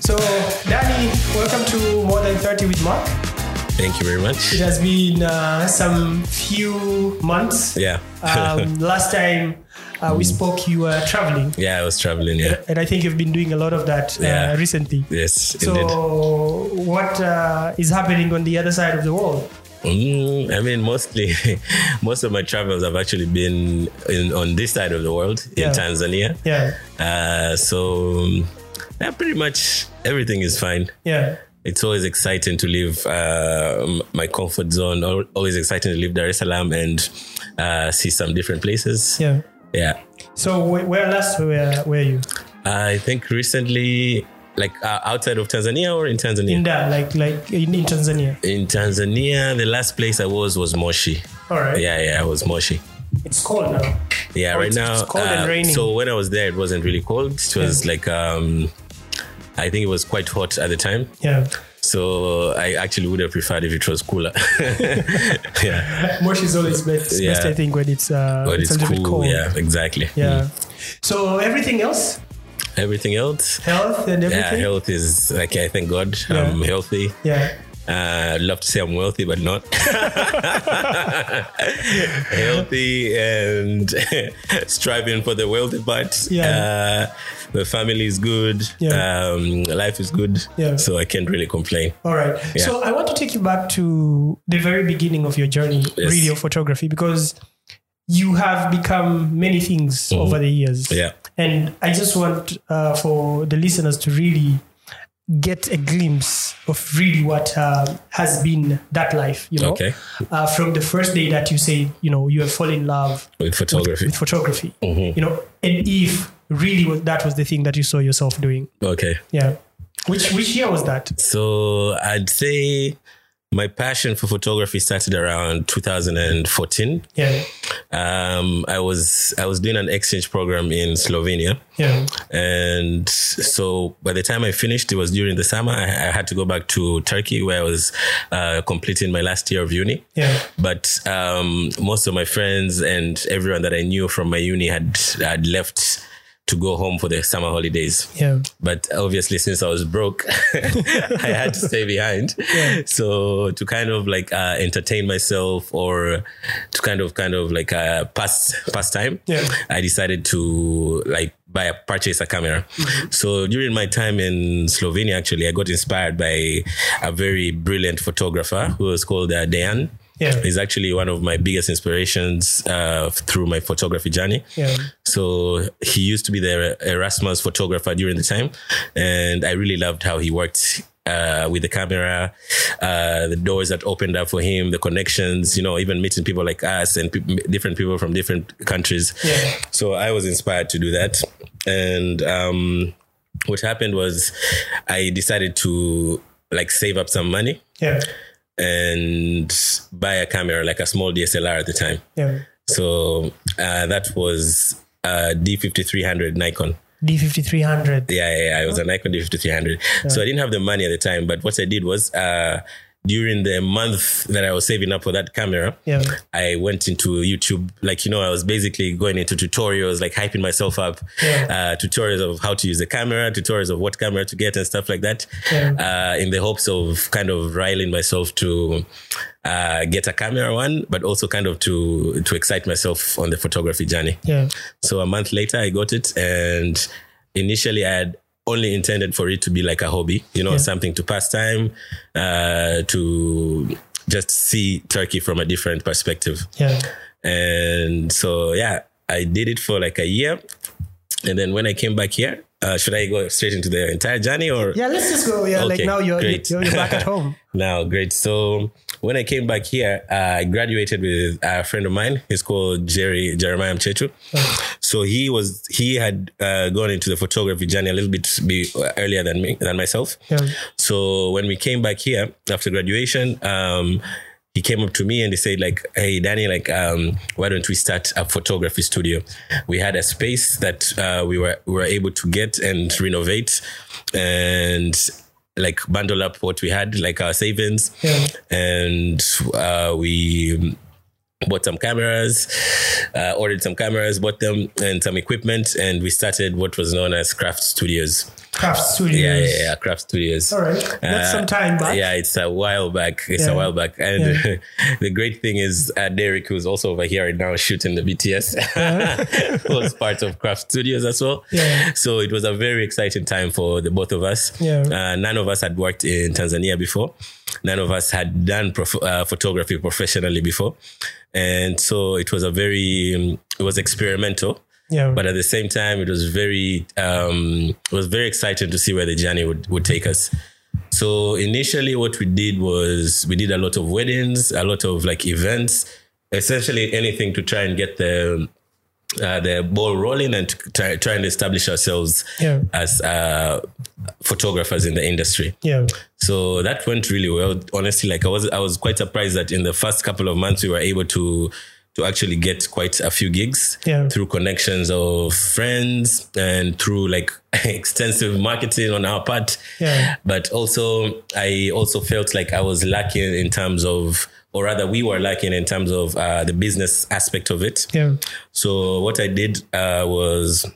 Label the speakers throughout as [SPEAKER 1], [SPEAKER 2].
[SPEAKER 1] So, Danny, welcome to More Than 30 with Mark.
[SPEAKER 2] Thank you very much.
[SPEAKER 1] It has been uh, some few months.
[SPEAKER 2] Yeah.
[SPEAKER 1] um, last time uh, we spoke, you were traveling.
[SPEAKER 2] Yeah, I was traveling. Yeah.
[SPEAKER 1] And I think you've been doing a lot of that uh,
[SPEAKER 2] Yeah.
[SPEAKER 1] recently.
[SPEAKER 2] Yes, indeed.
[SPEAKER 1] So, what uh, is happening on the other side of the world?
[SPEAKER 2] Mm, I mean, mostly, most of my travels have actually been in, on this side of the world
[SPEAKER 1] Yeah.
[SPEAKER 2] in Tanzania.
[SPEAKER 1] Yeah,
[SPEAKER 2] Uh, so, um, yeah, pretty much everything is fine.
[SPEAKER 1] yeah,
[SPEAKER 2] It's always exciting to leave uh, m- my comfort zone. al- Always exciting to leave Dar es Salaam and uh, see some different places.
[SPEAKER 1] yeah.
[SPEAKER 2] yeah.
[SPEAKER 1] So, wh- where last were, were you?
[SPEAKER 2] I think recently, like uh, outside of Tanzania or in Tanzania?
[SPEAKER 1] In that, like, like in, in Tanzania.
[SPEAKER 2] In Tanzania, the last place I was was Moshi.
[SPEAKER 1] All right.
[SPEAKER 2] Yeah, yeah, I was Moshi.
[SPEAKER 1] It's cold now.
[SPEAKER 2] Yeah,
[SPEAKER 1] Oh,
[SPEAKER 2] right
[SPEAKER 1] it's-
[SPEAKER 2] now. uh,
[SPEAKER 1] it's cold and raining.
[SPEAKER 2] So when I was there, it wasn't really cold. It was like um, I think it was quite hot at the time.
[SPEAKER 1] Yeah.
[SPEAKER 2] So I actually would have preferred if it was cooler. yeah,
[SPEAKER 1] Mosh is always best,
[SPEAKER 2] Yeah.
[SPEAKER 1] best I think, when it's, uh,
[SPEAKER 2] but
[SPEAKER 1] it's,
[SPEAKER 2] it's,
[SPEAKER 1] a little
[SPEAKER 2] cool.
[SPEAKER 1] bit cold.
[SPEAKER 2] Yeah, exactly.
[SPEAKER 1] Yeah.
[SPEAKER 2] Mm.
[SPEAKER 1] So everything else,
[SPEAKER 2] Everything else.
[SPEAKER 1] health and
[SPEAKER 2] Yeah,
[SPEAKER 1] everything.
[SPEAKER 2] health is like I thank God I'm
[SPEAKER 1] Yeah.
[SPEAKER 2] healthy.
[SPEAKER 1] Yeah.
[SPEAKER 2] Uh, I'd love to say I'm wealthy, but not healthy and striving for the wealthy part.
[SPEAKER 1] Yeah.
[SPEAKER 2] Uh, the family is good.
[SPEAKER 1] Yeah.
[SPEAKER 2] Um, life is good.
[SPEAKER 1] Yeah.
[SPEAKER 2] So I can't really complain.
[SPEAKER 1] All right.
[SPEAKER 2] Yeah.
[SPEAKER 1] So I want to take you back to the very beginning of your journey,
[SPEAKER 2] Yes.
[SPEAKER 1] radio photography, because you have become many things over the years.
[SPEAKER 2] Mm-hmm. Yeah.
[SPEAKER 1] And I just want uh, for the listeners to really get a glimpse of really what uh, has been that life, you know,
[SPEAKER 2] Okay.
[SPEAKER 1] uh, from the first day that you say, you know, you have fallen in love
[SPEAKER 2] With photography.
[SPEAKER 1] with photography,
[SPEAKER 2] Mm-hmm.
[SPEAKER 1] you know, and if really was, that was the thing that you saw yourself doing.
[SPEAKER 2] okay.
[SPEAKER 1] Yeah. Which which year was that?
[SPEAKER 2] So I'd say my passion for photography started around 2014.
[SPEAKER 1] Yeah.
[SPEAKER 2] Um, I was I was doing an exchange program in Slovenia.
[SPEAKER 1] Yeah.
[SPEAKER 2] And so by the time I finished, it was during the summer. I, I had to go back to Turkey where I was uh, completing my last year of uni.
[SPEAKER 1] Yeah.
[SPEAKER 2] But um, most of my friends and everyone that I knew from my uni had, had left to go home for the summer holidays.
[SPEAKER 1] Yeah.
[SPEAKER 2] But obviously, since I was broke, I had to stay behind. So to kind of like uh, entertain myself or to kind of kind of like uh, pass pass time,
[SPEAKER 1] Yeah.
[SPEAKER 2] I decided to like buy a purchase a camera.
[SPEAKER 1] Mm-hmm.
[SPEAKER 2] So during my time in Slovenia, actually, I got inspired by a very brilliant photographer who was called uh, Dejan.
[SPEAKER 1] Yeah.
[SPEAKER 2] He's actually one of my biggest inspirations uh, through my photography journey.
[SPEAKER 1] Yeah.
[SPEAKER 2] So he used to be the E- Erasmus photographer during the time, and I really loved how he worked. Uh, with the camera, uh, the doors that opened up for him, the connections, you know, even meeting people like us and pe- different people from different countries.
[SPEAKER 1] Yeah.
[SPEAKER 2] So I was inspired to do that. And um, what happened was I decided to like save up some money
[SPEAKER 1] Yeah.
[SPEAKER 2] and buy a camera, like a small DSLR at the time.
[SPEAKER 1] Yeah.
[SPEAKER 2] So uh, that was uh, D5300 Nikon.
[SPEAKER 1] D fifty three hundred.
[SPEAKER 2] Yeah, yeah, yeah. It was a Nikon D5300. So I didn't have the money at the time, but what I did was uh, during the month that I was saving up for that camera,
[SPEAKER 1] Yeah.
[SPEAKER 2] I went into YouTube. Like, you know, I was basically going into tutorials, like hyping myself up,
[SPEAKER 1] Yeah.
[SPEAKER 2] uh, tutorials of how to use the camera, tutorials of what camera to get and stuff like that,
[SPEAKER 1] Yeah.
[SPEAKER 2] uh, in the hopes of kind of riling myself to uh, get a camera one, but also kind of to, to excite myself on the photography journey.
[SPEAKER 1] Yeah.
[SPEAKER 2] So a month later, I got it, and initially I had only intended for it to be like a hobby, you know, something to pass time, uh, to just see Turkey from a different perspective.
[SPEAKER 1] Yeah.
[SPEAKER 2] And so, yeah, I did it for like a year, and then when I came back here, uh, should I go straight into the entire journey or?
[SPEAKER 1] Yeah. Let's just go. Yeah. like
[SPEAKER 2] Okay,
[SPEAKER 1] now you're
[SPEAKER 2] great.
[SPEAKER 1] you're, you're back at home.
[SPEAKER 2] Now, great. So when I came back here, I graduated with a friend of mine. He's called Jerry Jeremiah Mchechu. So he was he had uh, gone into the photography journey a little bit be, earlier than me than myself.
[SPEAKER 1] Yeah.
[SPEAKER 2] So when we came back here after graduation, um, he came up to me and he said like, "Hey, Danny, like, um, why don't we start a photography studio? We had a space that uh, we were we were able to get and renovate, and." Like bundle up what we had, like our savings,
[SPEAKER 1] Yeah.
[SPEAKER 2] and uh, we bought some cameras, uh, ordered some cameras, bought them and some equipment, and we started what was known as Craft Studios.
[SPEAKER 1] Craft Studios.
[SPEAKER 2] Yeah, yeah, yeah, Craft Studios.
[SPEAKER 1] All right. That's
[SPEAKER 2] Uh,
[SPEAKER 1] some time back.
[SPEAKER 2] Yeah, it's a while back. It's
[SPEAKER 1] Yeah.
[SPEAKER 2] a while back. And the great thing is, uh, Derek, who's also over here right now shooting the BTS, was part of Craft Studios as well.
[SPEAKER 1] Uh-huh. Yeah.
[SPEAKER 2] So it was a very exciting time for the both of us.
[SPEAKER 1] Yeah.
[SPEAKER 2] Uh, none of us had worked in Tanzania before. None of us had done prof- uh, photography professionally before. And so it was a very, um, it was experimental
[SPEAKER 1] Yeah.
[SPEAKER 2] but uh, at the same time it was very um it was very exciting to see where the journey would, would take us so initially what we did was we did a lot of weddings a lot of like events essentially anything to try and get the uh, the ball rolling and to try, try and establish ourselves
[SPEAKER 1] Yeah.
[SPEAKER 2] as uh, photographers in the industry
[SPEAKER 1] yeah.
[SPEAKER 2] so that went really well. Honestly, like I was, I was quite surprised that in the first couple of months we were able to to actually get quite a few gigs
[SPEAKER 1] Yeah.
[SPEAKER 2] through connections of friends and through like extensive marketing on our part.
[SPEAKER 1] Yeah.
[SPEAKER 2] But also, I also felt like I was lacking in terms of, or rather, we were lacking in terms of uh, the business aspect of it.
[SPEAKER 1] Yeah.
[SPEAKER 2] So what I did uh, was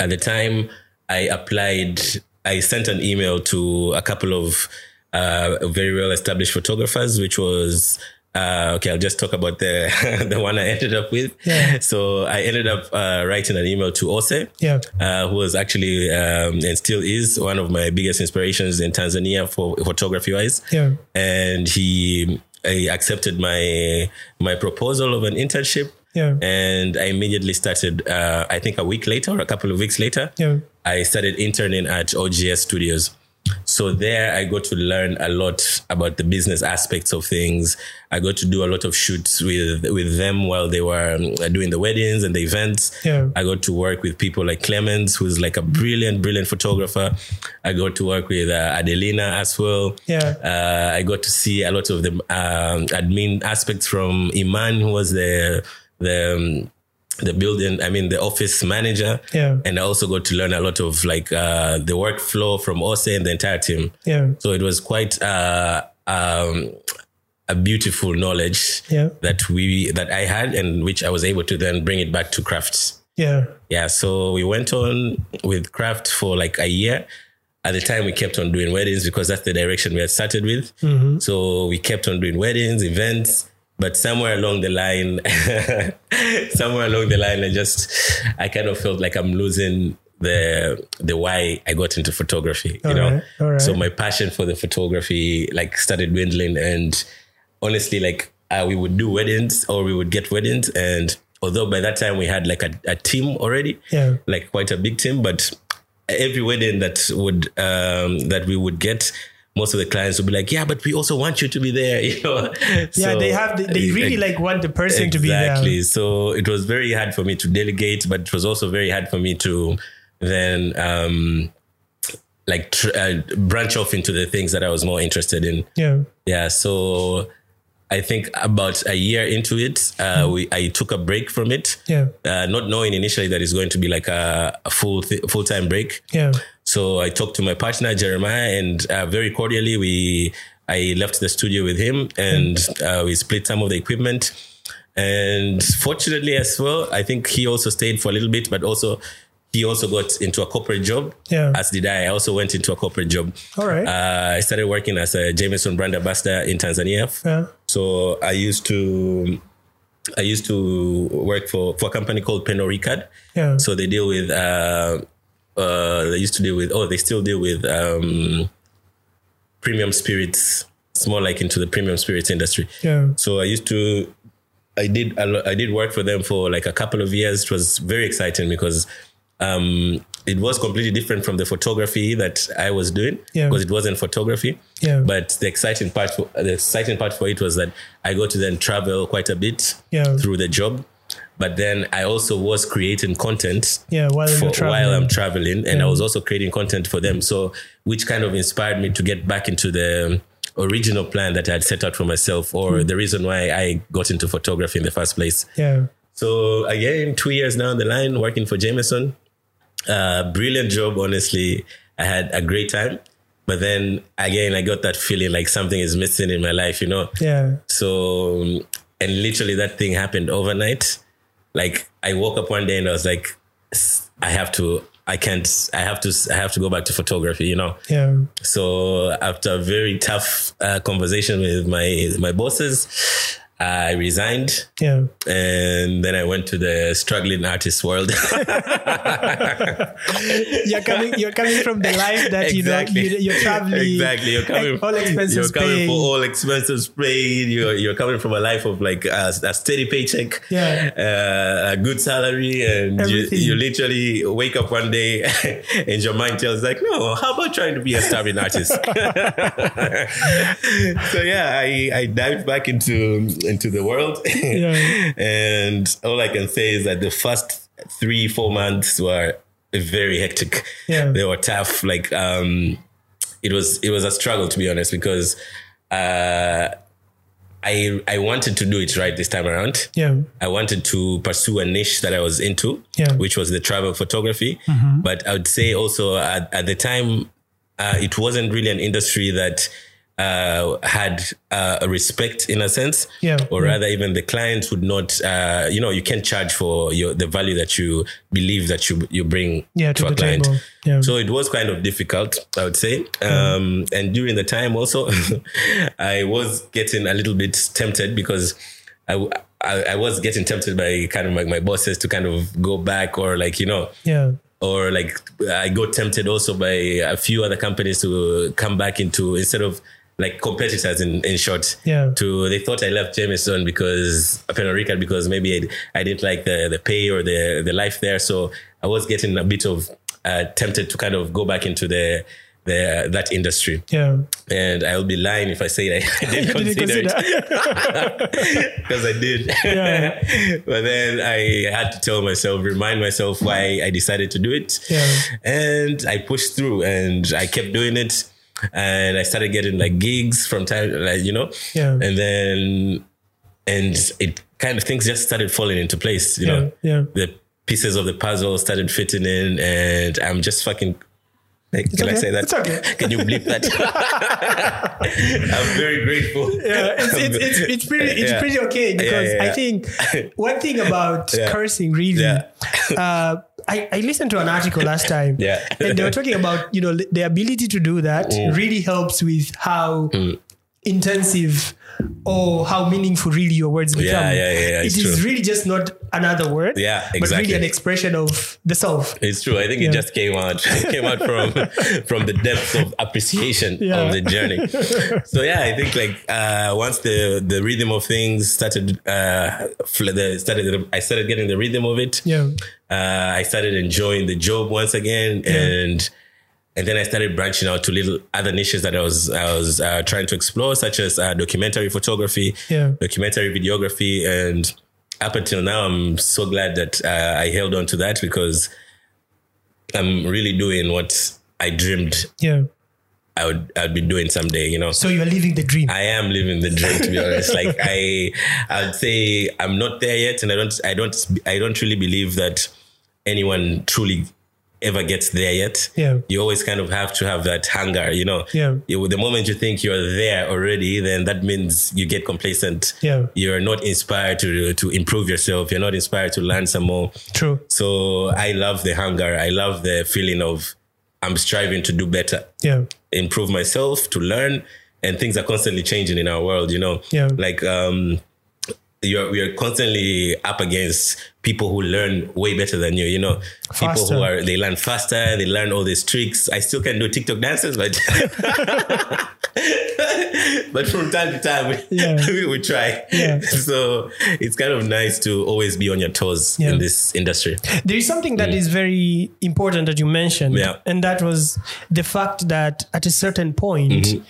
[SPEAKER 2] at the time I applied, I sent an email to a couple of uh, very well established photographers, which was. Uh, okay, I'll just talk about the the one I ended up with.
[SPEAKER 1] Yeah.
[SPEAKER 2] So I ended up uh, writing an email to Ose,
[SPEAKER 1] Yeah.
[SPEAKER 2] uh, who was actually um, and still is one of my biggest inspirations in Tanzania for photography wise
[SPEAKER 1] Yeah.
[SPEAKER 2] and he I accepted my my proposal of an internship.
[SPEAKER 1] Yeah.
[SPEAKER 2] And I immediately started. Uh, I think a week later or a couple of weeks later,
[SPEAKER 1] Yeah.
[SPEAKER 2] I started interning at OGS Studios. So there, I got to learn a lot about the business aspects of things. I got to do a lot of shoots with with them while they were um, doing the weddings and the events.
[SPEAKER 1] Yeah.
[SPEAKER 2] I got to work with people like Clemens, who's like a brilliant, brilliant photographer. I got to work with uh, Adelina as well.
[SPEAKER 1] Yeah.
[SPEAKER 2] Uh, I got to see a lot of the um, admin aspects from Iman, who was the the um, the building, I mean the office manager.
[SPEAKER 1] Yeah.
[SPEAKER 2] And I also got to learn a lot of like uh, the workflow from Ose and the entire team.
[SPEAKER 1] Yeah.
[SPEAKER 2] So it was quite uh, um, a beautiful knowledge
[SPEAKER 1] Yeah.
[SPEAKER 2] that we that I had and which I was able to then bring it back to crafts.
[SPEAKER 1] Yeah.
[SPEAKER 2] Yeah, so we went on with craft for like a year. At the time, we kept on doing weddings because that's the direction we had started with.
[SPEAKER 1] Mm-hmm.
[SPEAKER 2] So we kept on doing weddings, events, but somewhere along the line, somewhere along the line, I just I kind of felt like I'm losing the the why I got into photography. You
[SPEAKER 1] All
[SPEAKER 2] know,
[SPEAKER 1] right, all right.
[SPEAKER 2] so my passion for the photography like started dwindling and honestly like uh, we would do weddings or we would get weddings and although by that time we had like a, a team already
[SPEAKER 1] Yeah.
[SPEAKER 2] like quite a big team but every wedding that would um that we would get most of the clients would be like yeah but we also want you to be there you know
[SPEAKER 1] Yeah.
[SPEAKER 2] So- uh,
[SPEAKER 1] they have. They, they really like want the person to be there.
[SPEAKER 2] Exactly. So it was very hard for me to delegate, but it was also very hard for me to then um, like tr- uh, branch off into the things that I was more interested in.
[SPEAKER 1] Yeah.
[SPEAKER 2] Yeah. So I think about a year into it, uh, we I took a break from it.
[SPEAKER 1] Hmm. Yeah.
[SPEAKER 2] Uh, not knowing initially that it's going to be like a, a full th- full time break,
[SPEAKER 1] Yeah.
[SPEAKER 2] so I talked to my partner Jeremiah, and uh, very cordially we I left the studio with him, and
[SPEAKER 1] Mm-hmm.
[SPEAKER 2] uh, we split some of the equipment. And fortunately, as well, I think he also stayed for a little bit, but also he also got into a corporate job.
[SPEAKER 1] Yeah.
[SPEAKER 2] As did I. I also went into a corporate job.
[SPEAKER 1] All right.
[SPEAKER 2] Uh, I started working as a Jameson brand ambassador in Tanzania.
[SPEAKER 1] Yeah.
[SPEAKER 2] So I used to I used to work for for a company called Pernod Ricard.
[SPEAKER 1] Yeah.
[SPEAKER 2] So they deal with uh, uh, they used to deal with oh they still deal with um, premium spirits. It's more like into the premium spirits industry.
[SPEAKER 1] Yeah.
[SPEAKER 2] So I used to I did a lo- I did work for them for like a couple of years. It was very exciting because um, it was completely different from the photography that I was doing
[SPEAKER 1] Yeah.
[SPEAKER 2] because it wasn't photography.
[SPEAKER 1] Yeah.
[SPEAKER 2] But the exciting part for the exciting part for it was that I got to then travel quite a bit
[SPEAKER 1] Yeah.
[SPEAKER 2] through the job. But then I also was creating content
[SPEAKER 1] Yeah. While
[SPEAKER 2] for
[SPEAKER 1] you're
[SPEAKER 2] while
[SPEAKER 1] traveling.
[SPEAKER 2] I'm traveling, and I was also creating content for them. So, which kind of inspired me to get back into the um, original plan that I had set out for myself, or the reason why I got into photography in the first place.
[SPEAKER 1] yeah.
[SPEAKER 2] So again, two years down the line, working for Jameson, uh, brilliant job. Honestly, I had a great time. But then again, I got that feeling like something is missing in my life, you know.
[SPEAKER 1] Yeah.
[SPEAKER 2] So, um, and literally that thing happened overnight. Like I woke up one day and I was like, "S- I have to, I can't. I have to. I have to go back to photography. You know.
[SPEAKER 1] Yeah.
[SPEAKER 2] So after a very tough uh, conversation with my my bosses, I resigned
[SPEAKER 1] Yeah.
[SPEAKER 2] and then I went to the struggling artist world.
[SPEAKER 1] You're coming. You're coming from the life that you know. You, you're traveling.
[SPEAKER 2] Exactly. You're coming.
[SPEAKER 1] All expenses
[SPEAKER 2] You're coming
[SPEAKER 1] paid.
[SPEAKER 2] for all expenses paid. You're you're coming from a life of like a, a steady paycheck.
[SPEAKER 1] Yeah.
[SPEAKER 2] Uh, a good salary, and you,
[SPEAKER 1] Everything.
[SPEAKER 2] you literally wake up one day and your mind tells like, no, how about trying to be a starving artist? so yeah, I I dived back into into the world.
[SPEAKER 1] Yeah.
[SPEAKER 2] And all I can say is that the first three, four months were very hectic.
[SPEAKER 1] Yeah.
[SPEAKER 2] They were tough. Like um it was it was a struggle to be honest, because uh I I wanted to do it right this time around.
[SPEAKER 1] Yeah.
[SPEAKER 2] I wanted to pursue a niche that I was into,
[SPEAKER 1] Yeah. Mm-hmm.
[SPEAKER 2] which was the travel photography. But I would say also at, at the time, uh, it wasn't really an industry that uh, had uh, a respect in a sense,
[SPEAKER 1] Yeah.
[SPEAKER 2] or rather, even the clients would not. Uh, you know, you can't charge for your the value that you believe that you you bring
[SPEAKER 1] Yeah. To,
[SPEAKER 2] to, a
[SPEAKER 1] the
[SPEAKER 2] client.
[SPEAKER 1] table. Yeah.
[SPEAKER 2] So it was kind of difficult, I would say. Um, and during the time also, I was getting a little bit tempted because I, w- I- I was getting tempted by kind of like my bosses to kind of go back or like, you know,
[SPEAKER 1] yeah.
[SPEAKER 2] or like I got tempted also by a few other companies to come back into instead of like competitors in, in short.
[SPEAKER 1] Yeah.
[SPEAKER 2] To they thought I left Jameson because Pernod Ricard because maybe I'd, I didn't like the the pay or the the life there, so I was getting a bit of uh, tempted to kind of go back into the the that industry.
[SPEAKER 1] Yeah.
[SPEAKER 2] And I'll be lying if I say that I didn't,
[SPEAKER 1] You
[SPEAKER 2] consider,
[SPEAKER 1] didn't
[SPEAKER 2] it
[SPEAKER 1] consider-
[SPEAKER 2] because I did. but then I had to tell myself, remind myself why I decided to do it.
[SPEAKER 1] Yeah.
[SPEAKER 2] And I pushed through and I kept doing it. And I started getting like gigs from time, like, you know?
[SPEAKER 1] Yeah.
[SPEAKER 2] And then, and it kind of things just started falling into place, you
[SPEAKER 1] yeah.
[SPEAKER 2] know?
[SPEAKER 1] Yeah.
[SPEAKER 2] The pieces of the puzzle started fitting in and I'm just fucking. Like, can
[SPEAKER 1] okay.
[SPEAKER 2] I say that?
[SPEAKER 1] It's okay.
[SPEAKER 2] Can you bleep that? I'm very grateful.
[SPEAKER 1] Yeah, Uh, it's, it's, it's, it's pretty it's
[SPEAKER 2] Yeah.
[SPEAKER 1] pretty okay because
[SPEAKER 2] yeah,
[SPEAKER 1] I
[SPEAKER 2] yeah.
[SPEAKER 1] think one thing about
[SPEAKER 2] Yeah.
[SPEAKER 1] cursing really
[SPEAKER 2] Yeah.
[SPEAKER 1] uh, I, I listened to an article last time
[SPEAKER 2] Yeah.
[SPEAKER 1] and they were talking about you know the ability to do that really helps with how
[SPEAKER 2] Mm.
[SPEAKER 1] intensive or how meaningful really your words become
[SPEAKER 2] yeah, yeah, yeah,
[SPEAKER 1] it
[SPEAKER 2] it's
[SPEAKER 1] is
[SPEAKER 2] true.
[SPEAKER 1] really just not another word
[SPEAKER 2] Yeah,
[SPEAKER 1] but really
[SPEAKER 2] exactly.
[SPEAKER 1] an expression of the self
[SPEAKER 2] It's true. I think
[SPEAKER 1] Yeah.
[SPEAKER 2] it just came out it came out from from the depths of appreciation
[SPEAKER 1] Yeah.
[SPEAKER 2] of the journey. So yeah, I think like uh, once the the rhythm of things started, uh, fl- the, started I started getting the rhythm of it.
[SPEAKER 1] yeah
[SPEAKER 2] Uh, I started enjoying the job once again, and and then I started branching out to little other niches that I was I was uh, trying to explore, such as uh, documentary photography,
[SPEAKER 1] Yeah.
[SPEAKER 2] documentary videography, and up until now, I'm so glad that uh, I held on to that because I'm really doing what I dreamed
[SPEAKER 1] yeah
[SPEAKER 2] I would I'd be doing someday. You know,
[SPEAKER 1] so you are living the dream
[SPEAKER 2] I am living the dream to be honest. Like I I'd say I'm not there yet and I don't I don't I don't really believe that anyone truly ever gets there yet.
[SPEAKER 1] Yeah.
[SPEAKER 2] You always kind of have to have that hunger, you know.
[SPEAKER 1] Yeah.
[SPEAKER 2] You- the moment you think you're there already, then that means you get complacent.
[SPEAKER 1] Yeah.
[SPEAKER 2] You're not inspired to to improve yourself. You're not inspired to learn some more.
[SPEAKER 1] true
[SPEAKER 2] So I love the hunger. I love the feeling of I'm striving to do better
[SPEAKER 1] yeah
[SPEAKER 2] improve myself to learn and things are constantly changing in our world you know
[SPEAKER 1] Yeah.
[SPEAKER 2] like um you're we are constantly up against people who learn way better than you you know people
[SPEAKER 1] Faster.
[SPEAKER 2] who are they learn faster they learn all these tricks i still can do tiktok dances but but from time to time
[SPEAKER 1] Yeah.
[SPEAKER 2] we, we try
[SPEAKER 1] Yeah.
[SPEAKER 2] so it's kind of nice to always be on your toes
[SPEAKER 1] Yeah.
[SPEAKER 2] in this industry
[SPEAKER 1] There is something that is very important that you mentioned,
[SPEAKER 2] Yeah.
[SPEAKER 1] and that was the fact that at a certain point,
[SPEAKER 2] Mm-hmm.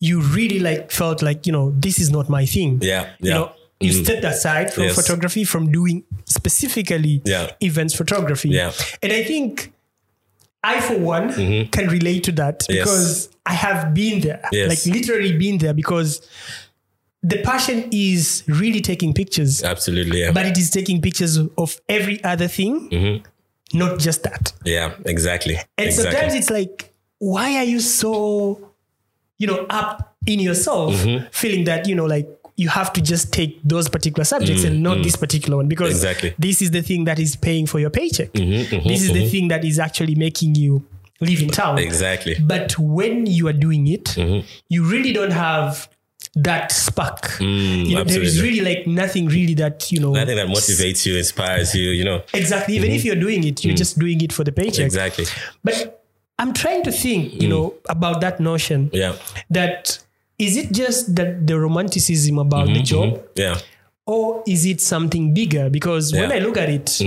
[SPEAKER 1] you really like felt like you know this is not my thing.
[SPEAKER 2] Yeah,
[SPEAKER 1] you
[SPEAKER 2] yeah. Mm-hmm.
[SPEAKER 1] know you stepped aside from
[SPEAKER 2] Yes.
[SPEAKER 1] photography, from doing specifically
[SPEAKER 2] Yeah.
[SPEAKER 1] events photography.
[SPEAKER 2] Yeah. Mm-hmm.
[SPEAKER 1] and I think I, for one, can relate to that
[SPEAKER 2] Yes.
[SPEAKER 1] because I have been there,
[SPEAKER 2] Yes.
[SPEAKER 1] like literally been there because. The passion is really taking pictures
[SPEAKER 2] absolutely yeah
[SPEAKER 1] but it is taking pictures of every other thing, not just that.
[SPEAKER 2] yeah exactly
[SPEAKER 1] And
[SPEAKER 2] Mm-hmm. exactly
[SPEAKER 1] sometimes it's like,
[SPEAKER 2] Mm-hmm.
[SPEAKER 1] why are you so, you know, up in yourself, feeling that you know, like you have to just take those particular subjects and not this particular one because
[SPEAKER 2] Mm-hmm. Exactly. Mm-hmm.
[SPEAKER 1] this is the thing that is paying for your paycheck. this is the thing that is actually making you live in town.
[SPEAKER 2] Exactly.
[SPEAKER 1] But when you are doing it,
[SPEAKER 2] Mm-hmm.
[SPEAKER 1] you really don't have that spark. you know, there is
[SPEAKER 2] Mm, absolutely.
[SPEAKER 1] really like nothing really that, you know,
[SPEAKER 2] Nothing that motivates you, inspires you, you know.
[SPEAKER 1] exactly. Even if you're doing it, you're just doing it for the paycheck.
[SPEAKER 2] Mm-hmm. Mm. Exactly. Mm.
[SPEAKER 1] But I'm trying to think, you know, about that notion
[SPEAKER 2] Yeah.
[SPEAKER 1] that is it just that the romanticism about the
[SPEAKER 2] Mm-hmm.
[SPEAKER 1] job
[SPEAKER 2] Yeah.
[SPEAKER 1] or is it something bigger? Because when
[SPEAKER 2] Yeah. Mm-hmm.
[SPEAKER 1] I look at it,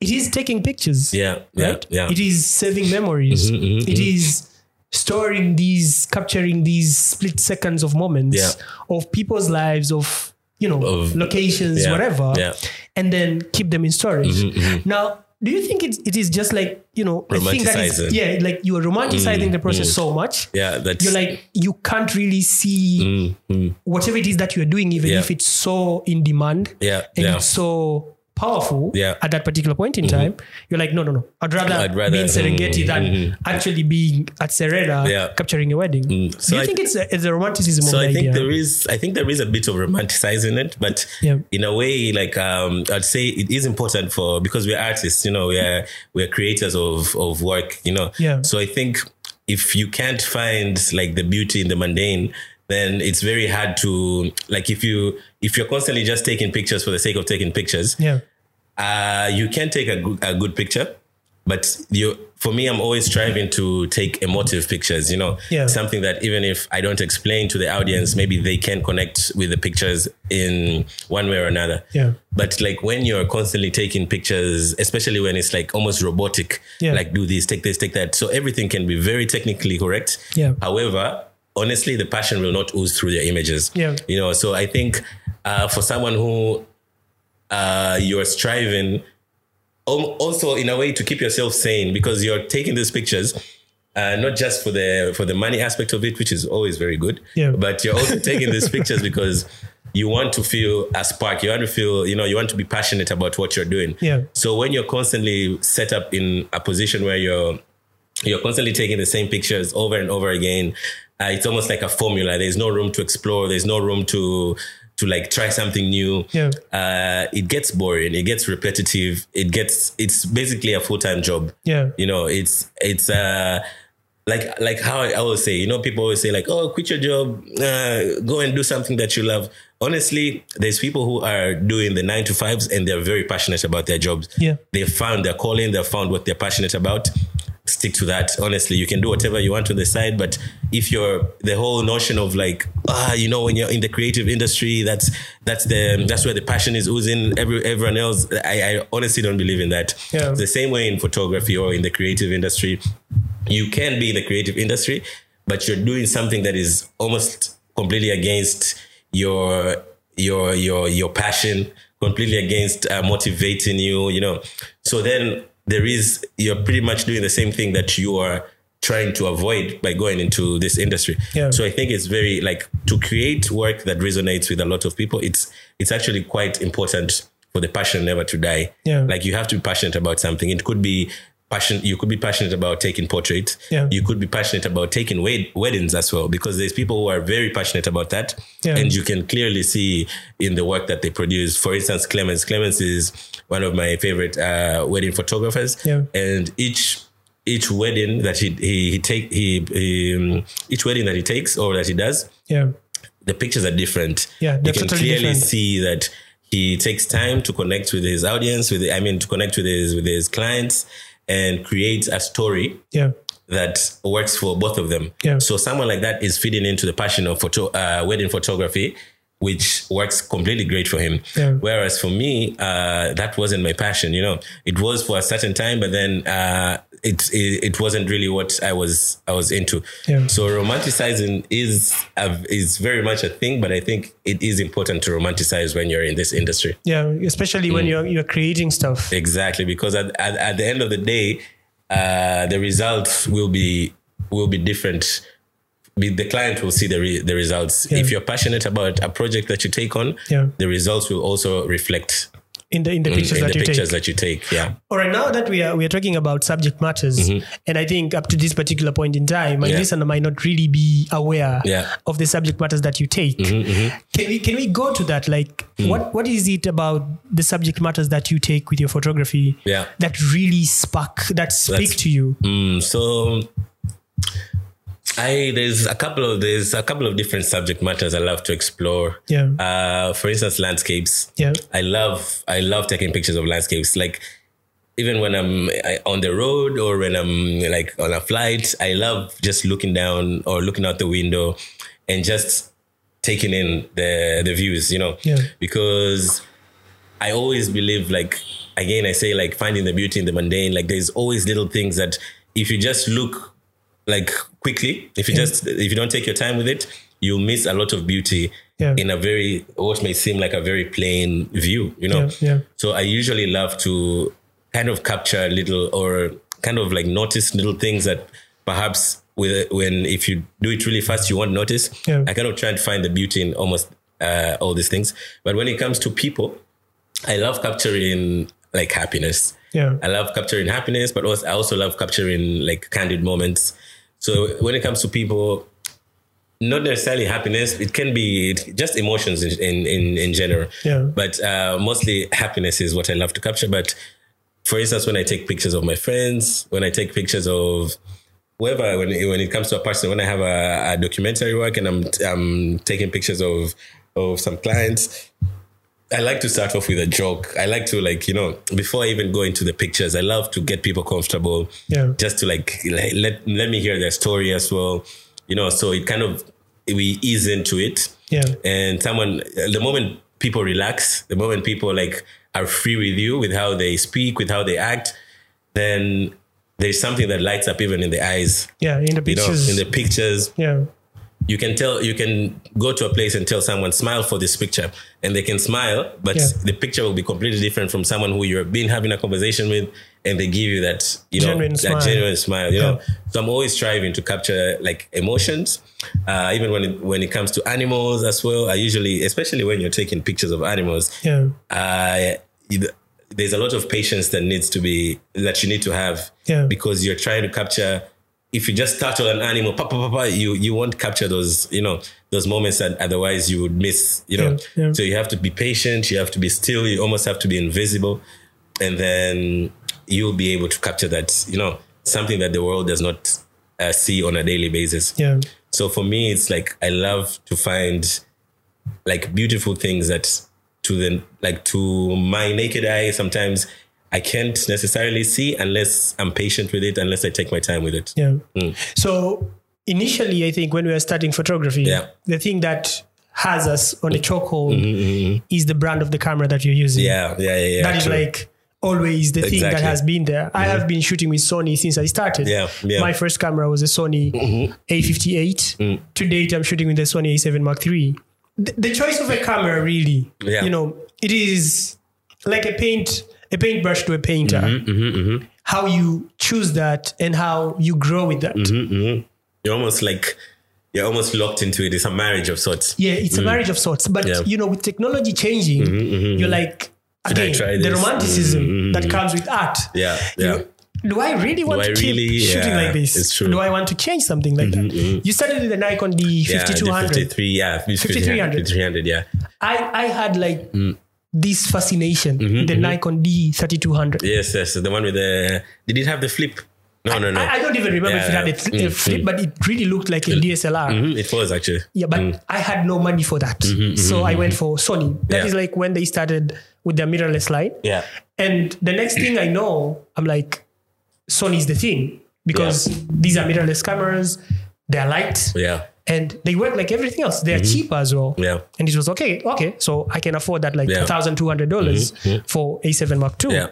[SPEAKER 1] it is taking pictures.
[SPEAKER 2] Yeah. Yeah.
[SPEAKER 1] Right?
[SPEAKER 2] Yeah. Mm-hmm,
[SPEAKER 1] It is saving memories. It is storing these, capturing these split seconds of moments
[SPEAKER 2] Yeah.
[SPEAKER 1] of people's lives, of you know,
[SPEAKER 2] Of-
[SPEAKER 1] locations,
[SPEAKER 2] yeah,
[SPEAKER 1] whatever,
[SPEAKER 2] yeah. Mm-hmm,
[SPEAKER 1] and then keep them in storage. Now, do you think it, it is just like you know, I think that is
[SPEAKER 2] Romanticizing. Mm,
[SPEAKER 1] yeah, like you are romanticizing the process so much.
[SPEAKER 2] yeah. That's
[SPEAKER 1] You're like you can't really see whatever it is that you are doing, even
[SPEAKER 2] Mm, Yeah.
[SPEAKER 1] if it's so in demand
[SPEAKER 2] yeah.
[SPEAKER 1] and
[SPEAKER 2] Yeah.
[SPEAKER 1] it's so powerful
[SPEAKER 2] Yeah. Mm-hmm.
[SPEAKER 1] at that particular point in time, you're like, no, no, no. I'd rather,
[SPEAKER 2] I'd rather- Mm-hmm.
[SPEAKER 1] be in Serengeti than actually being at Serena
[SPEAKER 2] Yeah. Mm.
[SPEAKER 1] capturing a wedding.
[SPEAKER 2] So
[SPEAKER 1] Do you
[SPEAKER 2] I-
[SPEAKER 1] think it's a, it's a romanticism
[SPEAKER 2] So
[SPEAKER 1] of the
[SPEAKER 2] I think
[SPEAKER 1] idea?
[SPEAKER 2] there is, I think there is a bit of romanticizing it, but
[SPEAKER 1] Yeah.
[SPEAKER 2] in a way, like um, I'd say it is important for because we're artists, you know, we're we're creators of of work, you know.
[SPEAKER 1] Yeah.
[SPEAKER 2] So I think if you can't find like the beauty in the mundane, then it's very hard to like if you if you're constantly just taking pictures for the sake of taking pictures,
[SPEAKER 1] yeah.
[SPEAKER 2] uh, you can take a good, a good picture, but you for me, I'm always striving to take emotive pictures. You know,
[SPEAKER 1] Yeah.
[SPEAKER 2] something that even if I don't explain to the audience, maybe they can connect with the pictures in one way or another.
[SPEAKER 1] Yeah.
[SPEAKER 2] But like when you're constantly taking pictures, especially when it's like almost robotic,
[SPEAKER 1] Yeah.
[SPEAKER 2] like do this, take this, take that. So everything can be very technically correct.
[SPEAKER 1] Yeah.
[SPEAKER 2] However, honestly, the passion will not ooze through their images.
[SPEAKER 1] Yeah.
[SPEAKER 2] You know, so I think uh, for someone who uh, you're striving al- also in a way to keep yourself sane because you're taking these pictures uh, not just for the for the money aspect of it which is always very good
[SPEAKER 1] Yeah.
[SPEAKER 2] but you're also taking these pictures because you want to feel a spark you want to feel you know you want to be passionate about what you're doing
[SPEAKER 1] Yeah.
[SPEAKER 2] so when you're constantly set up in a position where you're you're constantly taking the same pictures over and over again. Uh, it's almost like a formula. There's no room to explore. There's no room to to like try something new.
[SPEAKER 1] Yeah.
[SPEAKER 2] Uh, it gets boring. It gets repetitive. It gets. It's basically a full time job.
[SPEAKER 1] Yeah.
[SPEAKER 2] You know. It's it's uh like like how I always say. You know, people always say like, oh, quit your job, uh, go and do something that you love. Honestly, there's people who are doing the nine to fives and they're very passionate about their jobs
[SPEAKER 1] Yeah.
[SPEAKER 2] they found their calling, they found what they're passionate about. Stick to that. Honestly, you can do whatever you want on the side, but if you're the whole notion of like, ah, you know, when you're in the creative industry, that's that's the that's where the passion is oozing. Every everyone else, I, I honestly don't believe in that.
[SPEAKER 1] Yeah.
[SPEAKER 2] The same way in photography or in the creative industry, you can be in the creative industry, but you're doing something that is almost completely against your your your your passion, completely against uh, motivating you. You know, so then there is you're pretty much doing the same thing that you are trying to avoid by going into this industry.
[SPEAKER 1] Yeah.
[SPEAKER 2] So I think it's very like to create work that resonates with a lot of people. It's it's actually quite important for the passion never to die.
[SPEAKER 1] Yeah.
[SPEAKER 2] Like you have to be passionate about something. It could be passion. You could be passionate about taking portraits.
[SPEAKER 1] Yeah.
[SPEAKER 2] You could be passionate about taking wed- weddings as well, because there's people who are very passionate about that,
[SPEAKER 1] Yeah.
[SPEAKER 2] and you can clearly see in the work that they produce. For instance, Clemens. Clemens is one of my favorite uh, wedding photographers.
[SPEAKER 1] Yeah.
[SPEAKER 2] And each each wedding that he he, he take he, he um, each wedding that he takes or that he does,
[SPEAKER 1] Yeah.
[SPEAKER 2] the pictures are different.
[SPEAKER 1] Yeah, they're
[SPEAKER 2] you can
[SPEAKER 1] totally
[SPEAKER 2] clearly
[SPEAKER 1] different.
[SPEAKER 2] see that he takes time to connect with his audience, with I mean, to connect with his with his clients, and create a story
[SPEAKER 1] Yeah.
[SPEAKER 2] that works for both of them.
[SPEAKER 1] Yeah.
[SPEAKER 2] So someone like that is feeding into the passion of photo, uh, wedding photography, which works completely great for him.
[SPEAKER 1] Yeah.
[SPEAKER 2] Whereas for me, uh, that wasn't my passion. You know, it was for a certain time, but then uh, it, it it wasn't really what I was I was into.
[SPEAKER 1] Yeah.
[SPEAKER 2] So romanticizing is a, is very much a thing, but I think it is important to romanticize when you're in this industry.
[SPEAKER 1] Yeah. Especially
[SPEAKER 2] Mm.
[SPEAKER 1] when you're you're creating stuff.
[SPEAKER 2] Exactly, because at, at, at the end of the day, uh, the results will be will be different. Be- The client will see the re- the results. If you're passionate about a project that you take on,
[SPEAKER 1] Yeah.
[SPEAKER 2] the results will also reflect
[SPEAKER 1] in the in the pictures
[SPEAKER 2] Mm. in
[SPEAKER 1] that
[SPEAKER 2] the
[SPEAKER 1] you
[SPEAKER 2] pictures
[SPEAKER 1] take.
[SPEAKER 2] that you take. Yeah.
[SPEAKER 1] All right, now that we are we are talking about subject matters, and I think up to this particular point in time, my
[SPEAKER 2] Mm-hmm. Yeah.
[SPEAKER 1] listener might not really be aware
[SPEAKER 2] Yeah. Mm-hmm,
[SPEAKER 1] of the subject matters that you take. Can we can we go to that? Like,
[SPEAKER 2] Mm.
[SPEAKER 1] what what is it about the subject matters that you take with your photography
[SPEAKER 2] Yeah.
[SPEAKER 1] that really spark that speak
[SPEAKER 2] That's-
[SPEAKER 1] to you?
[SPEAKER 2] Mm, so I there's a couple of there's a couple of different subject matters I love to explore.
[SPEAKER 1] Yeah.
[SPEAKER 2] Uh, for instance, landscapes.
[SPEAKER 1] Yeah.
[SPEAKER 2] I love I love taking pictures of landscapes. Like even when I'm I, on the road or when I'm like on a flight, I love just looking down or looking out the window and just taking in the the views. You know,
[SPEAKER 1] Yeah.
[SPEAKER 2] because I always believe like again I say like finding the beauty in the mundane like there's always little things that if you just look like quickly if you just if you don't take your time with it you'll miss a lot of beauty
[SPEAKER 1] Yeah.
[SPEAKER 2] in a very what may seem like a very plain view you know
[SPEAKER 1] Yeah, yeah.
[SPEAKER 2] so I usually love to kind of capture little or kind of like notice little things that perhaps with when if you do it really fast you won't notice
[SPEAKER 1] Yeah.
[SPEAKER 2] I kind of try and find the beauty in almost uh, all these things but when it comes to people I love capturing like happiness.
[SPEAKER 1] Yeah.
[SPEAKER 2] I love capturing happiness, but also I also love capturing like candid moments. So when it comes to people, not necessarily happiness, it can be it- just emotions in in in, in general.
[SPEAKER 1] Yeah.
[SPEAKER 2] But uh, mostly happiness is what I love to capture. But for instance, when I take pictures of my friends, when I take pictures of whoever, when it- when it comes to a person, when I have a, a documentary work and I'm I'm taking pictures of of some clients, I like to start off with a joke. I like to like you know before I even go into the pictures, I love to get people comfortable.
[SPEAKER 1] Yeah.
[SPEAKER 2] Just to like le- let let me hear their story as well, you know. So it kind of we ease into it.
[SPEAKER 1] Yeah.
[SPEAKER 2] And someone the moment people relax, the moment people like are free with you, with how they speak, with how they act, then there's something that lights up even in the eyes.
[SPEAKER 1] Yeah, in the
[SPEAKER 2] You know,
[SPEAKER 1] pictures.
[SPEAKER 2] in the pictures,
[SPEAKER 1] yeah.
[SPEAKER 2] you can tell you can go to a place and tell someone smile for this picture and they can smile but
[SPEAKER 1] Yeah.
[SPEAKER 2] the picture will be completely different from someone who you've been having a conversation with and they give you that you know
[SPEAKER 1] Genuine
[SPEAKER 2] that
[SPEAKER 1] smile.
[SPEAKER 2] genuine smile you know
[SPEAKER 1] Yeah.
[SPEAKER 2] so i'm always striving to capture like emotions uh, even when it, when it comes to animals as well i usually especially when you're taking pictures of animals
[SPEAKER 1] Yeah.
[SPEAKER 2] uh, you- there's a lot of patience that needs to be that you need to have
[SPEAKER 1] Yeah.
[SPEAKER 2] because you're trying to capture. If you just startle an animal, pa, pa, pa, pa, you you won't capture those you know those moments that otherwise you would miss. You know,
[SPEAKER 1] Yeah, yeah.
[SPEAKER 2] so you have to be patient. You have to be still. You almost have to be invisible, and then you'll be able to capture that. You know, something that the world does not uh, see on a daily basis.
[SPEAKER 1] Yeah.
[SPEAKER 2] So for me, it's like I love to find like beautiful things that to the like to my naked eye sometimes I can't necessarily see unless I'm patient with it, unless I take my time with it.
[SPEAKER 1] Yeah.
[SPEAKER 2] Mm.
[SPEAKER 1] So initially, I think when we were starting photography,
[SPEAKER 2] Yeah. Mm.
[SPEAKER 1] the thing that has us on a chokehold
[SPEAKER 2] Mm-hmm,
[SPEAKER 1] is the brand of the camera that you're using.
[SPEAKER 2] Yeah, yeah, yeah. yeah
[SPEAKER 1] That is
[SPEAKER 2] true.
[SPEAKER 1] like always the thing that
[SPEAKER 2] Exactly. Mm-hmm.
[SPEAKER 1] has been there. I have been shooting with Sony since I started.
[SPEAKER 2] Yeah, yeah. Mm-hmm. Mm.
[SPEAKER 1] My first camera was a Sony A58. To date, I'm shooting with the Sony A7 Mark III. The, the choice of a camera, really,
[SPEAKER 2] Yeah.
[SPEAKER 1] you know, it is like a paint, a paintbrush to a painter.
[SPEAKER 2] Mm-hmm,
[SPEAKER 1] How you choose that and how you grow with that.
[SPEAKER 2] Mm-hmm. you're almost like you're almost locked into it. It's a marriage of sorts.
[SPEAKER 1] Yeah, it's a marriage of sorts. But
[SPEAKER 2] Mm-hmm. Yeah. Mm-hmm,
[SPEAKER 1] you know, with technology changing, you're like again
[SPEAKER 2] try
[SPEAKER 1] the
[SPEAKER 2] this? Mm-hmm,
[SPEAKER 1] romanticism that comes with art.
[SPEAKER 2] Yeah, yeah.
[SPEAKER 1] Do I really want
[SPEAKER 2] I
[SPEAKER 1] to keep
[SPEAKER 2] really?
[SPEAKER 1] shooting
[SPEAKER 2] Yeah,
[SPEAKER 1] like this?
[SPEAKER 2] it's true. Mm-hmm,
[SPEAKER 1] Do I want to change something like that? You started with the Nikon
[SPEAKER 2] Yeah, the
[SPEAKER 1] D5200.
[SPEAKER 2] 53, yeah,
[SPEAKER 1] 5300.
[SPEAKER 2] 5300, yeah.
[SPEAKER 1] I, I had like
[SPEAKER 2] Mm.
[SPEAKER 1] this fascination
[SPEAKER 2] Mm-hmm,
[SPEAKER 1] with the Nikon D3200.
[SPEAKER 2] Yes, yes, the one with the. Did it have the flip? No, no, no.
[SPEAKER 1] I, I don't even remember if it
[SPEAKER 2] Yeah, Mm,
[SPEAKER 1] had a, th- a flip, but it really looked like a DSLR.
[SPEAKER 2] Mhm, it was actually.
[SPEAKER 1] Yeah, but I had no money for that. so I went for Sony. That is
[SPEAKER 2] Mm-hmm, Yeah.
[SPEAKER 1] like when they started with their mirrorless line.
[SPEAKER 2] Yeah,
[SPEAKER 1] And the next thing I know, I'm like, Sony's the thing because these are mirrorless cameras, they're light,
[SPEAKER 2] yeah,
[SPEAKER 1] and they work like everything else. They're cheap as well.
[SPEAKER 2] Mm-hmm. Yeah.
[SPEAKER 1] And it was okay, okay, so I can afford that like
[SPEAKER 2] Yeah. Mm-hmm.
[SPEAKER 1] $1,200 dollars for A7 Mark II.
[SPEAKER 2] yeah.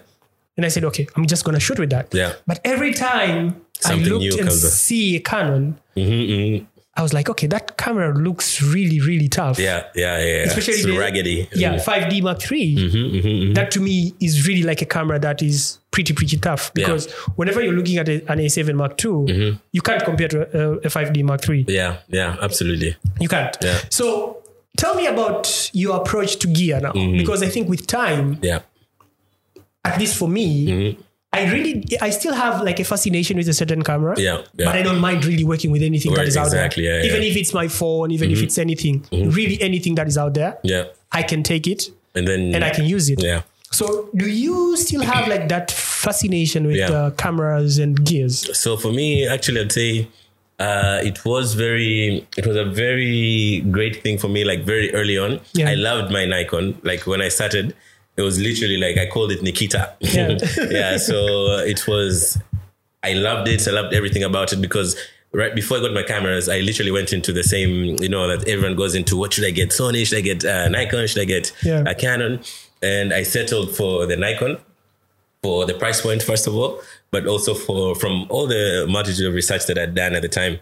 [SPEAKER 1] And I said, okay, I'm just going to shoot with that.
[SPEAKER 2] Yeah.
[SPEAKER 1] But every time
[SPEAKER 2] Something
[SPEAKER 1] I looked
[SPEAKER 2] new
[SPEAKER 1] and
[SPEAKER 2] comes up. Mm-hmm,
[SPEAKER 1] see a Canon, I was like, okay, that camera looks really, really tough.
[SPEAKER 2] Yeah, yeah, yeah. yeah.
[SPEAKER 1] Especially
[SPEAKER 2] it's
[SPEAKER 1] the-
[SPEAKER 2] raggedy.
[SPEAKER 1] Yeah, 5D Mark III.
[SPEAKER 2] Mm-hmm,
[SPEAKER 1] That to me is really like a camera that is pretty, pretty tough because whenever you're looking at a, an A7 Mark II,
[SPEAKER 2] Mm-hmm.
[SPEAKER 1] you can't compare to a, a 5D Mark III.
[SPEAKER 2] yeah, yeah, absolutely.
[SPEAKER 1] You can't.
[SPEAKER 2] Yeah. Mm-hmm.
[SPEAKER 1] So tell me about your approach to gear now because I think with time,
[SPEAKER 2] Yeah,
[SPEAKER 1] at least for me,
[SPEAKER 2] Mm-hmm.
[SPEAKER 1] I really, I still have like a fascination with a certain camera.
[SPEAKER 2] Yeah, yeah.
[SPEAKER 1] But I don't mind really working with anything
[SPEAKER 2] Right,
[SPEAKER 1] that is out
[SPEAKER 2] exactly, yeah,
[SPEAKER 1] there.
[SPEAKER 2] yeah. Mm-hmm.
[SPEAKER 1] even if it's my phone, even if it's anything, really anything that is out there,
[SPEAKER 2] yeah.
[SPEAKER 1] I can take it
[SPEAKER 2] And then
[SPEAKER 1] and I can use it.
[SPEAKER 2] yeah.
[SPEAKER 1] So do you still have like that fascination with
[SPEAKER 2] Yeah.
[SPEAKER 1] uh, cameras and gears?
[SPEAKER 2] So for me, actually, I'd say uh, it was very, it was a very great thing for me. Like very early on,
[SPEAKER 1] Yeah.
[SPEAKER 2] I loved my Nikon. Like when I started, it was literally like I called it Nikita.
[SPEAKER 1] Yeah.
[SPEAKER 2] yeah. So it was, I loved it. I loved everything about it because. Right before I got my cameras, I literally went into the same, you know, that everyone goes into. What should I get? Sony? Should I get uh, Nikon? Should I get
[SPEAKER 1] Yeah.
[SPEAKER 2] a Canon? And I settled for the Nikon for the price point, first of all, but also for from all the multitude of research that I'd done at the time.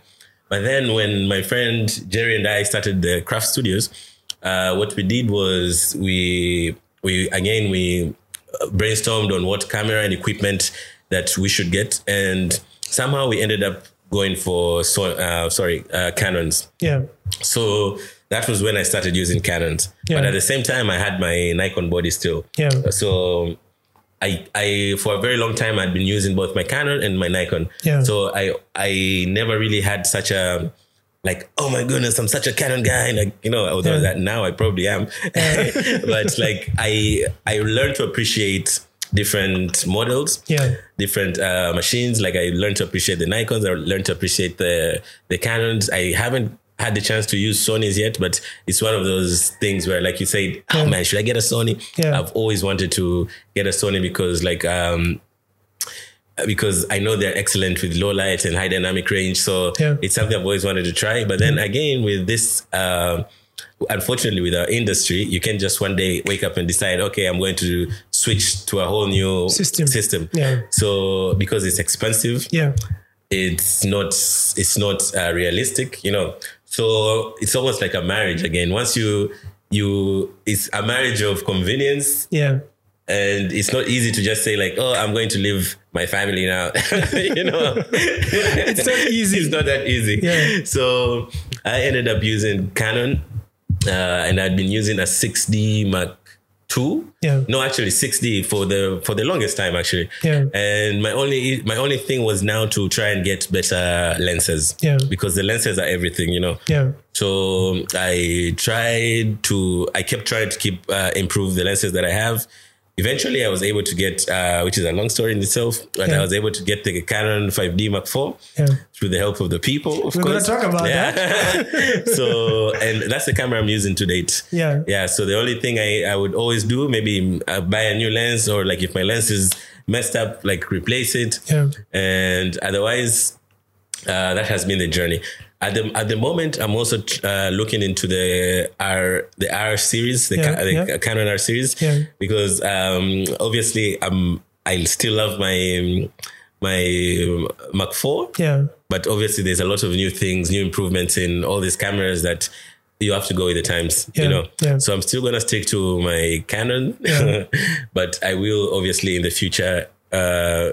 [SPEAKER 2] But then when my friend Jerry and I started the craft studios, uh, what we did was we we again we uh, brainstormed on what camera and equipment that we should get, and somehow we ended up going for so, uh, sorry uh, Canons.
[SPEAKER 1] Yeah.
[SPEAKER 2] So that was when I started using Canons. But
[SPEAKER 1] Yeah.
[SPEAKER 2] at the same time, I had my Nikon body still.
[SPEAKER 1] Yeah.
[SPEAKER 2] So I, I for a very long time I'd been using both my Canon and my Nikon.
[SPEAKER 1] Yeah.
[SPEAKER 2] So I I never really had such a like oh my goodness I'm such a Canon guy and like you know although
[SPEAKER 1] Yeah.
[SPEAKER 2] that now I probably am, but like I I learned to appreciate different models
[SPEAKER 1] Yeah.
[SPEAKER 2] different uh, machines. Like I learned to appreciate the Nikons. I learned to appreciate the the Canons. I haven't had the chance to use Sony's yet, but it's one of those things where, like you said, oh man, should I get a Sony?
[SPEAKER 1] Yeah.
[SPEAKER 2] I've always wanted to get a Sony because, like, um, because I know they're excellent with low light and high dynamic range. So
[SPEAKER 1] Yeah. Mm-hmm.
[SPEAKER 2] it's something I've always wanted to try. But then again, with this, uh, unfortunately, with our industry, you can't just one day wake up and decide, okay, I'm going to switch to a whole new
[SPEAKER 1] System.
[SPEAKER 2] System.
[SPEAKER 1] Yeah.
[SPEAKER 2] So because it's expensive,
[SPEAKER 1] Yeah.
[SPEAKER 2] it's not it's not uh, realistic, you know. So it's almost like a marriage again. Once you you it's a marriage of convenience
[SPEAKER 1] Yeah.
[SPEAKER 2] and it's not easy to just say like oh i'm going to leave my family now you know it's
[SPEAKER 1] not easy.
[SPEAKER 2] it's not that easy
[SPEAKER 1] Yeah.
[SPEAKER 2] so i ended up using canon uh, and i'd been using a 6d mark II.
[SPEAKER 1] Yeah.
[SPEAKER 2] no actually 6d for the for the longest time actually
[SPEAKER 1] Yeah.
[SPEAKER 2] and my only my only thing was now to try and get better lenses
[SPEAKER 1] Yeah.
[SPEAKER 2] because the lenses are everything you know
[SPEAKER 1] Yeah.
[SPEAKER 2] so I tried to, I kept trying to keep uh, improve the lenses that I have. Eventually, I was able to get, uh, which is a long story in itself, but I
[SPEAKER 1] Yeah.
[SPEAKER 2] was able to get the Canon 5D Mark IV
[SPEAKER 1] Yeah.
[SPEAKER 2] through the help of the people. Of
[SPEAKER 1] We're gonna
[SPEAKER 2] course,
[SPEAKER 1] talk about
[SPEAKER 2] that. so, and that's the camera I'm using to date.
[SPEAKER 1] Yeah.
[SPEAKER 2] yeah. So the only thing I, I would always do, maybe uh, buy a new lens, or like if my lens is messed up, like replace it.
[SPEAKER 1] Yeah.
[SPEAKER 2] And otherwise, uh, that has been the journey. At the at the moment, I'm also uh, looking into the R the R series, the,
[SPEAKER 1] Yeah,
[SPEAKER 2] Ca- the
[SPEAKER 1] yeah.
[SPEAKER 2] Canon R series,
[SPEAKER 1] Yeah.
[SPEAKER 2] because um, obviously um, I still love my my Mark IV,
[SPEAKER 1] Yeah.
[SPEAKER 2] but obviously there's a lot of new things, new improvements in all these cameras that you have to go with the times, you
[SPEAKER 1] Yeah,
[SPEAKER 2] know.
[SPEAKER 1] yeah.
[SPEAKER 2] So I'm still gonna stick to my Canon,
[SPEAKER 1] Yeah.
[SPEAKER 2] but I will obviously in the future uh,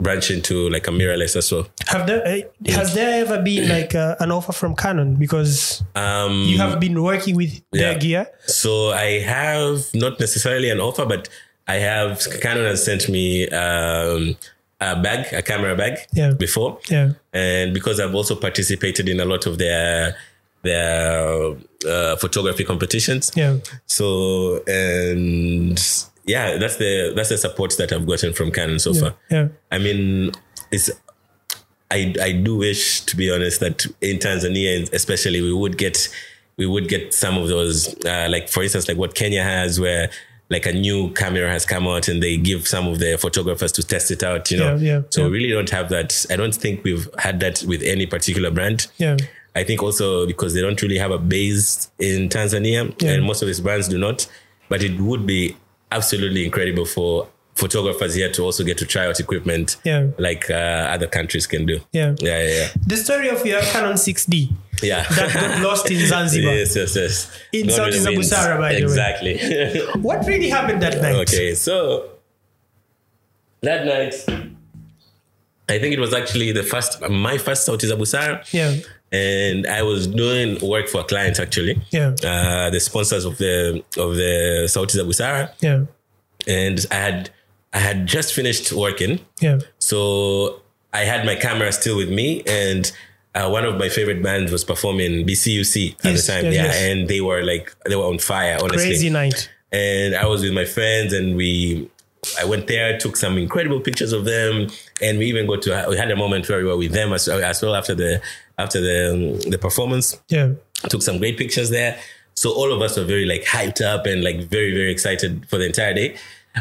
[SPEAKER 2] branch into like a mirrorless as well.
[SPEAKER 1] Have there, uh, has there ever been like uh, an offer from Canon because you have been working with
[SPEAKER 2] Um, yeah.
[SPEAKER 1] their gear?
[SPEAKER 2] So I have not necessarily an offer, but I have Canon has sent me um, a bag, a camera bag
[SPEAKER 1] Yeah.
[SPEAKER 2] before.
[SPEAKER 1] Yeah.
[SPEAKER 2] And because I've also participated in a lot of their their uh, photography competitions.
[SPEAKER 1] Yeah.
[SPEAKER 2] So and yeah, that's the that's the support that I've gotten from Canon so far.
[SPEAKER 1] Yeah.
[SPEAKER 2] I mean, it's. I, I do wish, to be honest, that in Tanzania, especially, we would get we would get some of those, uh, like for instance, like what Kenya has, where like a new camera has come out and they give some of their photographers to test it out. You know,
[SPEAKER 1] Yeah, yeah,
[SPEAKER 2] so
[SPEAKER 1] yeah.
[SPEAKER 2] we really don't have that. I don't think we've had that with any particular brand.
[SPEAKER 1] Yeah.
[SPEAKER 2] I think also because they don't really have a base in Tanzania,
[SPEAKER 1] Yeah.
[SPEAKER 2] and most of these brands do not. But it would be absolutely incredible for photographers here to also get to try out equipment
[SPEAKER 1] Yeah.
[SPEAKER 2] like uh, other countries can do.
[SPEAKER 1] Yeah.
[SPEAKER 2] yeah, yeah,
[SPEAKER 1] The story of your Canon 6D
[SPEAKER 2] yeah.
[SPEAKER 1] that
[SPEAKER 2] yeah.
[SPEAKER 1] got lost in Zanzibar.
[SPEAKER 2] yes, yes, yes.
[SPEAKER 1] In
[SPEAKER 2] God
[SPEAKER 1] Saudi
[SPEAKER 2] really wins.
[SPEAKER 1] Zabusara, by the way.
[SPEAKER 2] exactly.
[SPEAKER 1] What really happened that night?
[SPEAKER 2] okay, so that night, I think it was actually the first my first Saudi Zabusara.
[SPEAKER 1] Yeah.
[SPEAKER 2] and I was doing work for clients actually.
[SPEAKER 1] Yeah.
[SPEAKER 2] Uh, the sponsors of the of the Sauti za Busara,
[SPEAKER 1] Yeah.
[SPEAKER 2] and I had I had just finished working.
[SPEAKER 1] Yeah.
[SPEAKER 2] So I had my camera still with me, and uh, one of my favorite bands was performing BCUC at
[SPEAKER 1] Yes,
[SPEAKER 2] the time.
[SPEAKER 1] yes,
[SPEAKER 2] yeah,
[SPEAKER 1] yes.
[SPEAKER 2] and they were like they were on fire. Honestly,
[SPEAKER 1] Crazy night.
[SPEAKER 2] and I was with my friends, and we. I went there, took some incredible pictures of them, and we even got to. We had a moment where we were with them as, as well after the after the um, the performance
[SPEAKER 1] Yeah.
[SPEAKER 2] took some great pictures there. So all of us were very like hyped up and like very very excited for the entire day.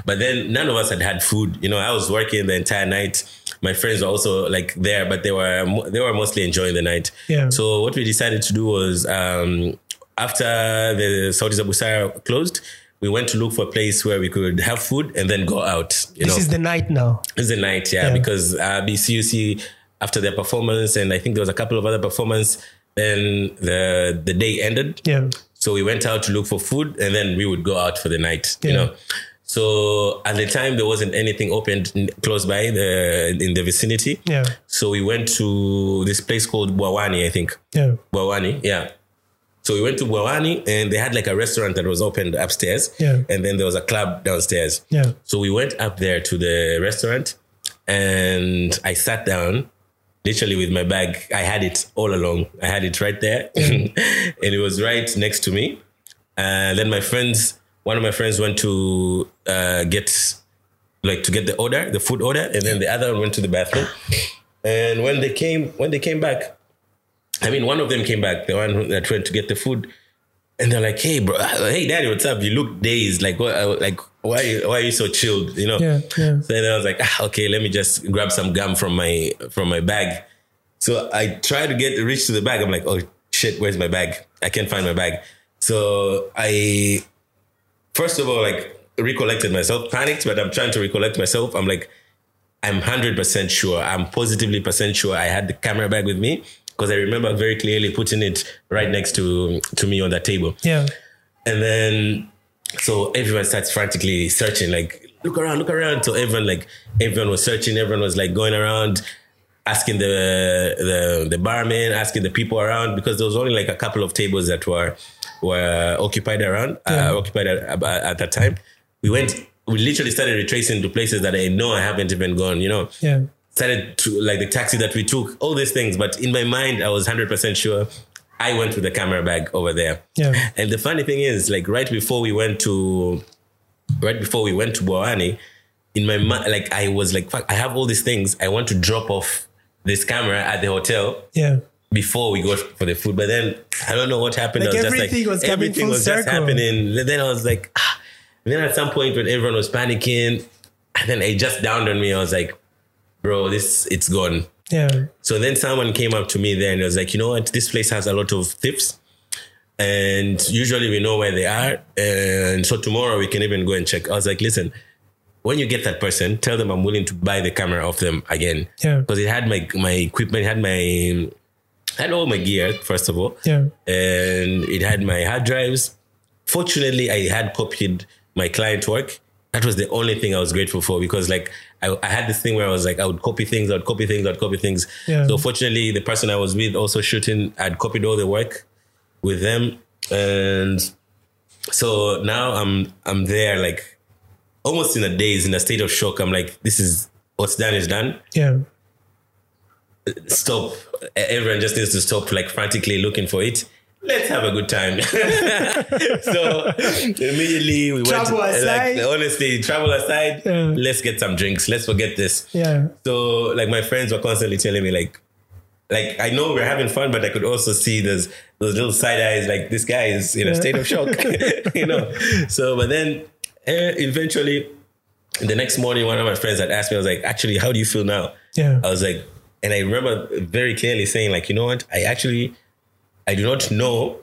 [SPEAKER 2] But then none of us had had food. You know, I was working the entire night. My friends were also like there, but they were mo- they were mostly enjoying the night.
[SPEAKER 1] Yeah.
[SPEAKER 2] So what we decided to do was um, after the Saudi Zabusara closed, we went to look for a place where we could have food and then go out. You
[SPEAKER 1] This
[SPEAKER 2] know,
[SPEAKER 1] is the night now.
[SPEAKER 2] it's the night, yeah,
[SPEAKER 1] Yeah.
[SPEAKER 2] because uh, BCUC after their performance, and I think there was a couple of other performance. Then the the day ended,
[SPEAKER 1] Yeah.
[SPEAKER 2] so we went out to look for food, and then we would go out for the night. You
[SPEAKER 1] Yeah.
[SPEAKER 2] know, so at the time there wasn't anything opened n- close by the in the vicinity.
[SPEAKER 1] Yeah.
[SPEAKER 2] So we went to this place called Bwawani, I think.
[SPEAKER 1] Yeah.
[SPEAKER 2] Bwawani, yeah. So we went to Bwawani and they had like a restaurant that was opened upstairs.
[SPEAKER 1] Yeah.
[SPEAKER 2] And then there was a club downstairs.
[SPEAKER 1] Yeah.
[SPEAKER 2] So we went up there to the restaurant and I sat down literally with my bag. I had it all along. I had it right there and it was right next to me. Uh, then my friends, one of my friends went to uh, get like to get the order, the food order, and then the other one went to the bathroom. And when they came, when they came back, I mean, one of them came back, the one who- that went to get the food, and they're like, "Hey, bro, hey, daddy, what's up? You look dazed. Like, what? uh, Like, why? Why are you so chilled? You know?"
[SPEAKER 1] Yeah, yeah.
[SPEAKER 2] So then I was like, ah, "Okay, let me just grab some gum from my from my bag." So I try to get reach to the bag. I'm like, "Oh shit, where's my bag? I can't find my bag." So I first of all, like recollected myself, panicked, but I'm trying to recollect myself. I'm like, I'm hundred percent sure. I'm positively percent sure I had the camera bag with me because I remember very clearly putting it right next to to me on that table.
[SPEAKER 1] Yeah.
[SPEAKER 2] And then so everyone starts frantically searching, like, look around, look around. So everyone like everyone was searching, everyone was like going around, asking the the the barman, asking the people around, because there was only like a couple of tables that were were occupied around, uh, occupied at, at- at that time. We went we literally started retracing to places that I know I haven't even gone, you know
[SPEAKER 1] Yeah.
[SPEAKER 2] started to like the taxi that we took, all these things. But in my mind, I was 100% sure I went with the camera bag over there.
[SPEAKER 1] Yeah.
[SPEAKER 2] And the funny thing is, like right before we went to, right before we went to Bwawani, in my mind, like I was like, fuck, I have all these things. I want to drop off this camera at the hotel
[SPEAKER 1] Yeah.
[SPEAKER 2] before we go for the food. But then I don't know what happened.
[SPEAKER 1] Like,
[SPEAKER 2] I was just
[SPEAKER 1] everything
[SPEAKER 2] like,
[SPEAKER 1] was coming
[SPEAKER 2] everything
[SPEAKER 1] full
[SPEAKER 2] was just
[SPEAKER 1] circle.
[SPEAKER 2] happening. Then I was like, ah. And then at some point when everyone was panicking, and then it just dawned on me. I was like, bro, this it's gone.
[SPEAKER 1] Yeah.
[SPEAKER 2] So then someone came up to me there and was like, you know what? This place has a lot of thieves. And usually we know where they are. And so tomorrow we can even go and check. I was like, listen, when you get that person, tell them I'm willing to buy the camera off them again.
[SPEAKER 1] Yeah.
[SPEAKER 2] Because it had my my equipment, it had my had all my gear, first of all.
[SPEAKER 1] Yeah.
[SPEAKER 2] And it had my hard drives. Fortunately, I had copied my client work. That was the only thing I was grateful for because, like, I, I had this thing where I was like, I would copy things, I would copy things, I would copy things.
[SPEAKER 1] Yeah.
[SPEAKER 2] So, fortunately, the person I was with also shooting, I'd copied all the work with them. And so now I'm I'm there, like, almost in a daze, in a state of shock. I'm like, this is what's done is done
[SPEAKER 1] Yeah.
[SPEAKER 2] stop. Everyone just needs to stop like frantically looking for it. Let's have a good time. so immediately we
[SPEAKER 1] Trouble
[SPEAKER 2] went.
[SPEAKER 1] aside.
[SPEAKER 2] Like, honestly, travel aside.
[SPEAKER 1] Yeah.
[SPEAKER 2] Let's get some drinks. Let's forget this.
[SPEAKER 1] Yeah.
[SPEAKER 2] So like my friends were constantly telling me like, like I know we're having fun, but I could also see those those little side eyes. Like this guy is in a state of shock, you know. So but then eh, eventually, the next morning, one of my friends had asked me. I was like, actually, how do you feel now?
[SPEAKER 1] Yeah.
[SPEAKER 2] I was like, and I remember very clearly saying, like, you know what? I actually, I do not know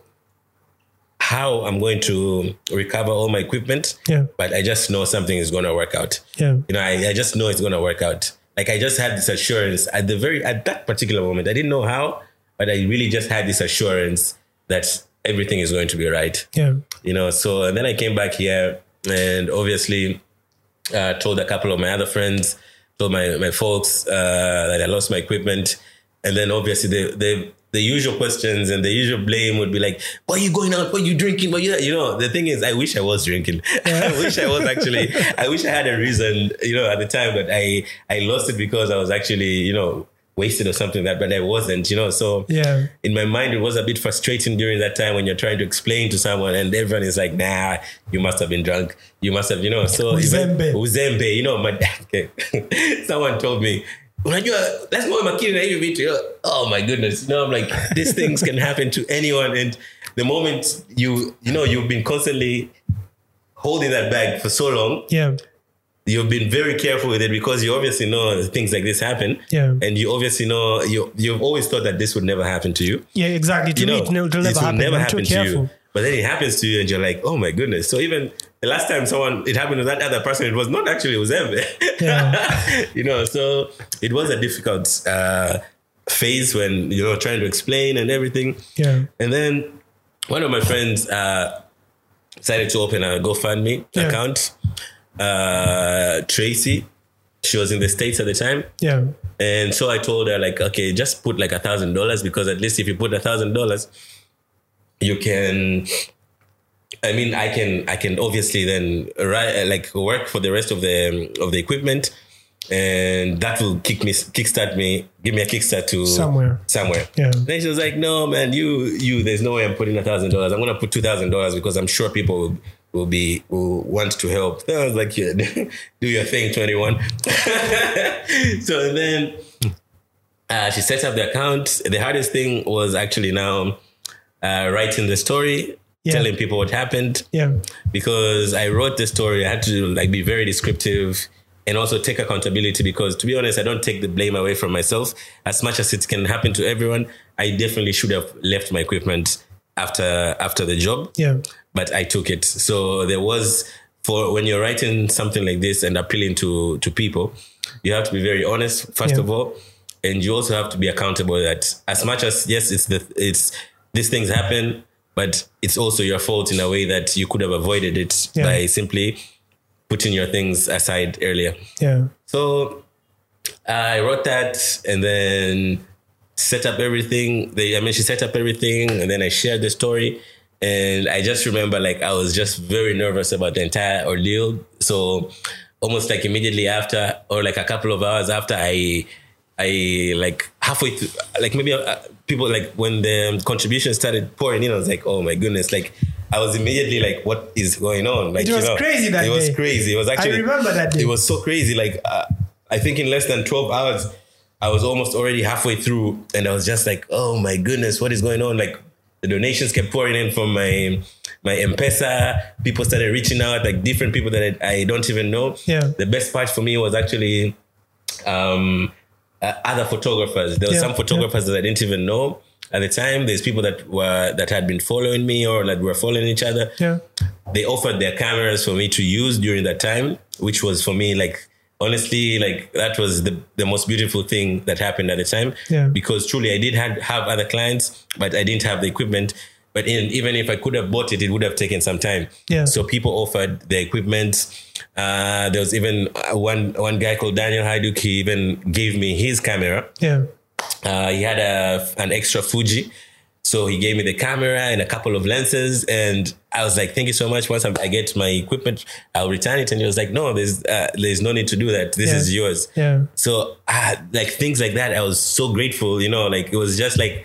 [SPEAKER 2] how I'm going to recover all my equipment.
[SPEAKER 1] Yeah.
[SPEAKER 2] But I just know something is going to work out.
[SPEAKER 1] Yeah.
[SPEAKER 2] You know, I, I just know it's going to work out. Like I just had this assurance at the very at that particular moment. I didn't know how, but I really just had this assurance that everything is going to be right
[SPEAKER 1] Yeah.
[SPEAKER 2] you know so and then i came back here and obviously uh, told a couple of my other friends told my, my folks uh, that i lost my equipment and then obviously they, they the usual questions and the usual blame would be like, "Why are you going out? Why are you drinking? Why you?" You know, the thing is, I wish I was drinking. I wish I was actually. I wish I had a reason. You know, at the time, but I I lost it because I was actually you know wasted or something like that, but I wasn't, you know. So
[SPEAKER 1] Yeah.
[SPEAKER 2] in my mind, it was a bit frustrating during that time when you're trying to explain to someone and everyone is like, nah, you must have been drunk. You must have, you know, so
[SPEAKER 1] Uzembe.
[SPEAKER 2] Even, uzembe, you know, my dad, okay. someone told me, unajua lazima uwe makini na hivi vitu you know, oh my goodness you know i'm like these things can happen to anyone and the moment you you know you've been constantly holding that bag for so long
[SPEAKER 1] Yeah.
[SPEAKER 2] you've been very careful with it because you obviously know things like this happen.
[SPEAKER 1] Yeah.
[SPEAKER 2] And you obviously know you you've always thought that this would never happen to you.
[SPEAKER 1] Yeah, exactly. To
[SPEAKER 2] You
[SPEAKER 1] me,
[SPEAKER 2] know,
[SPEAKER 1] it ne- it'll never
[SPEAKER 2] this will
[SPEAKER 1] happen.
[SPEAKER 2] never
[SPEAKER 1] I'm
[SPEAKER 2] happen
[SPEAKER 1] too
[SPEAKER 2] to
[SPEAKER 1] careful.
[SPEAKER 2] you. But then it happens to you, and you're like, "Oh my goodness!" So even the last time someone it happened to that other person, it was not actually it was them. you know, so it was a difficult uh, phase when you know trying to explain and everything.
[SPEAKER 1] Yeah.
[SPEAKER 2] And then one of my friends uh, decided to open a GoFundMe
[SPEAKER 1] Yeah.
[SPEAKER 2] account. Uh, Tracy, she was in the States at the time.
[SPEAKER 1] Yeah.
[SPEAKER 2] And so I told her, like, okay, just put like a thousand dollars because at least if you put a thousand dollars, you can. I mean, I can, I can obviously then ri- uh, like work for the rest of the of the equipment, and that will kick me, kickstart me, give me a kickstart to
[SPEAKER 1] Somewhere.
[SPEAKER 2] somewhere.
[SPEAKER 1] Yeah.
[SPEAKER 2] Then she was like, "No, man, you, you. There's no way I'm putting a thousand dollars. I'm gonna put two thousand dollars because I'm sure people will, will be will want to help." Then I was like, yeah, "Do your thing, twenty one. so then uh, she set up the account. The hardest thing was actually now uh, writing the story,
[SPEAKER 1] Yeah.
[SPEAKER 2] telling people what happened
[SPEAKER 1] Yeah.
[SPEAKER 2] because I wrote the story. I had to like be very descriptive and also take accountability because to be honest, I don't take the blame away from myself. As much as it can happen to everyone, I definitely should have left my equipment after after the job
[SPEAKER 1] Yeah.
[SPEAKER 2] but I took it. So there was for when you're writing something like this and appealing to to people, you have to be very honest first
[SPEAKER 1] Yeah.
[SPEAKER 2] of all, and you also have to be accountable that as much as yes, it's the it's these things happen, but it's also your fault in a way that you could have avoided it
[SPEAKER 1] Yeah.
[SPEAKER 2] by simply putting your things aside earlier.
[SPEAKER 1] Yeah.
[SPEAKER 2] So I wrote that and then set up everything. They, I mean, she set up everything and then I shared the story. And I just remember like I was just very nervous about the entire ordeal. So almost like immediately after, or like a couple of hours after, I, I like halfway through, like maybe uh, people like when the contributions started pouring in, I was like, oh my goodness, like. I was immediately like, "What is going on?" Like
[SPEAKER 1] It was
[SPEAKER 2] you know,
[SPEAKER 1] crazy that
[SPEAKER 2] it was
[SPEAKER 1] day.
[SPEAKER 2] crazy. It was actually
[SPEAKER 1] remember that day.
[SPEAKER 2] It was was so crazy. Like uh, I think in less than twelve hours, I was almost already halfway through, and I was just like, "Oh my goodness, what is going on?" Like the donations kept pouring in from my my M-Pesa. People started reaching out, like different people that I, I don't even know.
[SPEAKER 1] Yeah.
[SPEAKER 2] The best part for me was actually um, uh, other photographers. There were
[SPEAKER 1] Yeah,
[SPEAKER 2] some
[SPEAKER 1] yeah.
[SPEAKER 2] photographers that I didn't even know at the time. There's people that were that had been following me or that were following each other
[SPEAKER 1] Yeah.
[SPEAKER 2] they offered their cameras for me to use during that time, which was for me like honestly like that was the, the most beautiful thing that happened at the time
[SPEAKER 1] Yeah.
[SPEAKER 2] because truly I did had, have other clients, but I didn't have the equipment. But in, even if I could have bought it, it would have taken some time.
[SPEAKER 1] Yeah.
[SPEAKER 2] So people offered their equipment. Uh, there was even uh, one one guy called Daniel Haiduk. He even gave me his camera.
[SPEAKER 1] Yeah.
[SPEAKER 2] Uh, he had a, an extra Fuji. So he gave me the camera and a couple of lenses. And I was like, thank you so much. Once I'm, I get my equipment, I'll return it. And he was like, no, there's, uh, there's no need to do that. This
[SPEAKER 1] Yeah.
[SPEAKER 2] is yours.
[SPEAKER 1] Yeah.
[SPEAKER 2] So ah, like things like that, I was so grateful, you know, like it was just like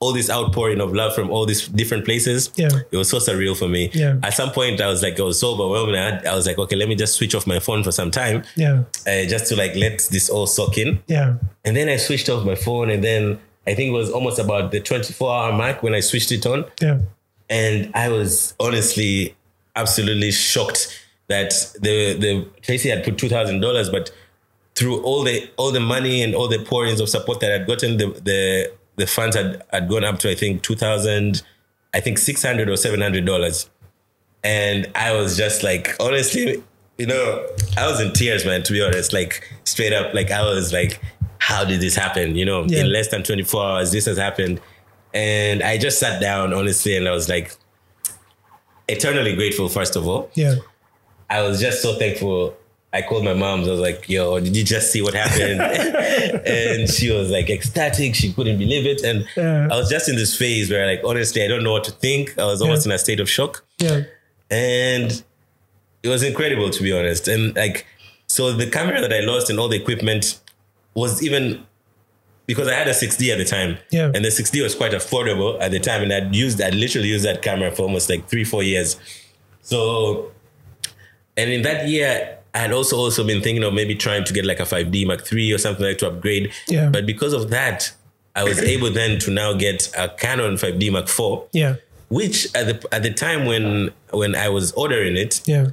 [SPEAKER 2] all this outpouring of love from all these different places.
[SPEAKER 1] Yeah.
[SPEAKER 2] It was so surreal for me.
[SPEAKER 1] Yeah.
[SPEAKER 2] At some point I was like, I was so overwhelmed. I, had, I was like, okay, let me just switch off my phone for some time
[SPEAKER 1] Yeah.
[SPEAKER 2] uh, just to like, let this all soak in.
[SPEAKER 1] Yeah.
[SPEAKER 2] And then I switched off my phone, and then I think it was almost about the 24 hour mark when I switched it on.
[SPEAKER 1] Yeah.
[SPEAKER 2] And I was honestly absolutely shocked that the the Tracy had put two thousand dollars, but through all the all the money and all the pourings of support that I'd gotten, the the the funds had, had gone up to I think two thousand, I think six hundred or seven hundred dollars. And I was just like, honestly, you know, I was in tears, man, to be honest. Like, straight up, like, I was like, how did this happen? You know,
[SPEAKER 1] Yeah.
[SPEAKER 2] in less than 24 hours, this has happened. And I just sat down, honestly, and I was like, eternally grateful, first of all.
[SPEAKER 1] Yeah.
[SPEAKER 2] I was just so thankful I called my mom. I was like, "Yo, did you just see what happened?" and she was like ecstatic. She couldn't believe it. And
[SPEAKER 1] Yeah.
[SPEAKER 2] I was just in this phase where, like, honestly, I don't know what to think. I was almost in a state of shock,
[SPEAKER 1] Yeah.
[SPEAKER 2] and it was incredible to be honest. And like, so the camera that I lost and all the equipment was even because I had a 6D at the time,
[SPEAKER 1] Yeah.
[SPEAKER 2] and the 6D was quite affordable at the time, and I'd used, I literally used that camera for almost like three, four years. So and in that year, I had also also been thinking of maybe trying to get like a 5D Mark III or something like to upgrade.
[SPEAKER 1] Yeah.
[SPEAKER 2] But because of that, I was able then to now get a Canon 5D Mark IV,
[SPEAKER 1] Yeah.
[SPEAKER 2] which at the at the time when when I was ordering it,
[SPEAKER 1] Yeah.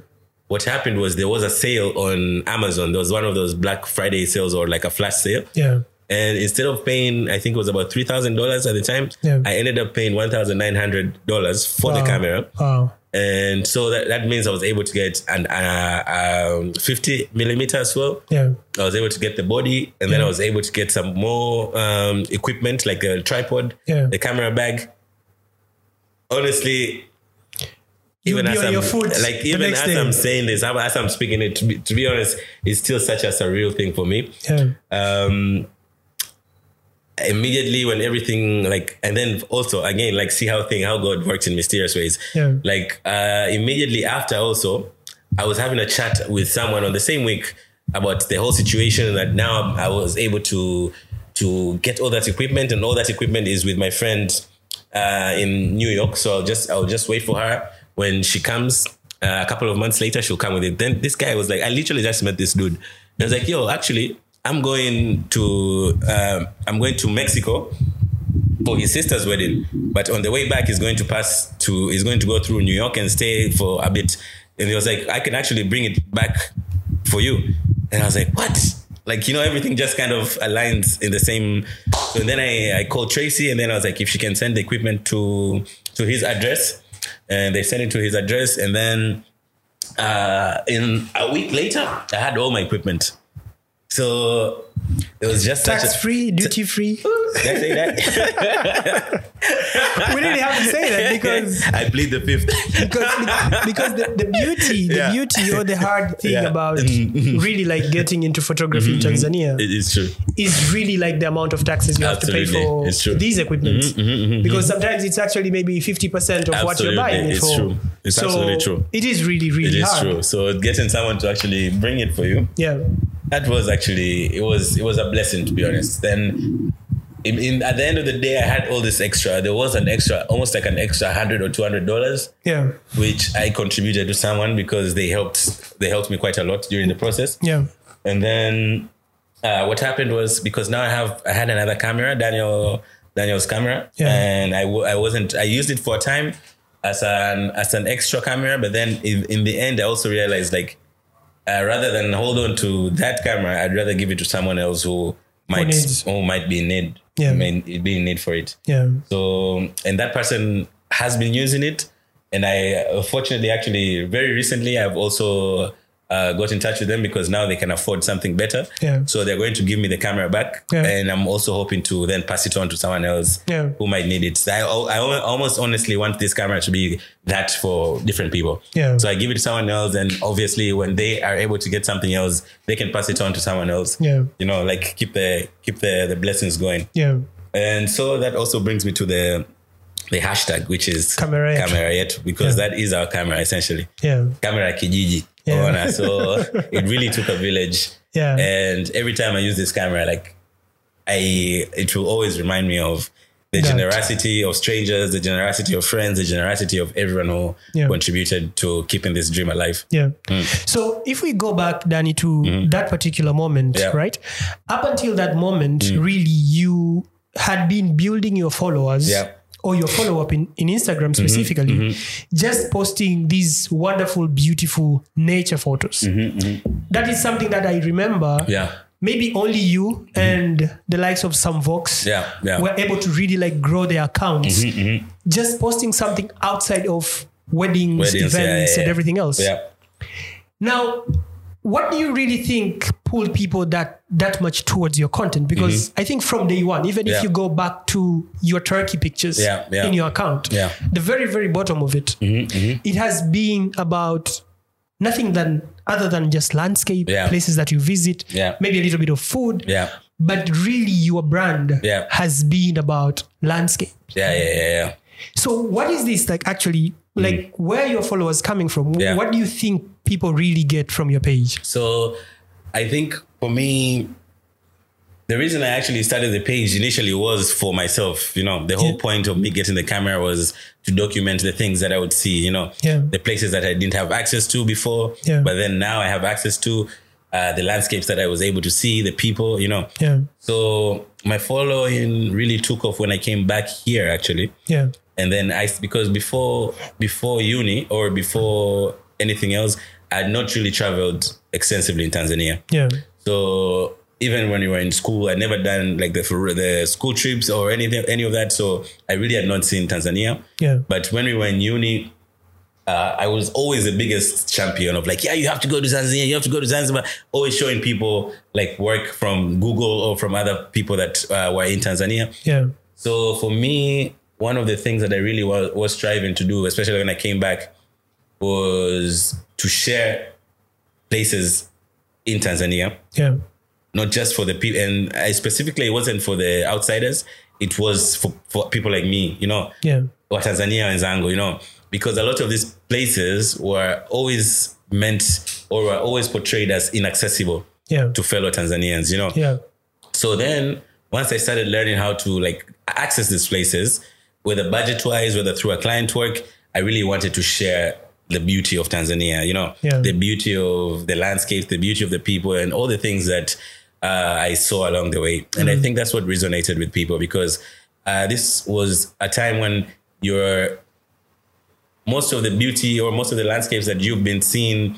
[SPEAKER 2] what happened was there was a sale on Amazon. There was one of those Black Friday sales or like a flash sale.
[SPEAKER 1] Yeah.
[SPEAKER 2] And instead of paying, I think it was about three thousand dollars at the time.
[SPEAKER 1] Yeah.
[SPEAKER 2] I ended up paying one thousand nine hundred dollars for the
[SPEAKER 1] Wow.
[SPEAKER 2] camera
[SPEAKER 1] Wow.
[SPEAKER 2] and so that, that means I was able to get an uh, um, 50 millimeter as well.
[SPEAKER 1] Yeah.
[SPEAKER 2] I was able to get the body, and then I was able to get some more um, equipment like a tripod,
[SPEAKER 1] Yeah.
[SPEAKER 2] the camera bag. Honestly, even
[SPEAKER 1] You'll
[SPEAKER 2] as
[SPEAKER 1] be on
[SPEAKER 2] I'm
[SPEAKER 1] your foot
[SPEAKER 2] like
[SPEAKER 1] the
[SPEAKER 2] even
[SPEAKER 1] next
[SPEAKER 2] as
[SPEAKER 1] day.
[SPEAKER 2] I'm saying this, I'm- as I'm speaking it, to be, to be honest, it's still such a surreal thing for me
[SPEAKER 1] Yeah.
[SPEAKER 2] um immediately when everything like and then also again like see how thing how god works in mysterious ways
[SPEAKER 1] Yeah.
[SPEAKER 2] like uh immediately after also i was having a chat with someone on the same week about the whole situation and that now i was able to to get all that equipment and all that equipment is with my friend uh in new york so i'll just i'll just wait for her when she comes uh, a couple of months later she'll come with it then this guy was like i literally just met this dude and i was like yo actually i'm going to um, i'm going to mexico for his sister's wedding. But on the way back, he's going to pass to he's going to go through New York and stay for a bit. And he was like, I can actually bring it back for you. And I was like, what? Like you know, everything just kind of aligns in the same. So then I I called Tracy, and then I was like, if she can send the equipment to to his address, and they sent it to his address, and then uh, in a week later, I had all my equipment. So it was just such
[SPEAKER 1] Tax
[SPEAKER 2] a.
[SPEAKER 1] free, duty free. we
[SPEAKER 2] Did I say that?
[SPEAKER 1] didn't have to say that because
[SPEAKER 2] I plead the fifth.
[SPEAKER 1] because, because the, the beauty, the
[SPEAKER 2] Yeah.
[SPEAKER 1] beauty or the hard thing
[SPEAKER 2] Yeah. Mm-hmm.
[SPEAKER 1] about really like getting into photography in Tanzania
[SPEAKER 2] It is true.
[SPEAKER 1] is really like the amount of taxes you have to
[SPEAKER 2] Absolutely.
[SPEAKER 1] pay for
[SPEAKER 2] It's true. Mm-hmm,
[SPEAKER 1] these equipment because sometimes it's actually maybe 50% of what you're
[SPEAKER 2] Absolutely.
[SPEAKER 1] buying it
[SPEAKER 2] It's
[SPEAKER 1] for.
[SPEAKER 2] true. It's
[SPEAKER 1] so
[SPEAKER 2] absolutely true.
[SPEAKER 1] It is really,
[SPEAKER 2] It
[SPEAKER 1] really
[SPEAKER 2] is
[SPEAKER 1] hard.
[SPEAKER 2] true. So getting someone to actually bring it for you,
[SPEAKER 1] Yeah.
[SPEAKER 2] that was actually it was it was a blessing to be honest. Then. In, in, at the end of the day, I had all this extra. There was an extra, almost like an extra hundred or two hundred dollars,
[SPEAKER 1] Yeah.
[SPEAKER 2] which I contributed to someone because they helped. They helped me quite a lot during the process.
[SPEAKER 1] Yeah.
[SPEAKER 2] And then uh, what happened was because now I have I had another camera, Daniel Daniel's camera,
[SPEAKER 1] Yeah.
[SPEAKER 2] and I w- I wasn't I used it for a time as an as an extra camera, but then in, in the end I also realized like uh, rather than hold on to that camera, I'd rather give it to someone else who might
[SPEAKER 1] needs-
[SPEAKER 2] who, might be in need,
[SPEAKER 1] Yeah.
[SPEAKER 2] may be in need for it.
[SPEAKER 1] Yeah.
[SPEAKER 2] So, and that person has been using it. And I, uh, fortunately, actually, very recently, I've also uh, got in touch with them because now they can afford something better.
[SPEAKER 1] Yeah.
[SPEAKER 2] So they're going to give me the camera back.
[SPEAKER 1] Yeah.
[SPEAKER 2] And I'm also hoping to then pass it on to someone else
[SPEAKER 1] Yeah.
[SPEAKER 2] who might need it. I, al- I al- almost honestly want this camera to be that for different people.
[SPEAKER 1] Yeah.
[SPEAKER 2] So I give it to someone else. And obviously, when they are able to get something else, they can pass it on to someone else.
[SPEAKER 1] Yeah.
[SPEAKER 2] You know, like keep the, keep the, the blessings going.
[SPEAKER 1] Yeah.
[SPEAKER 2] And so that also brings me to the the hashtag, which is
[SPEAKER 1] Camera yetu.
[SPEAKER 2] Camera Yetu, because that is our camera essentially.
[SPEAKER 1] Yeah.
[SPEAKER 2] Camera kijiji.
[SPEAKER 1] Yeah.
[SPEAKER 2] Ona. So it really took a village.
[SPEAKER 1] Yeah.
[SPEAKER 2] And every time I use this camera, like I it will always remind me of the
[SPEAKER 1] That.
[SPEAKER 2] generosity of strangers, the generosity of friends, the generosity of everyone who
[SPEAKER 1] Yeah.
[SPEAKER 2] contributed to keeping this dream alive.
[SPEAKER 1] Yeah.
[SPEAKER 2] Hmm.
[SPEAKER 1] So if we go back, Danny, to that particular moment,
[SPEAKER 2] Yeah. Hmm.
[SPEAKER 1] right? Up until that moment, really, you had been building your followers.
[SPEAKER 2] Yeah. Mm-hmm.
[SPEAKER 1] Or your follow up in, in Instagram specifically, just posting these wonderful, beautiful nature photos. That is something that I remember.
[SPEAKER 2] Mm-hmm. Yeah. Mm-hmm.
[SPEAKER 1] Maybe only you and the likes of some Vox
[SPEAKER 2] Yeah, yeah. Mm-hmm.
[SPEAKER 1] were able to really like grow their accounts. Just posting something outside of weddings, events,
[SPEAKER 2] Weddings, yeah, yeah,
[SPEAKER 1] and
[SPEAKER 2] yeah.
[SPEAKER 1] everything else.
[SPEAKER 2] Yeah.
[SPEAKER 1] Now, what do you really think pulled people that that much towards your content? Because I think from day one, even
[SPEAKER 2] Mm-hmm. Yeah.
[SPEAKER 1] if you go back to your turkey pictures
[SPEAKER 2] Yeah, yeah.
[SPEAKER 1] in your account,
[SPEAKER 2] Yeah. Mm-hmm,
[SPEAKER 1] the very very bottom of it, it has been about nothing than other than just landscape,
[SPEAKER 2] Yeah.
[SPEAKER 1] places that you visit,
[SPEAKER 2] Yeah.
[SPEAKER 1] maybe a little bit of food.
[SPEAKER 2] Yeah.
[SPEAKER 1] But really, your brand
[SPEAKER 2] Yeah.
[SPEAKER 1] has been about landscape.
[SPEAKER 2] Yeah, yeah, yeah, yeah.
[SPEAKER 1] So, what is this like actually? Like, where are your followers coming from?
[SPEAKER 2] Mm. Yeah.
[SPEAKER 1] What do you think people really get from your page?
[SPEAKER 2] So I think for me, the reason I actually started the page initially was for myself. You know, the whole point of me getting the camera was to document the things that I would see, you know,
[SPEAKER 1] Yeah.
[SPEAKER 2] the places that I didn't have access to before.
[SPEAKER 1] Yeah.
[SPEAKER 2] But then now I have access to uh, the landscapes that I was able to see, the people, you know.
[SPEAKER 1] Yeah.
[SPEAKER 2] So my following really took off when I came back here, actually
[SPEAKER 1] Yeah.
[SPEAKER 2] and then I because before before uni or before anything else, I had not really traveled extensively in Tanzania.
[SPEAKER 1] Yeah.
[SPEAKER 2] So even when we were in school, I never done like the the school trips or anything any of that. So I really had not seen Tanzania.
[SPEAKER 1] Yeah.
[SPEAKER 2] But when we were in uni. Uh, I was always the biggest champion of like, yeah, you have to go to Tanzania, you have to go to Zanzibar. Always showing people like work from Google or from other people that uh, were in Tanzania.
[SPEAKER 1] Yeah.
[SPEAKER 2] So for me, one of the things that I really was, was striving to do, especially when I came back, was to share places in Tanzania,
[SPEAKER 1] Yeah.
[SPEAKER 2] not just for the people. And I specifically, it wasn't for the outsiders. It was for, for people like me, you know,
[SPEAKER 1] Yeah.
[SPEAKER 2] or Tanzania and Zango, you know, because a lot of these places were always meant or were always portrayed as inaccessible
[SPEAKER 1] Yeah.
[SPEAKER 2] to fellow Tanzanians, you know.
[SPEAKER 1] Yeah.
[SPEAKER 2] So then once I started learning how to like access these places, whether budget wise, whether through a client work, I really wanted to share the beauty of Tanzania, you know,
[SPEAKER 1] Yeah.
[SPEAKER 2] the beauty of the landscapes, the beauty of the people and all the things that uh, I saw along the way. And I think that's what resonated with people because uh, this was a time when you're most of the beauty or most of the landscapes that you've been seeing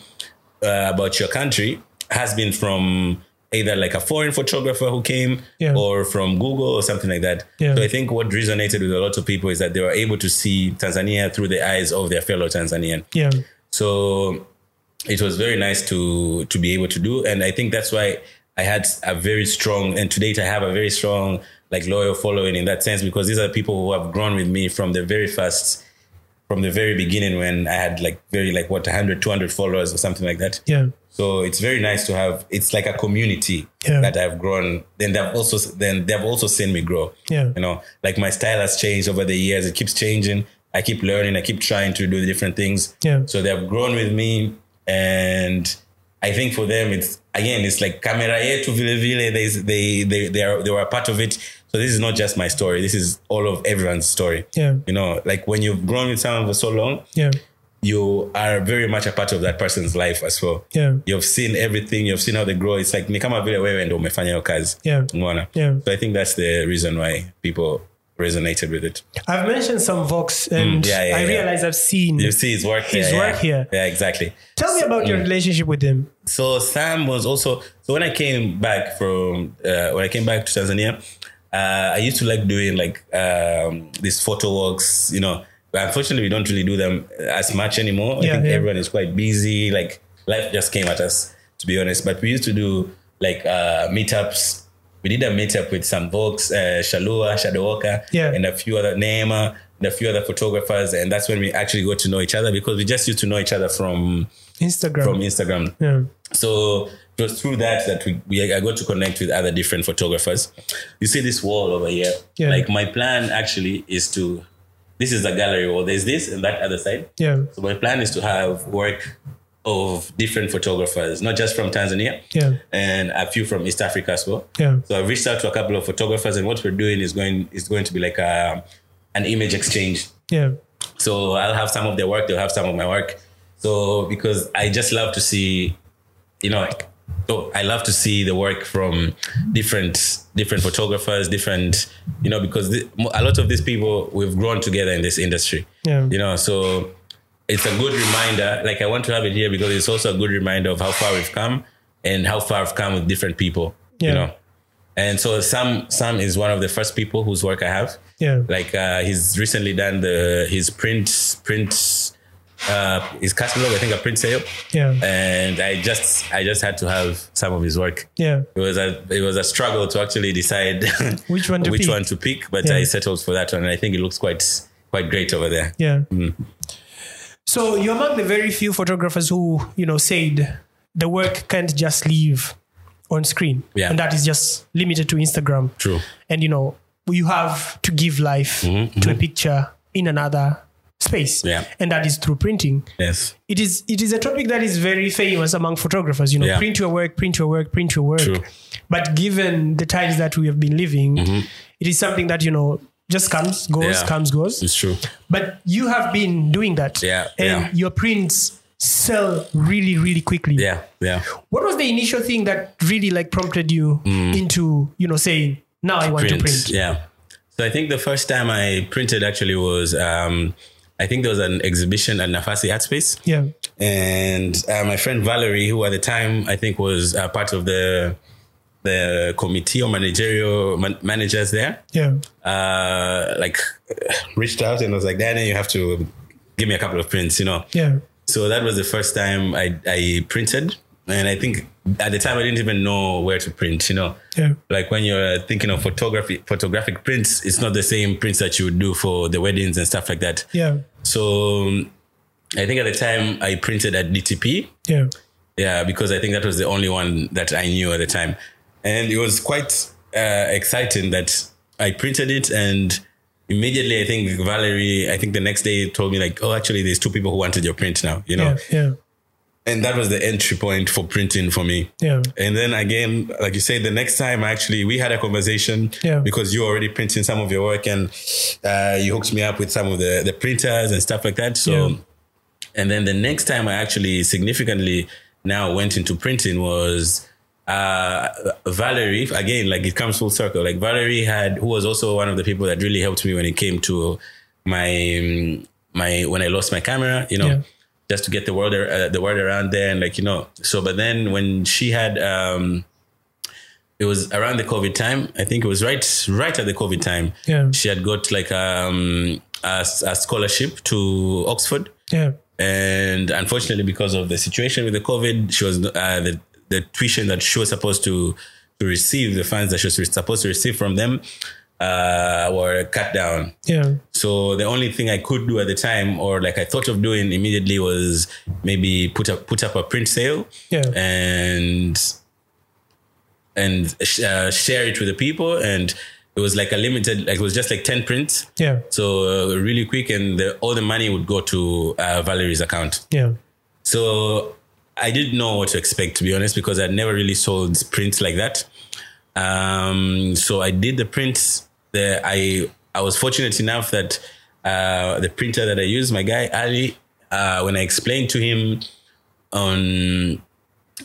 [SPEAKER 2] uh, about your country has been from either like a foreign photographer who came
[SPEAKER 1] Yeah.
[SPEAKER 2] or from Google or something like that.
[SPEAKER 1] Yeah.
[SPEAKER 2] So I think what resonated with a lot of people is that they were able to see Tanzania through the eyes of their fellow Tanzanian.
[SPEAKER 1] Yeah.
[SPEAKER 2] So it was very nice to to be able to do, and I think that's why I had a very strong and to date I have a very strong like loyal following in that sense because these are people who have grown with me from the very first from the very beginning when I had like very like what 100 200 followers or something like that.
[SPEAKER 1] Yeah.
[SPEAKER 2] So it's very nice to have it's like a community
[SPEAKER 1] Yeah.
[SPEAKER 2] that I've grown then they've also then they've also seen me grow.
[SPEAKER 1] Yeah.
[SPEAKER 2] You know, like my style has changed over the years. It keeps changing. I keep learning, I keep trying to do the different things.
[SPEAKER 1] Yeah.
[SPEAKER 2] So they've grown with me and I think for them it's again it's like camera yetu vile vile they they they they, are, they were a part of it. So this is not just my story. This is all of everyone's story.
[SPEAKER 1] Yeah.
[SPEAKER 2] You know, like when you've grown with someone for so long,
[SPEAKER 1] Yeah.
[SPEAKER 2] you are very much a part of that person's life as well.
[SPEAKER 1] Yeah.
[SPEAKER 2] You've seen everything, you've seen how they grow. It's like ni kama vile wewe ndio umefanya hiyo kazi.
[SPEAKER 1] Yeah.
[SPEAKER 2] Umeona?
[SPEAKER 1] Yeah.
[SPEAKER 2] So I think that's the reason why people resonated with it.
[SPEAKER 1] I've mentioned some Vox and
[SPEAKER 2] Mm, yeah, yeah,
[SPEAKER 1] I
[SPEAKER 2] yeah.
[SPEAKER 1] realize I've seen.
[SPEAKER 2] You see his work
[SPEAKER 1] His
[SPEAKER 2] here,
[SPEAKER 1] work
[SPEAKER 2] yeah.
[SPEAKER 1] here.
[SPEAKER 2] Yeah, exactly.
[SPEAKER 1] Tell me about
[SPEAKER 2] Mm.
[SPEAKER 1] your relationship with them.
[SPEAKER 2] So Sam was also so when I came back from uh, when I came back to Tanzania, uh, I used to like doing like um, these photo walks, you know. But unfortunately, we don't really do them uh, as much anymore. I
[SPEAKER 1] Yeah,
[SPEAKER 2] think
[SPEAKER 1] yeah.
[SPEAKER 2] everyone is quite busy. Like life just came at us, to be honest. But we used to do like uh, meetups. We did a meetup with some folks, uh, Shalua, Shadow Walker,
[SPEAKER 1] Yeah.
[SPEAKER 2] and a few other Neema, and a few other photographers, and that's when we actually got to know each other because we just used to know each other from
[SPEAKER 1] Instagram.
[SPEAKER 2] from Instagram.
[SPEAKER 1] yeah.
[SPEAKER 2] So it was through that that we, we I got to connect with other different photographers. You see this wall over here.
[SPEAKER 1] Yeah.
[SPEAKER 2] Like my plan actually is to. This is a gallery wall. There's this and that other side.
[SPEAKER 1] Yeah.
[SPEAKER 2] So my plan is to have work of different photographers, not just from Tanzania.
[SPEAKER 1] Yeah.
[SPEAKER 2] And a few from East Africa as well.
[SPEAKER 1] Yeah.
[SPEAKER 2] So I've reached out to a couple of photographers, and what we're doing is going is going to be like a, an image exchange.
[SPEAKER 1] Yeah.
[SPEAKER 2] So I'll have some of their work, they'll have some of my work. So because I just love to see, you know, like, so I love to see the work from different different photographers, different, you know, because the, mo- a lot of these people we've grown together in this industry.
[SPEAKER 1] Yeah.
[SPEAKER 2] You know, so it's a good reminder. Like I want to have it here because it's also a good reminder of how far we've come and how far I've come with different people.
[SPEAKER 1] Yeah.
[SPEAKER 2] You know. And so Sam Sam is one of the first people whose work I have
[SPEAKER 1] Yeah.
[SPEAKER 2] like uh, he's recently done the his print print uh, his catalog. I think a print sale,
[SPEAKER 1] Yeah.
[SPEAKER 2] uh, and I just I just had to have some of his work.
[SPEAKER 1] Yeah.
[SPEAKER 2] It was a it was a struggle to actually decide
[SPEAKER 1] Which one to
[SPEAKER 2] which
[SPEAKER 1] pick.
[SPEAKER 2] one to pick, but
[SPEAKER 1] Yeah.
[SPEAKER 2] I settled for that one, and I think it looks quite quite great over there. Mm-hmm.
[SPEAKER 1] Yeah. So you're among the very few photographers who, you know, said the work can't just leave on screen.
[SPEAKER 2] Yeah.
[SPEAKER 1] And that is just limited to Instagram.
[SPEAKER 2] True. Mm-hmm,
[SPEAKER 1] And you know, you have to give life to a picture in another space.
[SPEAKER 2] Yeah.
[SPEAKER 1] And that is through printing.
[SPEAKER 2] Yes.
[SPEAKER 1] It is it is a topic that is very famous among photographers. You know,
[SPEAKER 2] Yeah.
[SPEAKER 1] print your work, print your work, print your work.
[SPEAKER 2] True.
[SPEAKER 1] But given the times that we have been living, it is something that, you know, just comes, goes,
[SPEAKER 2] Mm-hmm. Yeah.
[SPEAKER 1] comes, goes.
[SPEAKER 2] It's true.
[SPEAKER 1] But you have been doing that.
[SPEAKER 2] Yeah,
[SPEAKER 1] And
[SPEAKER 2] yeah.
[SPEAKER 1] your prints sell really, really quickly.
[SPEAKER 2] Yeah. Yeah.
[SPEAKER 1] What was the initial thing that really like prompted you
[SPEAKER 2] Mm.
[SPEAKER 1] into, you know, saying, now I want to print?
[SPEAKER 2] Yeah. So I think the first time I printed actually was um, I think there was an exhibition at Nafasi Art Space.
[SPEAKER 1] Yeah.
[SPEAKER 2] and uh, my friend Valerie, who at the time I think was uh, part of the the committee or managerial man- managers there,
[SPEAKER 1] Yeah.
[SPEAKER 2] uh, like reached out and was like, "Danny, you have to give me a couple of prints," you know.
[SPEAKER 1] Yeah.
[SPEAKER 2] So that was the first time I I printed, and I think at the time I didn't even know where to print, you know.
[SPEAKER 1] Yeah.
[SPEAKER 2] Like when you're thinking of photography, photographic prints, it's not the same prints that you would do for the weddings and stuff like that.
[SPEAKER 1] Yeah.
[SPEAKER 2] So um, I think at the time I printed at DTP,
[SPEAKER 1] Yeah.
[SPEAKER 2] yeah, because I think that was the only one that I knew at the time. And it was quite uh, exciting that I printed it. And immediately, I think Valerie, I think the next day told me, like, oh, actually, there's two people who wanted your print now, you know?
[SPEAKER 1] Yeah. Yeah.
[SPEAKER 2] And that was the entry point for printing for me.
[SPEAKER 1] Yeah.
[SPEAKER 2] And then again, like you said, the next time actually we had a conversation
[SPEAKER 1] Yeah.
[SPEAKER 2] because you were already printing some of your work and uh, you hooked me up with some of the, the printers and stuff like that. So,
[SPEAKER 1] Yeah.
[SPEAKER 2] and then the next time I actually significantly now went into printing was uh, Valerie. Again, like it comes full circle. Like Valerie had, who was also one of the people that really helped me when it came to my um, my when I lost my camera. You know
[SPEAKER 1] Yeah.
[SPEAKER 2] just to get the word uh, the word around there and like you know so but then when she had um it was around the covid time i think it was right right at the covid time
[SPEAKER 1] Yeah.
[SPEAKER 2] she had got like um a, a scholarship to oxford
[SPEAKER 1] Yeah.
[SPEAKER 2] and unfortunately because of the situation with the covid she was uh, the the tuition that she was supposed to to receive the funds that she was supposed to receive from them uh, were cut down
[SPEAKER 1] Yeah.
[SPEAKER 2] so the only thing I could do at the time, or like I thought of doing immediately, was maybe put up put up a print sale
[SPEAKER 1] Yeah.
[SPEAKER 2] and and uh, share it with the people. And it was like a limited, like it was just like ten prints.
[SPEAKER 1] Yeah.
[SPEAKER 2] So uh, really quick, and the, all the money would go to uh, Valerie's account.
[SPEAKER 1] Yeah.
[SPEAKER 2] So I didn't know what to expect, to be honest, because I'd never really sold prints like that. Um, so I did the prints. The, I I was fortunate enough that uh, the printer that I used, my guy Ali, uh, when I explained to him on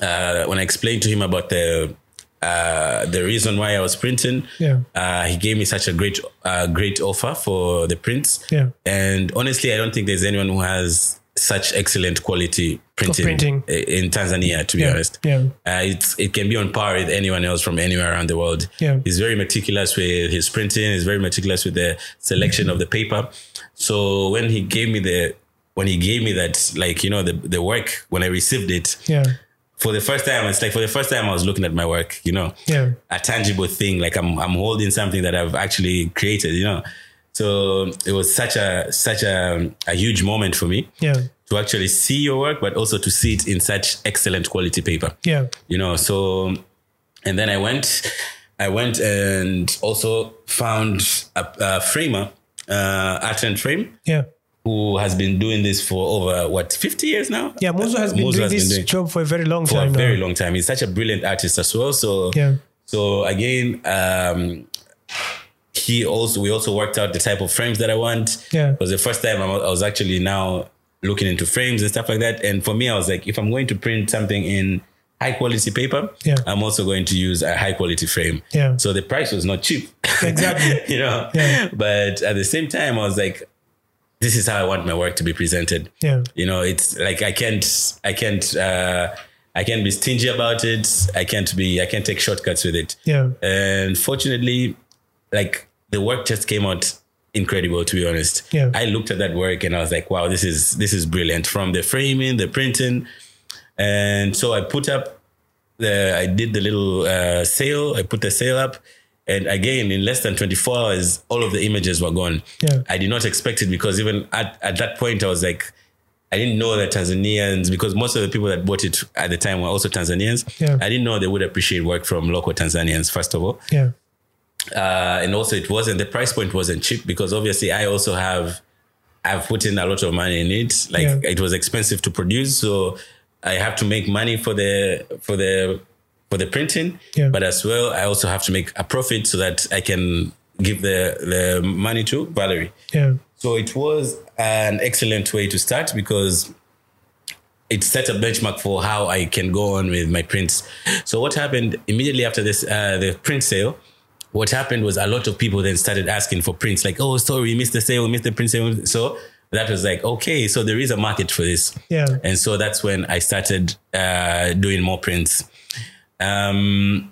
[SPEAKER 2] uh, when I explained to him about the uh, the reason why I was printing,
[SPEAKER 1] Yeah.
[SPEAKER 2] uh, he gave me such a great uh, great offer for the prints.
[SPEAKER 1] Yeah.
[SPEAKER 2] And honestly, I don't think there's anyone who has such excellent quality printing,
[SPEAKER 1] printing.
[SPEAKER 2] i- in Tanzania. To be
[SPEAKER 1] Yeah.
[SPEAKER 2] honest,
[SPEAKER 1] Yeah.
[SPEAKER 2] uh, it's it can be on par with anyone else from anywhere around the world.
[SPEAKER 1] Yeah.
[SPEAKER 2] He's very meticulous with his printing. He's very meticulous with the selection of the paper. So when he gave me the when he gave me that like you know the the work when I received it
[SPEAKER 1] Yeah.
[SPEAKER 2] for the first time it's like for the first time I was looking at my work you know
[SPEAKER 1] Yeah.
[SPEAKER 2] a tangible thing. Like I'm I'm holding something that I've actually created, you know. So it was such a such a, a huge moment for me
[SPEAKER 1] Yeah.
[SPEAKER 2] to actually see your work, but also to see it in such excellent quality paper.
[SPEAKER 1] Yeah.
[SPEAKER 2] You know, so and then I went I went and also found a, a framer, uh art and frame,
[SPEAKER 1] Yeah.
[SPEAKER 2] who has been doing this for over what, 50 years now?
[SPEAKER 1] Yeah. Muzo has been
[SPEAKER 2] Muzo
[SPEAKER 1] doing
[SPEAKER 2] has been
[SPEAKER 1] this
[SPEAKER 2] doing-
[SPEAKER 1] job for a very long
[SPEAKER 2] for a
[SPEAKER 1] time now.
[SPEAKER 2] very long time. He's such a brilliant artist as well. So
[SPEAKER 1] Yeah.
[SPEAKER 2] so again, um, he also we also worked out the type of frames that I want.
[SPEAKER 1] Yeah.
[SPEAKER 2] It was the first time I wa- I was actually now looking into frames and stuff like that. And for me, I was like, if I'm going to print something in high quality paper,
[SPEAKER 1] Yeah.
[SPEAKER 2] I'm also going to use a high quality frame.
[SPEAKER 1] Yeah.
[SPEAKER 2] So the price was not cheap.
[SPEAKER 1] Exactly.
[SPEAKER 2] you know.
[SPEAKER 1] Yeah.
[SPEAKER 2] But at the same time, I was like, this is how I want my work to be presented
[SPEAKER 1] Yeah.
[SPEAKER 2] you know it's like i can't i can't uh i can't be stingy about it i can't be i can't take shortcuts with it
[SPEAKER 1] Yeah.
[SPEAKER 2] and fortunately like the work just came out incredible to be honest
[SPEAKER 1] Yeah.
[SPEAKER 2] i looked at that work and i was like wow this is this is brilliant from the framing the printing and so i put up the i did the little uh, sale i put the sale up and again in less than 24 hours all of the images were gone
[SPEAKER 1] Yeah.
[SPEAKER 2] i did not expect it because even at, at that point i was like I didn't know that Tanzanians, because most of the people that bought it at the time were also Tanzanians.
[SPEAKER 1] Yeah.
[SPEAKER 2] I didn't know they would appreciate work from local Tanzanians, first of all.
[SPEAKER 1] Yeah.
[SPEAKER 2] Uh, and also, it wasn't, the price point wasn't cheap because obviously I also have, I've put in a lot of money in it. Like
[SPEAKER 1] Yeah.
[SPEAKER 2] it was expensive to produce. So I have to make money for the, for the, for the printing.
[SPEAKER 1] Yeah.
[SPEAKER 2] But as well, I also have to make a profit so that I can give the, the money to Valerie.
[SPEAKER 1] Yeah.
[SPEAKER 2] So it was an excellent way to start because it set a benchmark for how I can go on with my prints. So what happened immediately after this, uh, the print sale, what happened was a lot of people then started asking for prints like, oh, sorry, we missed the sale, we missed the print sale. So that was like, okay, so there is a market for this.
[SPEAKER 1] Yeah.
[SPEAKER 2] And so that's when I started uh, doing more prints. Um,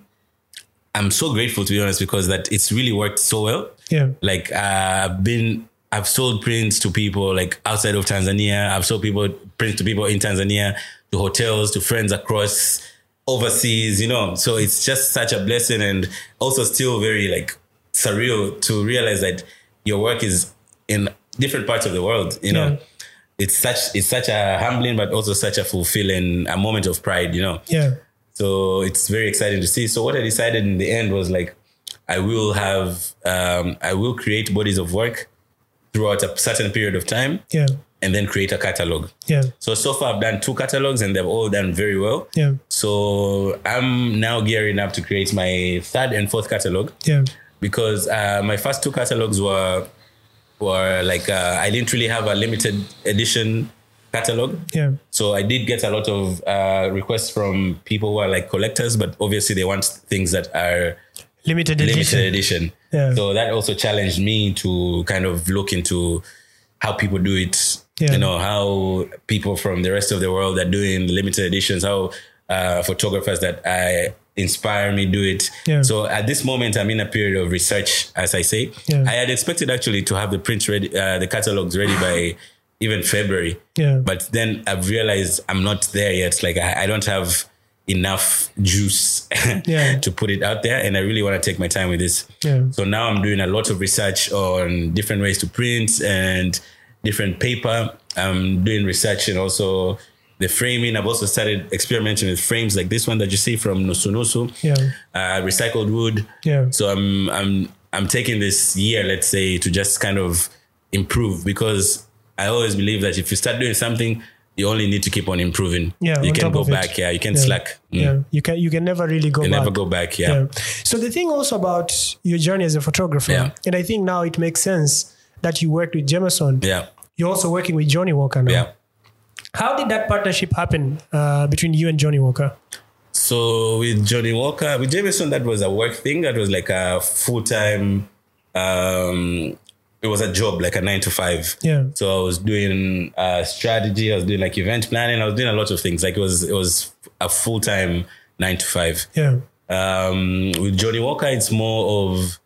[SPEAKER 2] I'm so grateful to be honest because that it's really worked so well
[SPEAKER 1] Yeah.
[SPEAKER 2] like uh, I've been I've sold prints to people like outside of Tanzania. I've sold people prints to people in Tanzania, to hotels, to friends across overseas, you know. So it's just such a blessing and also still very like surreal to realize that your work is in different parts of the world, you know.
[SPEAKER 1] Yeah.
[SPEAKER 2] It's such it's such a humbling but also such a fulfilling a moment of pride, you know.
[SPEAKER 1] Yeah.
[SPEAKER 2] So it's very exciting to see. So what I decided in the end was like, I will have, um, I will create bodies of work throughout a certain period of time,
[SPEAKER 1] Yeah.
[SPEAKER 2] and then create a catalog.
[SPEAKER 1] Yeah.
[SPEAKER 2] So so far I've done two catalogs, and they've all done very well.
[SPEAKER 1] Yeah.
[SPEAKER 2] So I'm now gearing up to create my third and fourth catalog
[SPEAKER 1] Yeah.
[SPEAKER 2] because uh, my first two catalogs were were like uh, I didn't really have a limited edition catalog.
[SPEAKER 1] Yeah.
[SPEAKER 2] So I did get a lot of uh, requests from people who are like collectors, but obviously they want things that are
[SPEAKER 1] Limited
[SPEAKER 2] limited
[SPEAKER 1] edition.
[SPEAKER 2] edition.
[SPEAKER 1] Yeah.
[SPEAKER 2] So that also challenged me to kind of look into how people do it.
[SPEAKER 1] Yeah.
[SPEAKER 2] You know, how people from the rest of the world are doing limited editions, how uh, photographers that I inspire me do it.
[SPEAKER 1] Yeah.
[SPEAKER 2] So at this moment, I'm in a period of research, as I say.
[SPEAKER 1] Yeah.
[SPEAKER 2] I had expected actually to have the print ready, uh, the catalogs ready by even February.
[SPEAKER 1] Yeah.
[SPEAKER 2] But then I've realized I'm not there yet. Like I, I don't have enough juice
[SPEAKER 1] Yeah.
[SPEAKER 2] to put it out there and i really want to take my time with this
[SPEAKER 1] Yeah.
[SPEAKER 2] so now i'm doing a lot of research on different ways to print and different paper i'm doing research and also the framing i've also started experimenting with frames like this one that you see from nusunusu
[SPEAKER 1] Yeah.
[SPEAKER 2] uh, recycled wood
[SPEAKER 1] Yeah.
[SPEAKER 2] so i'm i'm i'm taking this year let's say to just kind of improve because i always believe that if you start doing something you only need to keep on improving
[SPEAKER 1] Yeah,
[SPEAKER 2] you
[SPEAKER 1] on
[SPEAKER 2] can
[SPEAKER 1] top
[SPEAKER 2] go
[SPEAKER 1] of it.
[SPEAKER 2] back yeah you can
[SPEAKER 1] Yeah.
[SPEAKER 2] slack Mm.
[SPEAKER 1] Yeah. You can you can never really go
[SPEAKER 2] you
[SPEAKER 1] back.
[SPEAKER 2] never go back yeah.
[SPEAKER 1] Yeah. So the thing also about your journey as a photographer,
[SPEAKER 2] Yeah.
[SPEAKER 1] and I think now it makes sense that you worked with Jameson.
[SPEAKER 2] Yeah.
[SPEAKER 1] You're also working with Johnny Walker now.
[SPEAKER 2] Yeah.
[SPEAKER 1] How did that partnership happen uh, between you and Johnny Walker?
[SPEAKER 2] So with Johnny Walker, with Jameson, that was a work thing. That was like a full time. Um, it was a job, like a nine to five.
[SPEAKER 1] Yeah.
[SPEAKER 2] So I was doing uh, strategy. I was doing like event planning. I was doing a lot of things. Like it was it was a full time nine to five.
[SPEAKER 1] Yeah.
[SPEAKER 2] Um, with Johnny Walker, it's more of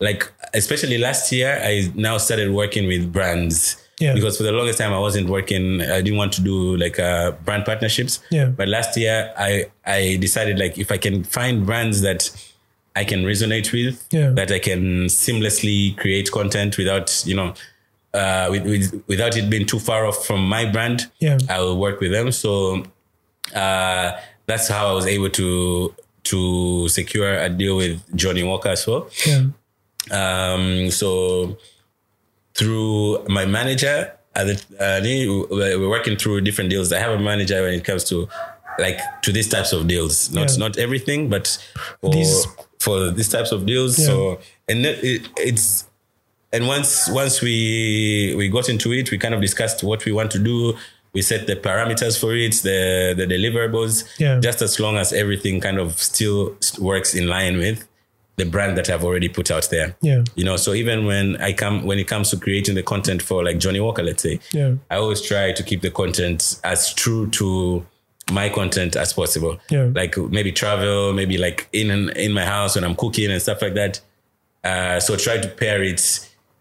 [SPEAKER 2] like, especially last year, I now started working with brands.
[SPEAKER 1] Yeah.
[SPEAKER 2] Because for the longest time I wasn't working, I didn't want to do like uh, brand partnerships.
[SPEAKER 1] Yeah.
[SPEAKER 2] But last year I I decided like if I can find brands that I can resonate with,
[SPEAKER 1] Yeah.
[SPEAKER 2] that I can seamlessly create content without you know, uh, with, with, without it being too far off from my brand,
[SPEAKER 1] Yeah.
[SPEAKER 2] I will work with them. So uh, that's how I was able to to secure a deal with Johnny Walker as well.
[SPEAKER 1] Yeah.
[SPEAKER 2] Um, so through my manager, at the, uh, they- we're we're working through different deals. I have a manager when it comes to like to these types of deals, not
[SPEAKER 1] Yeah.
[SPEAKER 2] not everything, but for,
[SPEAKER 1] These-
[SPEAKER 2] for these types of deals. So and it, it- it's and once once we we got into it, we kind of discussed what we want to do. We set the parameters for it, the the deliverables,
[SPEAKER 1] Yeah.
[SPEAKER 2] just as long as everything kind of still works in line with the brand that I've already put out there.
[SPEAKER 1] Yeah.
[SPEAKER 2] You know, so even when I come when it comes to creating the content for like Johnny Walker, let's say,
[SPEAKER 1] Yeah.
[SPEAKER 2] I always try to keep the content as true to my content as possible.
[SPEAKER 1] Yeah.
[SPEAKER 2] Like maybe travel, maybe like in in my house when I'm cooking and stuff like that. Uh, so try to pair it,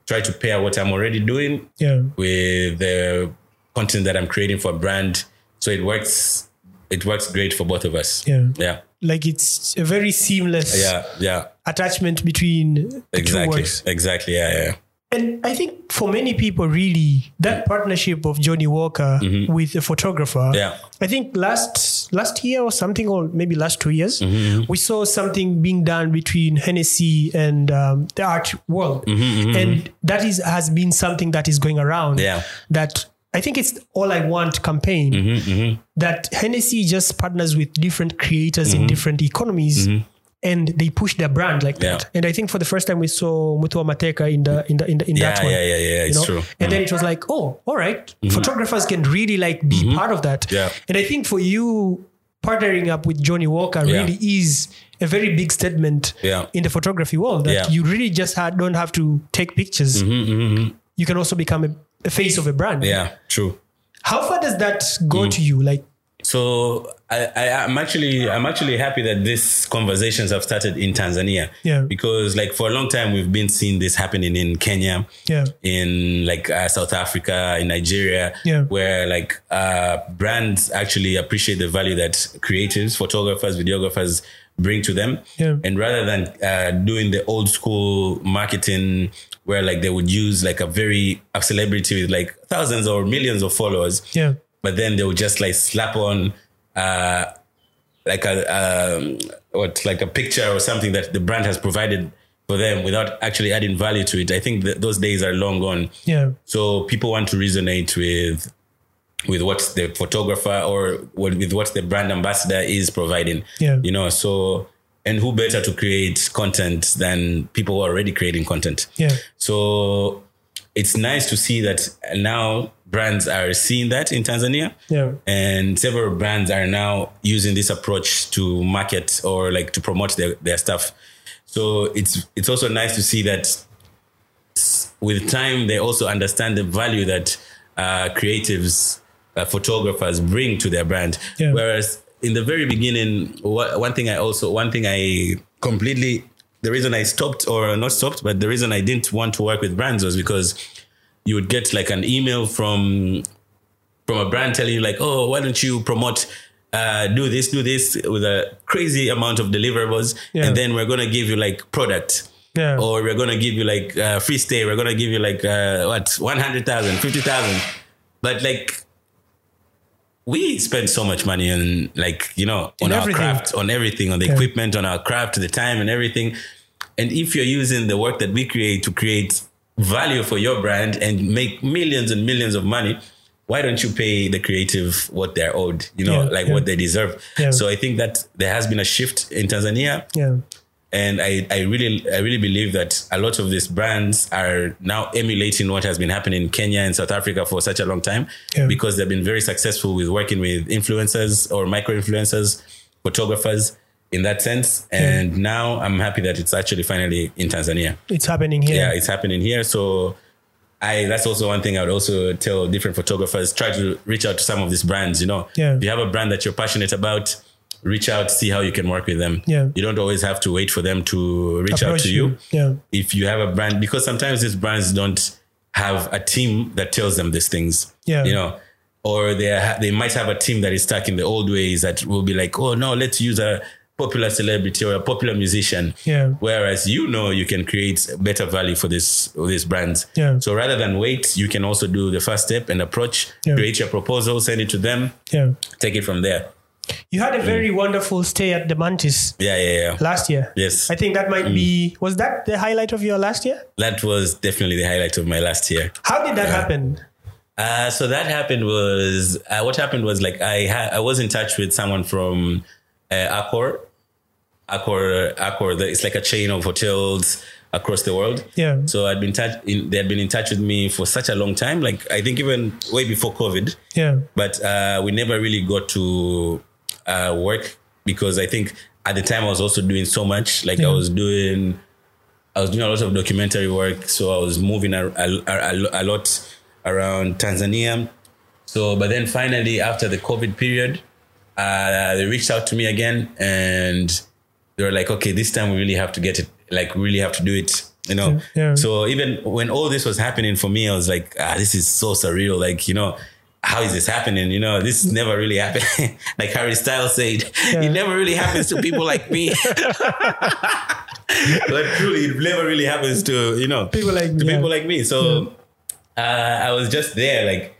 [SPEAKER 2] try to pair what I'm already doing
[SPEAKER 1] Yeah.
[SPEAKER 2] with the content that I'm creating for a brand. So it works. It works great for both of us.
[SPEAKER 1] Yeah.
[SPEAKER 2] Yeah.
[SPEAKER 1] Like it's a very seamless
[SPEAKER 2] Yeah. Yeah.
[SPEAKER 1] attachment between the two
[SPEAKER 2] Exactly.
[SPEAKER 1] works.
[SPEAKER 2] Exactly. Yeah. Yeah.
[SPEAKER 1] And I think for many people, really, that partnership of Johnny Walker with a photographer,
[SPEAKER 2] Mm-hmm. Yeah.
[SPEAKER 1] I think last last year or something, or maybe last two years,
[SPEAKER 2] Mm-hmm,
[SPEAKER 1] we saw something being done between Hennessy and um, the art world,
[SPEAKER 2] Mm-hmm,
[SPEAKER 1] and that is has been something that is going around.
[SPEAKER 2] Yeah. Mm-hmm.
[SPEAKER 1] that. I think it's all I want campaign that Hennessy just partners with different creators
[SPEAKER 2] Mm-hmm.
[SPEAKER 1] in different economies and they push their brand like
[SPEAKER 2] Yeah.
[SPEAKER 1] that. And I think for the first time we saw Mutua Mateka in the in the in, the, in that
[SPEAKER 2] Yeah,
[SPEAKER 1] one.
[SPEAKER 2] yeah, yeah, yeah.
[SPEAKER 1] you
[SPEAKER 2] It's
[SPEAKER 1] know?
[SPEAKER 2] true. Mm-hmm.
[SPEAKER 1] And then it was like, oh, all right, photographers can really like be part of that.
[SPEAKER 2] Mm-hmm. Yeah.
[SPEAKER 1] And I think for you partnering up with Johnny Walker
[SPEAKER 2] Yeah.
[SPEAKER 1] really is a very big statement
[SPEAKER 2] Yeah.
[SPEAKER 1] in the photography world that
[SPEAKER 2] Yeah. Mm-hmm,
[SPEAKER 1] you really just ha- don't have to take pictures. You can also become a, a face of a brand.
[SPEAKER 2] Yeah, Mm. true.
[SPEAKER 1] How far does that go to you? Like,
[SPEAKER 2] So I, I, I'm actually I'm actually happy that these conversations have started in Tanzania.
[SPEAKER 1] Yeah.
[SPEAKER 2] Because like for a long time we've been seeing this happening in Kenya.
[SPEAKER 1] Yeah.
[SPEAKER 2] In like uh, South Africa, in Nigeria,
[SPEAKER 1] Yeah.
[SPEAKER 2] where like uh, brands actually appreciate the value that creatives, photographers, videographers bring to them.
[SPEAKER 1] Yeah.
[SPEAKER 2] And rather than uh, doing the old school marketing where like they would use like a very a celebrity with like thousands or millions of followers
[SPEAKER 1] yeah,
[SPEAKER 2] but then they would just like slap on uh like a um what like a picture or something that the brand has provided for them without actually adding value to it i think that those days are long gone
[SPEAKER 1] yeah.
[SPEAKER 2] so people want to resonate with with what the photographer or what, with what the brand ambassador is providing
[SPEAKER 1] Yeah.
[SPEAKER 2] you know so and who better to create content than people who are already creating content
[SPEAKER 1] Yeah.
[SPEAKER 2] so it's nice to see that now brands are seeing that in Tanzania.
[SPEAKER 1] Yeah.
[SPEAKER 2] And several brands are now using this approach to market or like to promote their, their stuff. So it's it's also nice to see that with time they also understand the value that uh, creatives, uh, photographers bring to their brand.
[SPEAKER 1] Yeah.
[SPEAKER 2] Whereas in the very beginning, wha- one thing I also one thing I completely the reason I stopped or not stopped, but the reason I didn't want to work with brands was because you would get like an email from from a brand telling you like, oh, why don't you promote? Uh, do this, do this with a crazy amount of deliverables,
[SPEAKER 1] Yeah.
[SPEAKER 2] and then we're gonna give you like product,
[SPEAKER 1] Yeah.
[SPEAKER 2] or we're gonna give you like uh, free stay. We're gonna give you like uh, what 100,000, 50,000. But like we spend so much money on like you know on
[SPEAKER 1] In
[SPEAKER 2] our
[SPEAKER 1] everything.
[SPEAKER 2] craft, on everything, on the equipment, on our craft, the time, and everything. And if you're using the work that we create to create value for your brand and make millions and millions of money, why don't you pay the creative what they're owed? You know,
[SPEAKER 1] Yeah,
[SPEAKER 2] like
[SPEAKER 1] yeah.
[SPEAKER 2] what they deserve.
[SPEAKER 1] Yeah.
[SPEAKER 2] So I think that there has been a shift in Tanzania
[SPEAKER 1] Yeah.
[SPEAKER 2] and I, I really I really believe that a lot of these brands are now emulating what has been happening in Kenya and South Africa for such a long time
[SPEAKER 1] Yeah.
[SPEAKER 2] because they've been very successful with working with influencers or micro influencers, photographers in that sense. And now I'm happy that it's actually finally in Tanzania.
[SPEAKER 1] It's happening here.
[SPEAKER 2] Yeah, it's happening here. So I that's also one thing I would also tell different photographers try to reach out to some of these brands. You know,
[SPEAKER 1] Yeah.
[SPEAKER 2] if you have a brand that you're passionate about, reach out, see how you can work with them.
[SPEAKER 1] Yeah.
[SPEAKER 2] you don't always have to wait for them to reach out
[SPEAKER 1] Approach
[SPEAKER 2] to you.
[SPEAKER 1] Yeah.
[SPEAKER 2] If you have a brand, because sometimes these brands don't have a team that tells them these things.
[SPEAKER 1] Yeah.
[SPEAKER 2] you know. Or they are, they might have a team that is stuck in the old ways that will be like, oh no, let's use a popular celebrity or a popular musician.
[SPEAKER 1] Yeah.
[SPEAKER 2] Whereas you know you can create better value for this for these brands.
[SPEAKER 1] Yeah.
[SPEAKER 2] So rather than wait, you can also do the first step and approach,
[SPEAKER 1] Yeah.
[SPEAKER 2] create your proposal, send it to them,
[SPEAKER 1] Yeah.
[SPEAKER 2] take it from there.
[SPEAKER 1] You had a
[SPEAKER 2] Mm.
[SPEAKER 1] very wonderful stay at the Mantis
[SPEAKER 2] Yeah, yeah, yeah.
[SPEAKER 1] last year.
[SPEAKER 2] Yes. Mm.
[SPEAKER 1] I think that might be was that the highlight of your last year?
[SPEAKER 2] That was definitely the highlight of my last year.
[SPEAKER 1] How did that happen?
[SPEAKER 2] Uh, so that happened was uh, what happened was like I ha- I was in touch with someone from uh, Accor, Accor, Accor. the- It's like a chain of hotels across the world.
[SPEAKER 1] Yeah.
[SPEAKER 2] So I'd been touch in, they had been in touch with me for such a long time. Like I think even way before COVID.
[SPEAKER 1] Yeah.
[SPEAKER 2] But uh, we never really got to uh, work because I think at the time I was also doing so much. Like I was doing I was doing a lot of documentary work, so I was moving a, a- a- a lot around Tanzania. So, but then finally, after the COVID period, uh, they reached out to me again, and they were like, "Okay, this time we really have to get it. Like, we really have to do it." You know.
[SPEAKER 1] Yeah.
[SPEAKER 2] So even when all this was happening for me, I was like, "Ah, this is so surreal. Like, you know." How is this happening? You know,
[SPEAKER 1] Mm.
[SPEAKER 2] this never really happened. like Harry Styles said, it never really happens to people like me. but truly, it never really happens to you know
[SPEAKER 1] People like me,
[SPEAKER 2] to
[SPEAKER 1] yeah.
[SPEAKER 2] people like me. So uh, I was just there, like,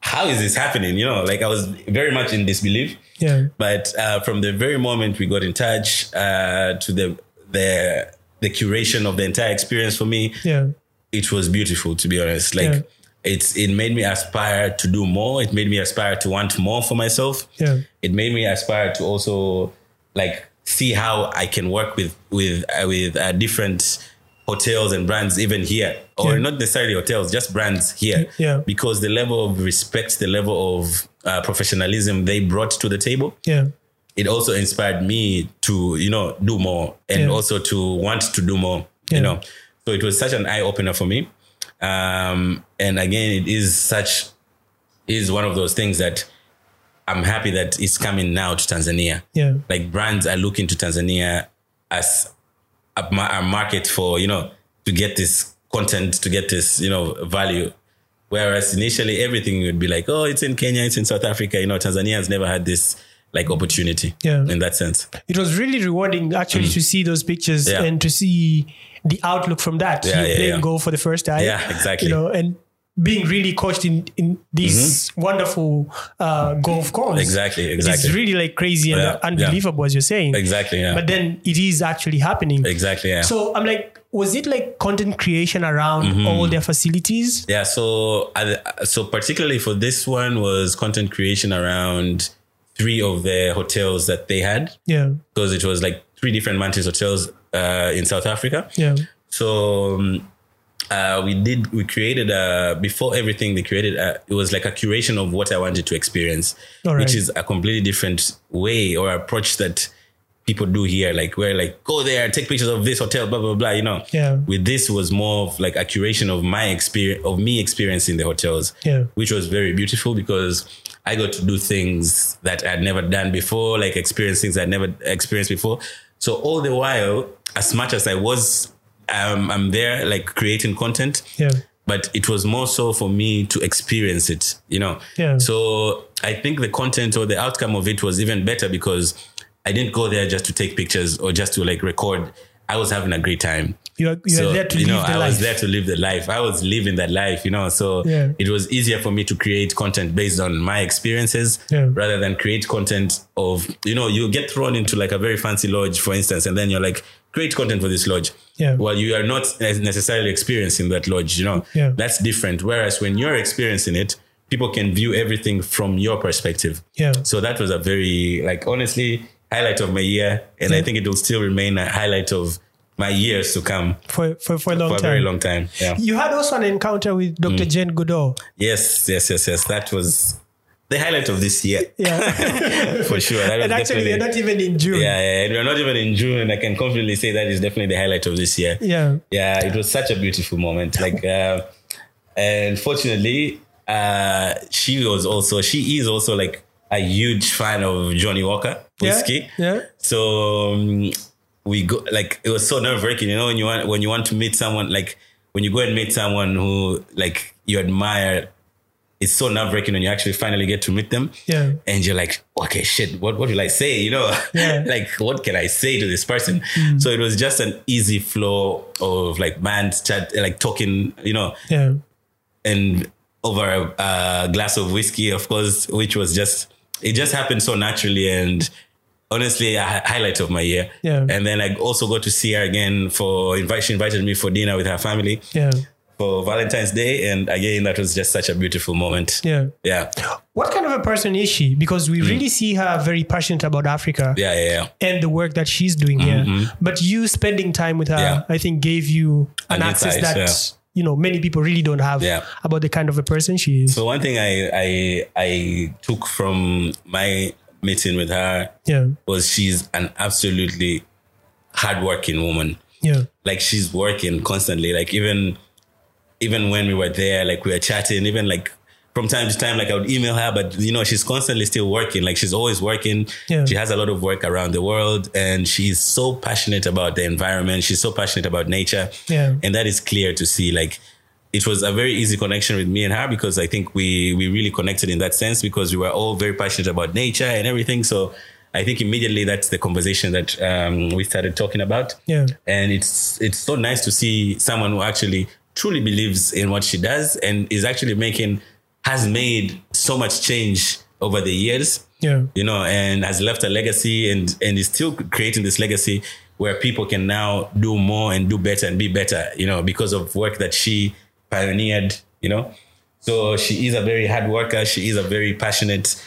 [SPEAKER 2] how is this happening? You know, like I was very much in disbelief.
[SPEAKER 1] Yeah.
[SPEAKER 2] But uh, from the very moment we got in touch uh, to the the the curation of the entire experience for me,
[SPEAKER 1] Yeah.
[SPEAKER 2] it was beautiful to be honest like
[SPEAKER 1] Yeah.
[SPEAKER 2] it's it made me aspire to do more it made me aspire to want more for myself
[SPEAKER 1] Yeah.
[SPEAKER 2] it made me aspire to also like see how i can work with with uh, with uh, different hotels and brands even here or
[SPEAKER 1] Yeah.
[SPEAKER 2] not necessarily hotels just brands here
[SPEAKER 1] Yeah.
[SPEAKER 2] because the level of respect the level of uh, professionalism they brought to the table
[SPEAKER 1] Yeah.
[SPEAKER 2] it also inspired me to you know do more and
[SPEAKER 1] Yeah.
[SPEAKER 2] also to want to do more
[SPEAKER 1] Yeah.
[SPEAKER 2] you know so it was such an eye-opener for me um and again it is such is one of those things that i'm happy that it's coming now to tanzania
[SPEAKER 1] Yeah.
[SPEAKER 2] like brands are looking to tanzania as a, ma- a market for you know to get this content to get this you know value whereas initially everything would be like oh it's in kenya it's in south africa you know tanzania has never had this like opportunity
[SPEAKER 1] Yeah.
[SPEAKER 2] in that sense
[SPEAKER 1] It was really rewarding actually to see those pictures
[SPEAKER 2] Mm. Yeah.
[SPEAKER 1] and to see the outlook from that.
[SPEAKER 2] Yeah,
[SPEAKER 1] you
[SPEAKER 2] yeah,
[SPEAKER 1] playing
[SPEAKER 2] yeah.
[SPEAKER 1] goal for the first time.
[SPEAKER 2] Yeah, exactly.
[SPEAKER 1] You know, and being really coached in, in this wonderful uh, golf course.
[SPEAKER 2] Mm-hmm. Exactly,
[SPEAKER 1] It's
[SPEAKER 2] exactly.
[SPEAKER 1] really like crazy and
[SPEAKER 2] Yeah,
[SPEAKER 1] unbelievable as you're saying.
[SPEAKER 2] exactly yeah
[SPEAKER 1] But then it is actually happening.
[SPEAKER 2] exactly yeah
[SPEAKER 1] So I'm like, was it like content creation around
[SPEAKER 2] Mm-hmm.
[SPEAKER 1] all their facilities?
[SPEAKER 2] yeah so I- so particularly for this one was content creation around three of the hotels that they had
[SPEAKER 1] Yeah.
[SPEAKER 2] because it was like three different mantis hotels uh, in south africa
[SPEAKER 1] Yeah.
[SPEAKER 2] So um, uh, we did. We created a before everything. They created a, it was like a curation of what I wanted to experience,
[SPEAKER 1] All right.
[SPEAKER 2] which is a completely different way or approach that people do here. Like where like go there, take pictures of this hotel, blah blah blah. You know.
[SPEAKER 1] Yeah.
[SPEAKER 2] With this was more of like a curation of my experience of me experiencing the hotels.
[SPEAKER 1] Yeah.
[SPEAKER 2] Which was very beautiful because. I got to do things that I'd never done before, like experience things I'd never experienced before. So all the while, as much as I was um, I'm there like creating content,
[SPEAKER 1] Yeah.
[SPEAKER 2] but it was more so for me to experience it, you know.
[SPEAKER 1] Yeah.
[SPEAKER 2] So I think the content or the outcome of it was even better because I didn't go there just to take pictures or just to like record. I was having a great time.
[SPEAKER 1] You're, you're
[SPEAKER 2] So,
[SPEAKER 1] there to
[SPEAKER 2] you
[SPEAKER 1] live
[SPEAKER 2] know,
[SPEAKER 1] the
[SPEAKER 2] I
[SPEAKER 1] life.
[SPEAKER 2] was there to live the life. I was living that life, you know. So
[SPEAKER 1] Yeah.
[SPEAKER 2] it was easier for me to create content based on my experiences
[SPEAKER 1] Yeah.
[SPEAKER 2] rather than create content of, you know, you get thrown into like a very fancy lodge, for instance, and then you're like, create content for this lodge.
[SPEAKER 1] Yeah.
[SPEAKER 2] Well, you are not necessarily experiencing that lodge, you know.
[SPEAKER 1] Yeah.
[SPEAKER 2] That's different. Whereas when you're experiencing it, people can view everything from your perspective.
[SPEAKER 1] Yeah.
[SPEAKER 2] So that was a very like honestly highlight of my year, and I think it will still remain a highlight of my years to come
[SPEAKER 1] for, for, for a long
[SPEAKER 2] for a
[SPEAKER 1] time.
[SPEAKER 2] very long Mm. time. Yeah.
[SPEAKER 1] You had also an encounter with Dr. Jane Goodall.
[SPEAKER 2] Yes, yes, yes, yes. That was the highlight of this year
[SPEAKER 1] Yeah.
[SPEAKER 2] for sure. That was
[SPEAKER 1] and actually,
[SPEAKER 2] definitely-
[SPEAKER 1] we're not even in June.
[SPEAKER 2] yeah, yeah, and we're not even in June. I can confidently say that is definitely the highlight of this year.
[SPEAKER 1] Yeah.
[SPEAKER 2] yeah it was such a beautiful moment like uh, and fortunately uh, she was also she is also like a huge fan of johnny walker
[SPEAKER 1] Yeah,
[SPEAKER 2] whiskey
[SPEAKER 1] yeah.
[SPEAKER 2] so um, we go like it was so nerve-wracking you know when you want when you want to meet someone like when you go and meet someone who like you admire it's so nerve-wracking when you actually finally get to meet them
[SPEAKER 1] Yeah.
[SPEAKER 2] and you're like, okay, shit, what, what will I say? You know,
[SPEAKER 1] Yeah. Mm.
[SPEAKER 2] like, what can I say to this person? So it was just an easy flow of like bands chat, like talking, you know,
[SPEAKER 1] Yeah.
[SPEAKER 2] and over a, a glass of whiskey, of course, which was just, it just happened so naturally. And honestly, a hi- highlight of my year.
[SPEAKER 1] Yeah.
[SPEAKER 2] And then I also got to see her again for, invite, she invited me for dinner with her family
[SPEAKER 1] Yeah.
[SPEAKER 2] for Valentine's Day. And again, that was just such a beautiful moment.
[SPEAKER 1] Yeah.
[SPEAKER 2] Yeah.
[SPEAKER 1] What kind of a person is she? Because we really see her very passionate about Africa
[SPEAKER 2] Mm. Yeah. Yeah. yeah.
[SPEAKER 1] and the work that she's doing here. But you spending time with her,
[SPEAKER 2] Yeah.
[SPEAKER 1] I think, gave you an
[SPEAKER 2] An
[SPEAKER 1] access
[SPEAKER 2] insight,
[SPEAKER 1] that you know many people really don't have
[SPEAKER 2] Yeah.
[SPEAKER 1] about the kind of a person she is.
[SPEAKER 2] So one thing I I I took from my meeting with her
[SPEAKER 1] yeah.
[SPEAKER 2] was she's an absolutely hardworking woman.
[SPEAKER 1] Yeah.
[SPEAKER 2] Like she's working constantly. Like even even when we were there, like we were chatting, even like from time to time, like I would email her, but you know, she's constantly still working. Like she's always working.
[SPEAKER 1] Yeah.
[SPEAKER 2] She has a lot of work around the world and she's so passionate about the environment. She's so passionate about nature.
[SPEAKER 1] Yeah.
[SPEAKER 2] And that is clear to see. Like it was a very easy connection with me and her because I think we we really connected in that sense because we were all very passionate about nature and everything. So I think immediately that's the conversation that um, we started talking about.
[SPEAKER 1] Yeah.
[SPEAKER 2] And it's it's so nice to see someone who actually truly believes in what she does and is actually making has made so much change over the years.
[SPEAKER 1] Yeah.
[SPEAKER 2] You know, and has left a legacy and and is still creating this legacy where people can now do more and do better and be better, you know, because of work that she pioneered, you know. So she is a very hard worker. She is a very passionate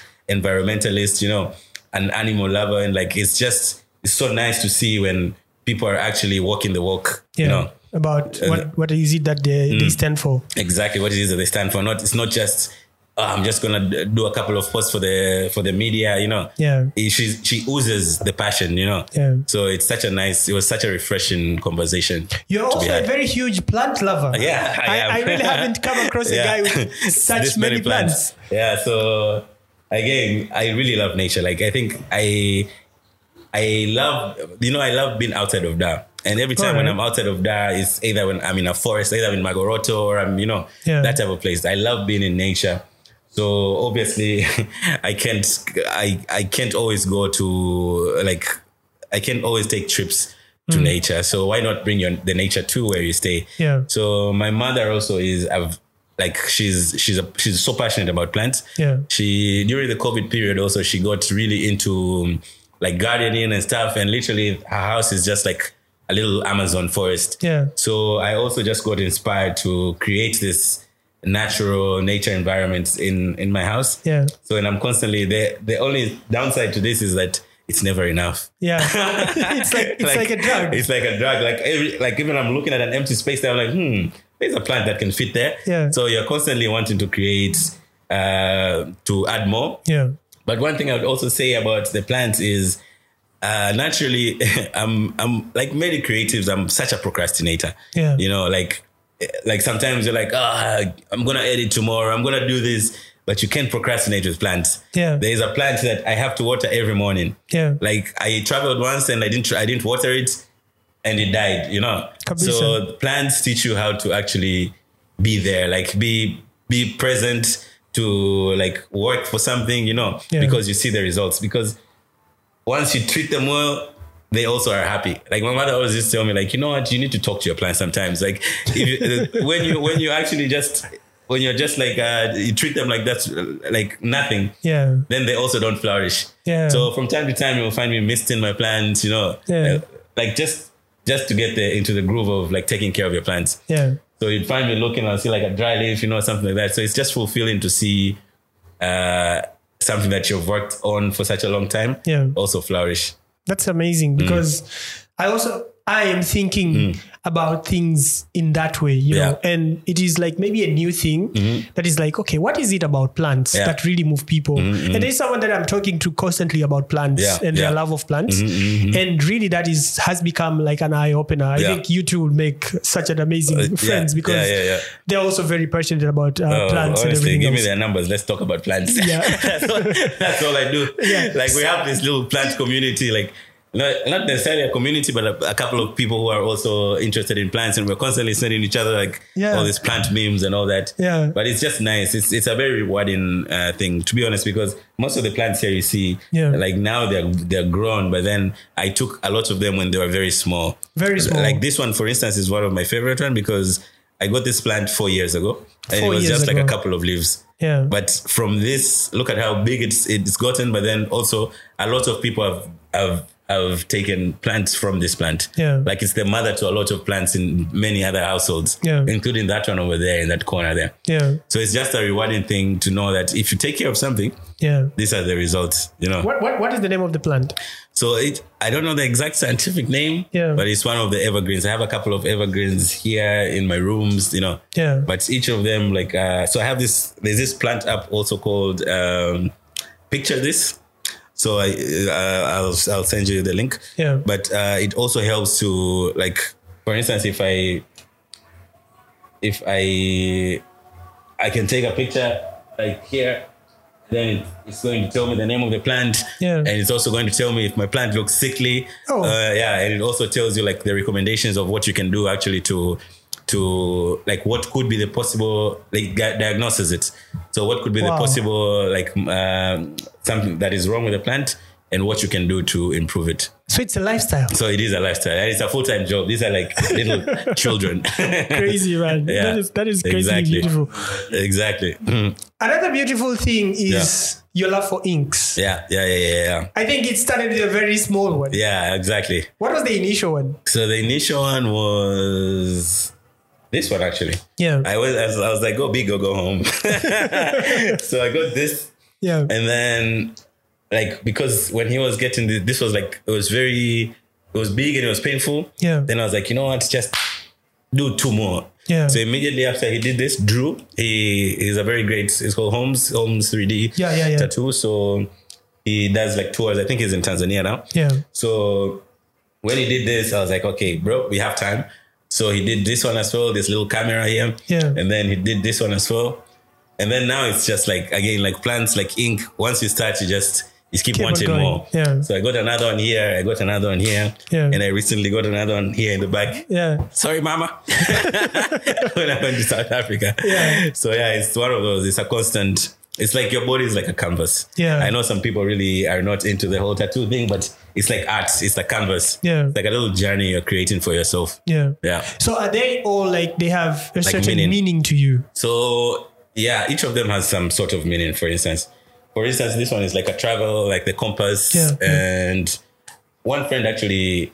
[SPEAKER 2] environmentalist, you know, an animal lover. And like, it's just, it's so nice to see when people are actually walking the walk,
[SPEAKER 1] Yeah.
[SPEAKER 2] you know,
[SPEAKER 1] About
[SPEAKER 2] Uh,
[SPEAKER 1] what, what is it that they,
[SPEAKER 2] Mm.
[SPEAKER 1] they stand for?
[SPEAKER 2] exactly what it is that they stand for. Not, it's not just, "Oh, I'm just going to do a couple of posts for the, for the media, you know.
[SPEAKER 1] Yeah.
[SPEAKER 2] It- She, she oozes the passion, you know.
[SPEAKER 1] Yeah.
[SPEAKER 2] So it's such a nice, it was such a refreshing conversation.
[SPEAKER 1] You're
[SPEAKER 2] to be
[SPEAKER 1] also
[SPEAKER 2] had.
[SPEAKER 1] a very huge plant lover.
[SPEAKER 2] Yeah, I
[SPEAKER 1] I,
[SPEAKER 2] am.
[SPEAKER 1] I really haven't come across
[SPEAKER 2] Yeah.
[SPEAKER 1] a guy with
[SPEAKER 2] This
[SPEAKER 1] such many, plants.
[SPEAKER 2] Yeah, so again, I really love nature. Like I think I I love you know, I love being outside of Dar. And every time when
[SPEAKER 1] Alright.
[SPEAKER 2] I'm outside of Dar, it's either when I'm in a forest, either in Magoroto or I'm, you know,
[SPEAKER 1] Yeah.
[SPEAKER 2] that type of place. I love being in nature. So obviously I can't I I can't always go to like I can't always take trips to
[SPEAKER 1] Hmm.
[SPEAKER 2] nature. So why not bring your the nature to where you stay?
[SPEAKER 1] Yeah.
[SPEAKER 2] So my mother also is I've, like she's she's a, she's so passionate about plants.
[SPEAKER 1] Yeah.
[SPEAKER 2] She during the COVID period also she got really into um, like gardening and stuff, and literally her house is just like a little Amazon forest.
[SPEAKER 1] Yeah.
[SPEAKER 2] So I also just got inspired to create this natural nature environment in in my house.
[SPEAKER 1] Yeah.
[SPEAKER 2] So and I'm constantly the the only downside to this is that it's never enough.
[SPEAKER 1] Yeah. it's like it's like, a drug.
[SPEAKER 2] It's like a drug. Like every like even I'm looking at an empty space there, I'm like, hmm, there's a plant that can fit there.
[SPEAKER 1] Yeah.
[SPEAKER 2] So you're constantly wanting to create uh to add more.
[SPEAKER 1] Yeah.
[SPEAKER 2] But one thing I would also say about the plants is uh, naturally, I'm I'm like many creatives. I'm such a procrastinator.
[SPEAKER 1] Yeah.
[SPEAKER 2] You know, like eh, like sometimes you're like, ah, I'm gonna edit tomorrow. I'm gonna do this, but you can't procrastinate with plants.
[SPEAKER 1] Yeah.
[SPEAKER 2] There is a plant that I have to water every morning.
[SPEAKER 1] Yeah.
[SPEAKER 2] Like I traveled once and I didn't I didn't water it, and it died. You know.
[SPEAKER 1] Kabisa.
[SPEAKER 2] So plants teach you how to actually be there, like be be present to like work for something. You know,
[SPEAKER 1] Yeah.
[SPEAKER 2] because you see the results. Because once you treat them well, they also are happy. Like my mother always used to tell me, like, you know what, you need to talk to your plant sometimes. Like if you, uh, when you when you actually just when you're just like uh, you treat them like that's uh, like nothing,
[SPEAKER 1] Yeah.
[SPEAKER 2] then they also don't flourish.
[SPEAKER 1] Yeah.
[SPEAKER 2] So from time to time, you'll find me misting my plants. You know, Uh,
[SPEAKER 1] Yeah.
[SPEAKER 2] like just just to get the, into the groove of like taking care of your plants.
[SPEAKER 1] Yeah.
[SPEAKER 2] So you'd find me looking and see like a dry leaf, you know, something like that. So it's just fulfilling to see uh, something that you've worked on for such a long time
[SPEAKER 1] Yeah.
[SPEAKER 2] also flourish.
[SPEAKER 1] That's
[SPEAKER 2] Mm.
[SPEAKER 1] amazing because I also I am thinking about things in that way, you know,
[SPEAKER 2] Yeah. Mm-hmm.
[SPEAKER 1] and it is like maybe a new thing that is like, okay, what is it about plants
[SPEAKER 2] Yeah. Mm-hmm,
[SPEAKER 1] that really move people? And there's someone that I'm talking to constantly about plants
[SPEAKER 2] Yeah,
[SPEAKER 1] and their
[SPEAKER 2] yeah. Mm-hmm,
[SPEAKER 1] love of plants, and really that is has become like an eye opener. I
[SPEAKER 2] Yeah. Uh,
[SPEAKER 1] think you two would make such an amazing
[SPEAKER 2] yeah,
[SPEAKER 1] friends
[SPEAKER 2] yeah,
[SPEAKER 1] because
[SPEAKER 2] yeah, yeah.
[SPEAKER 1] they're also very passionate about uh,
[SPEAKER 2] Oh,
[SPEAKER 1] plants and
[SPEAKER 2] honestly,
[SPEAKER 1] everything
[SPEAKER 2] give
[SPEAKER 1] else.
[SPEAKER 2] me their numbers. Let's talk about plants.
[SPEAKER 1] Yeah.
[SPEAKER 2] that's, all, that's all I do. Like we have this little plant community, like not, not necessarily a community, but a, a couple of people who are also interested in plants, and we're constantly sending each other like
[SPEAKER 1] Yeah.
[SPEAKER 2] all these plant memes and all that.
[SPEAKER 1] Yeah.
[SPEAKER 2] But it's just nice. It's it's a very rewarding uh, thing, to be honest, because most of the plants here you see,
[SPEAKER 1] Yeah.
[SPEAKER 2] like now they're they're grown, but then I took a lot of them when they were very small.
[SPEAKER 1] Very small.
[SPEAKER 2] Like this one, for instance, is one of my favorite one because I got this plant four years ago. And
[SPEAKER 1] Four
[SPEAKER 2] it was
[SPEAKER 1] years
[SPEAKER 2] just like a
[SPEAKER 1] ago.
[SPEAKER 2] couple of leaves.
[SPEAKER 1] Yeah.
[SPEAKER 2] But from this, look at how big it's it's gotten. But then also a lot of people have have have taken plants from this plant.
[SPEAKER 1] Yeah.
[SPEAKER 2] Like it's the mother to a lot of plants in many other households.
[SPEAKER 1] Yeah.
[SPEAKER 2] Including that one over there in that corner there.
[SPEAKER 1] yeah,
[SPEAKER 2] So it's just a rewarding thing to know that if you take care of something,
[SPEAKER 1] yeah.
[SPEAKER 2] these are the results. You know.
[SPEAKER 1] What, what what is the name of the plant?
[SPEAKER 2] So it, I don't know the exact scientific name,
[SPEAKER 1] Yeah.
[SPEAKER 2] but it's one of the evergreens. I have a couple of evergreens here in my rooms, you know.
[SPEAKER 1] Yeah.
[SPEAKER 2] But each of them, like, uh, so I have this. There's this plant up also called um, Picture This. So I, uh, I'll I'll send you the link.
[SPEAKER 1] Yeah.
[SPEAKER 2] But uh, it also helps to like, for instance, if I if I I can take a picture like here, then it, it's going to tell me the name of the plant,
[SPEAKER 1] Yeah.
[SPEAKER 2] and it's also going to tell me if my plant looks sickly.
[SPEAKER 1] Oh.
[SPEAKER 2] Uh, yeah, and it also tells you like the recommendations of what you can do actually to to like what could be the possible like di- diagnoses it. So what could be the
[SPEAKER 1] Wow.
[SPEAKER 2] possible like um, something that is wrong with the plant. and what you can do to improve it.
[SPEAKER 1] So it's a lifestyle.
[SPEAKER 2] So it is a lifestyle. And it's a full time job. These are like little children.
[SPEAKER 1] Crazy, man.
[SPEAKER 2] Yeah.
[SPEAKER 1] That is that is crazy
[SPEAKER 2] Exactly.
[SPEAKER 1] beautiful.
[SPEAKER 2] exactly. Mm.
[SPEAKER 1] Another beautiful thing is your love for inks.
[SPEAKER 2] Yeah, yeah, yeah, yeah, yeah.
[SPEAKER 1] I think it started with a very small one.
[SPEAKER 2] Yeah, exactly.
[SPEAKER 1] What was the initial one?
[SPEAKER 2] So the initial one was this one actually.
[SPEAKER 1] Yeah.
[SPEAKER 2] I was I was, I was like, go big or go home. so I got this,
[SPEAKER 1] yeah.
[SPEAKER 2] and then like because when he was getting this, this was like it was very it was big and it was painful.
[SPEAKER 1] Yeah.
[SPEAKER 2] Then I was like, you know what, just do two more.
[SPEAKER 1] Yeah.
[SPEAKER 2] So immediately after he did this, Drew, he is a very great. It's called Holmes Holmes 3D.
[SPEAKER 1] Yeah, yeah, yeah.
[SPEAKER 2] Tattoo. So he does like tours. I think he's in Tanzania now.
[SPEAKER 1] Yeah.
[SPEAKER 2] So when he did this, I was like, okay, bro, we have time. So he did this one as well, this little camera here.
[SPEAKER 1] Yeah.
[SPEAKER 2] And then he did this one as well. And then now it's just like again, like plants, like ink. Once you start, you just you keep,
[SPEAKER 1] Keep on
[SPEAKER 2] wanting
[SPEAKER 1] going.
[SPEAKER 2] more.
[SPEAKER 1] Yeah.
[SPEAKER 2] So I got another one here, I got another one here.
[SPEAKER 1] Yeah.
[SPEAKER 2] And I recently got another one here in the back.
[SPEAKER 1] Yeah.
[SPEAKER 2] Sorry, mama. when I went to South Africa.
[SPEAKER 1] Yeah.
[SPEAKER 2] So yeah, it's one of those. It's a constant. It's like your body is like a canvas.
[SPEAKER 1] Yeah.
[SPEAKER 2] I know some people really are not into the whole tattoo thing, but it's like art. It's a canvas.
[SPEAKER 1] Yeah.
[SPEAKER 2] It's like a little journey you're creating for yourself.
[SPEAKER 1] Yeah.
[SPEAKER 2] Yeah.
[SPEAKER 1] So are they all like they have a certain meaning.
[SPEAKER 2] meaning.
[SPEAKER 1] to you?
[SPEAKER 2] So yeah, each of them has some sort of meaning. For instance, for instance, this one is like a travel, like the compass,
[SPEAKER 1] Yeah, yeah.
[SPEAKER 2] and one friend actually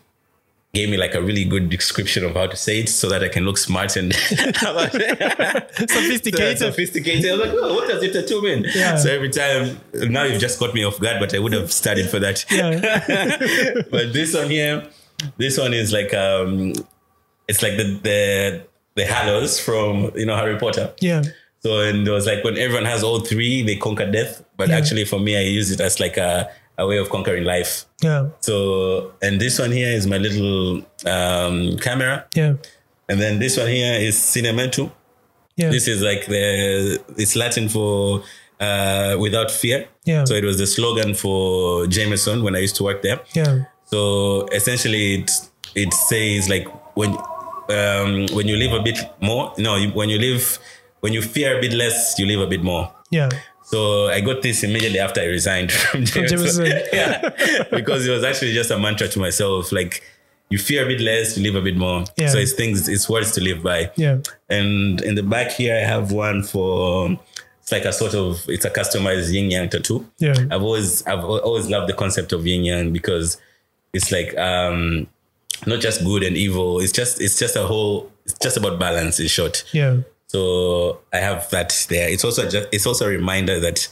[SPEAKER 2] gave me like a really good description of how to say it so that I can look smart and
[SPEAKER 1] Sophisticated.
[SPEAKER 2] So sophisticated. I was like, oh, what does it tattoo mean?
[SPEAKER 1] Yeah.
[SPEAKER 2] So every time, now you've just caught me off guard, but I would have studied for that.
[SPEAKER 1] Yeah.
[SPEAKER 2] but this one here, this one is like um, it's like the the the hallows from you know Harry Potter.
[SPEAKER 1] Yeah.
[SPEAKER 2] So and it was like when everyone has all three, they conquer death. But
[SPEAKER 1] Yeah.
[SPEAKER 2] actually, for me, I use it as like a, a way of conquering life.
[SPEAKER 1] Yeah.
[SPEAKER 2] So and this one here is my little um, camera,
[SPEAKER 1] Yeah.
[SPEAKER 2] and then this one here is cinementum.
[SPEAKER 1] Yeah.
[SPEAKER 2] This is like the it's Latin for uh, without fear.
[SPEAKER 1] Yeah.
[SPEAKER 2] So it was the slogan for Jameson when I used to work there.
[SPEAKER 1] yeah.
[SPEAKER 2] So essentially, it it says like when um, when you live a bit more, no, you, when you live when you fear a bit less, you live a bit more.
[SPEAKER 1] Yeah.
[SPEAKER 2] So I got this immediately after I resigned from
[SPEAKER 1] Jameson.
[SPEAKER 2] Jameson, yeah, because it was actually just a mantra to myself. Like you fear a bit less, you live a bit more.
[SPEAKER 1] Yeah.
[SPEAKER 2] So it's things, it's words to live by.
[SPEAKER 1] Yeah.
[SPEAKER 2] And in the back here, I have one for it's like a sort of it's a customized yin yang tattoo.
[SPEAKER 1] Yeah.
[SPEAKER 2] I've always I've al- always loved the concept of yin yang because it's like um not just good and evil. It's just it's just a whole it's just about balance in short.
[SPEAKER 1] Yeah.
[SPEAKER 2] So I have that there. It's also just it's also a reminder that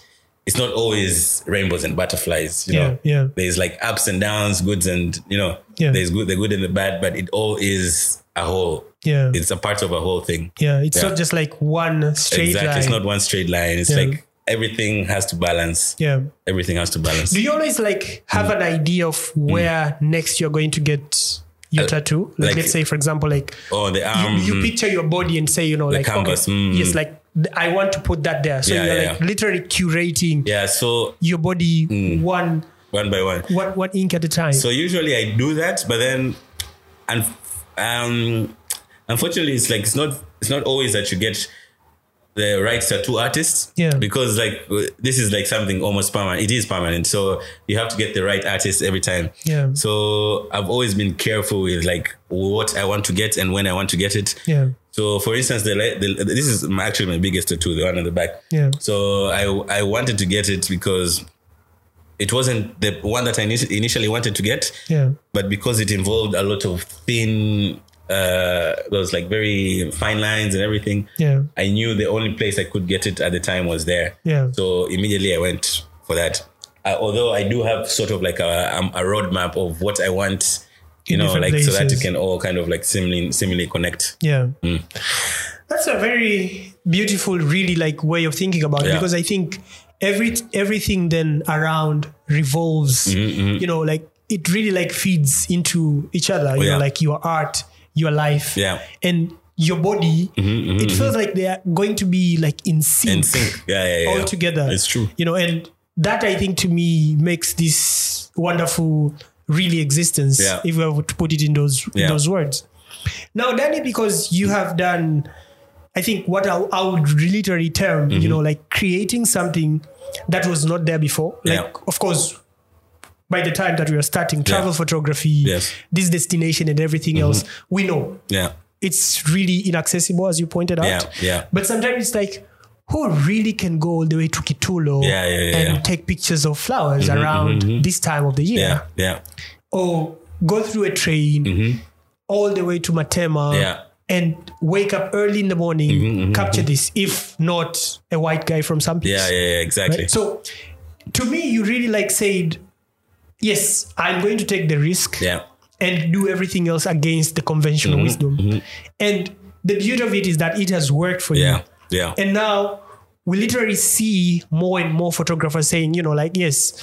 [SPEAKER 2] it's not always rainbows and butterflies. You know,
[SPEAKER 1] Yeah, yeah.
[SPEAKER 2] There's like ups and downs, goods and you know,
[SPEAKER 1] Yeah.
[SPEAKER 2] there's good, the good and the bad, but it all is a whole.
[SPEAKER 1] Yeah.
[SPEAKER 2] It's a part of a whole thing.
[SPEAKER 1] yeah. It's
[SPEAKER 2] yeah.
[SPEAKER 1] not just like one straight
[SPEAKER 2] exactly.
[SPEAKER 1] line.
[SPEAKER 2] It's not one straight line. It's
[SPEAKER 1] Yeah.
[SPEAKER 2] like everything has to balance.
[SPEAKER 1] yeah.
[SPEAKER 2] Everything has to balance.
[SPEAKER 1] Do you always like have an idea of where next you're going to get your tattoo? Like,
[SPEAKER 2] Uh, like-
[SPEAKER 1] let's say, for example, like
[SPEAKER 2] oh, the
[SPEAKER 1] you,
[SPEAKER 2] arm.
[SPEAKER 1] you
[SPEAKER 2] mhm.
[SPEAKER 1] picture your body and say, you know, like
[SPEAKER 2] canvas,
[SPEAKER 1] okay,
[SPEAKER 2] mm.
[SPEAKER 1] yes, like th- I want to put that there. So
[SPEAKER 2] Yeah,
[SPEAKER 1] you're
[SPEAKER 2] yeah,
[SPEAKER 1] like
[SPEAKER 2] yeah.
[SPEAKER 1] literally curating
[SPEAKER 2] yeah. So
[SPEAKER 1] your body one
[SPEAKER 2] one by one.
[SPEAKER 1] one one ink at a time.
[SPEAKER 2] So usually I do that, but then, and um, unfortunately, it's like it's not it's not always that you get the right tattoo artist.
[SPEAKER 1] Yeah.
[SPEAKER 2] Because like w- this is like something almost permanent. It is permanent, so you have to get the right artist every time.
[SPEAKER 1] Yeah.
[SPEAKER 2] So I've always been careful with like what I want to get and when I want to get it.
[SPEAKER 1] yeah.
[SPEAKER 2] So, for instance, the, le- the this is my- actually my biggest tattoo, the one on the back.
[SPEAKER 1] Yeah.
[SPEAKER 2] So I I wanted to get it because it wasn't the one that I init- initially wanted to get,
[SPEAKER 1] Yeah.
[SPEAKER 2] but because it involved a lot of thin, uh, those like very fine lines and everything.
[SPEAKER 1] Yeah.
[SPEAKER 2] I knew the only place I could get it at the time was there.
[SPEAKER 1] Yeah.
[SPEAKER 2] So immediately I went for that. Uh, although I do have sort of like a, um, a roadmap of what I want, you
[SPEAKER 1] In
[SPEAKER 2] know, like
[SPEAKER 1] different
[SPEAKER 2] so that you
[SPEAKER 1] places.
[SPEAKER 2] can all kind of like similarly, similarly connect.
[SPEAKER 1] Yeah.
[SPEAKER 2] Hmm.
[SPEAKER 1] That's a very beautiful, really like way of thinking about it
[SPEAKER 2] Yeah.
[SPEAKER 1] because I think every everything then around revolves,
[SPEAKER 2] Mm-hmm,
[SPEAKER 1] you know, like it really like feeds into each other, you
[SPEAKER 2] Oh, yeah.
[SPEAKER 1] know, like your art, your life,
[SPEAKER 2] Yeah. Mm-hmm,
[SPEAKER 1] and your body. it feels like they are going to be like in sync,
[SPEAKER 2] in sync. Yeah, yeah, yeah.
[SPEAKER 1] all
[SPEAKER 2] yeah.
[SPEAKER 1] together.
[SPEAKER 2] It's true.
[SPEAKER 1] You know, and that I think to me makes this wonderful, really existence,
[SPEAKER 2] Yeah.
[SPEAKER 1] if we were to put it in those in
[SPEAKER 2] Yeah.
[SPEAKER 1] those words. Now, Danny, because you have done, I think what I, I would literally term,
[SPEAKER 2] Mm-hmm.
[SPEAKER 1] you know, like creating something that was not there before. Like,
[SPEAKER 2] Yeah.
[SPEAKER 1] of course, by the time that we are starting travel photography,
[SPEAKER 2] Yes. Mm-hmm.
[SPEAKER 1] this destination and everything else, we know
[SPEAKER 2] Yeah.
[SPEAKER 1] it's really inaccessible, as you pointed out.
[SPEAKER 2] Yeah, yeah.
[SPEAKER 1] But sometimes it's like, who really can go all the way to Kitulo
[SPEAKER 2] Yeah, yeah, yeah,
[SPEAKER 1] and
[SPEAKER 2] yeah. Mm-hmm,
[SPEAKER 1] take pictures of flowers around this time of the year?
[SPEAKER 2] Yeah. Yeah.
[SPEAKER 1] Or go through a train all the way to Matema
[SPEAKER 2] Yeah. Mm-hmm,
[SPEAKER 1] and wake up early in the morning, capture this, if not a white guy from someplace.
[SPEAKER 2] Yeah. Yeah. yeah, Exactly.
[SPEAKER 1] Right? So to me, you really like said, yes, I'm going to take the risk
[SPEAKER 2] yeah.
[SPEAKER 1] and do everything else against the
[SPEAKER 2] Mm-hmm.
[SPEAKER 1] conventional wisdom. And the beauty of it is that it has worked for
[SPEAKER 2] Yeah.
[SPEAKER 1] you.
[SPEAKER 2] Yeah.
[SPEAKER 1] And now we literally see more and more photographers saying, you know, like, yes,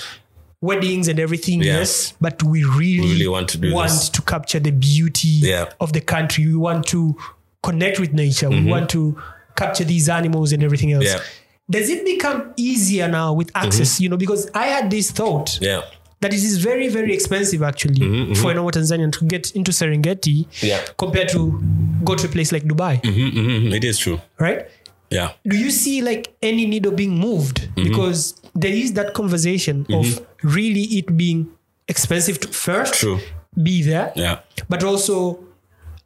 [SPEAKER 1] weddings and everything,
[SPEAKER 2] Yeah.
[SPEAKER 1] yes, but we really,
[SPEAKER 2] really want to do
[SPEAKER 1] want
[SPEAKER 2] this.
[SPEAKER 1] to capture the beauty
[SPEAKER 2] Yeah. Mm-hmm.
[SPEAKER 1] of the country. We want to connect with nature. We want to capture these animals and everything else.
[SPEAKER 2] Yeah. Mm-hmm.
[SPEAKER 1] Does it become easier now with access? You know, because I had this thought
[SPEAKER 2] yeah.
[SPEAKER 1] that it is very, very expensive actually for a normal Tanzanian to get into Serengeti
[SPEAKER 2] Mm-hmm, Yeah.
[SPEAKER 1] compared to go to a place like Dubai,
[SPEAKER 2] Mhm, mhm, It is true.
[SPEAKER 1] right?
[SPEAKER 2] Yeah.
[SPEAKER 1] Do you see like any needle being moved?
[SPEAKER 2] Mm-hmm.
[SPEAKER 1] Because there is that conversation of really it being expensive to first
[SPEAKER 2] True.
[SPEAKER 1] be there,
[SPEAKER 2] Yeah.
[SPEAKER 1] but also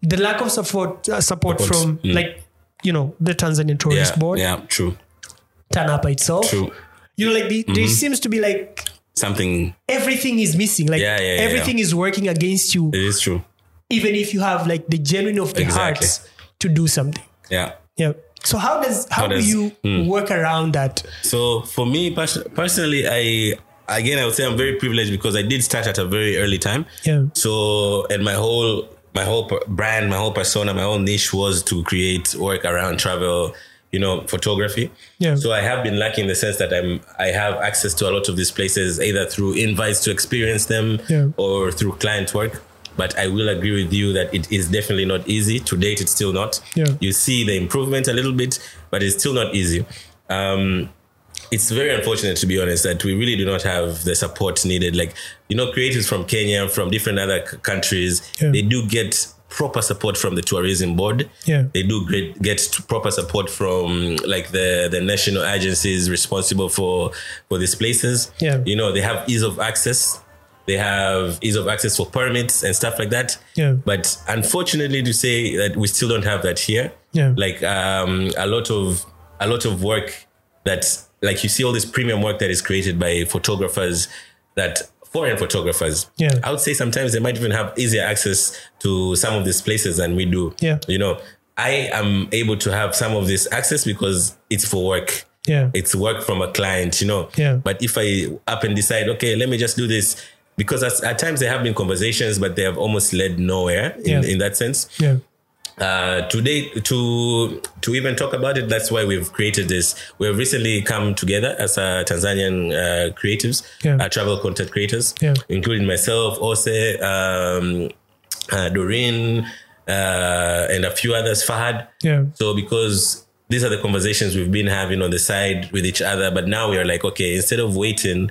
[SPEAKER 1] the lack of support uh, support
[SPEAKER 2] Supports.
[SPEAKER 1] from like you know the Tanzanian Tourist
[SPEAKER 2] Mm. Yeah.
[SPEAKER 1] Board,
[SPEAKER 2] Yeah. True.
[SPEAKER 1] TANAPA itself.
[SPEAKER 2] True. Mm-hmm.
[SPEAKER 1] You know, like the, there seems to be like
[SPEAKER 2] Something.
[SPEAKER 1] everything is missing. Like
[SPEAKER 2] Yeah, yeah, yeah,
[SPEAKER 1] everything is working against you.
[SPEAKER 2] It is true.
[SPEAKER 1] even if you have like the genuine of the
[SPEAKER 2] Exactly.
[SPEAKER 1] heart to do something.
[SPEAKER 2] Yeah.
[SPEAKER 1] Yeah. So how does how, do
[SPEAKER 2] does-
[SPEAKER 1] you
[SPEAKER 2] hmm.
[SPEAKER 1] work around that?
[SPEAKER 2] So for me pers- personally, I again I would say I'm very privileged because I did start at a very early time.
[SPEAKER 1] Yeah.
[SPEAKER 2] So and my whole my whole per- brand, my whole persona, my whole niche was to create work around travel, you know, photography.
[SPEAKER 1] Yeah.
[SPEAKER 2] So I have been lucky in the sense that I'm I have access to a lot of these places either through invites to experience them
[SPEAKER 1] Yeah.
[SPEAKER 2] or through client work. But I will agree with you that it is definitely not easy. To date, it's still not.
[SPEAKER 1] Yeah.
[SPEAKER 2] You see the improvement a little bit, but it's still not easy. Um, it's very unfortunate to be honest that we really do not have the support needed like you know creatives from kenya from different other c- countries
[SPEAKER 1] Yeah.
[SPEAKER 2] they do get proper support from the tourism board
[SPEAKER 1] Yeah.
[SPEAKER 2] they do great, get t- proper support from like the the national agencies responsible for for these places
[SPEAKER 1] Yeah.
[SPEAKER 2] you know they have ease of access they have ease of access for permits and stuff like that
[SPEAKER 1] Yeah.
[SPEAKER 2] but unfortunately to say that we still don't have that here
[SPEAKER 1] Yeah.
[SPEAKER 2] like um, a lot of a lot of work that like you see all this premium work that is created by photographers that foreign photographers
[SPEAKER 1] Yeah.
[SPEAKER 2] i would say sometimes they might even have easier access to some of these places than we do
[SPEAKER 1] Yeah.
[SPEAKER 2] you know i am able to have some of this access because it's for work
[SPEAKER 1] Yeah.
[SPEAKER 2] it's work from a client, you know.
[SPEAKER 1] Yeah.
[SPEAKER 2] But if I up and decide, okay, let me just do this, because at, at times there have been conversations, but they have almost led nowhere in,
[SPEAKER 1] Yeah.
[SPEAKER 2] in that sense.
[SPEAKER 1] yeah.
[SPEAKER 2] Uh, today, to to even talk about it, that's why we've created this. We've recently come together as a Tanzanian uh, creatives,
[SPEAKER 1] Yeah.
[SPEAKER 2] uh, travel content creators,
[SPEAKER 1] Yeah.
[SPEAKER 2] including myself, Ose, um, uh, Doreen, uh, and a few others, Fahad.
[SPEAKER 1] Yeah.
[SPEAKER 2] So because these are the conversations we've been having on the side with each other, but now we are like, okay, instead of waiting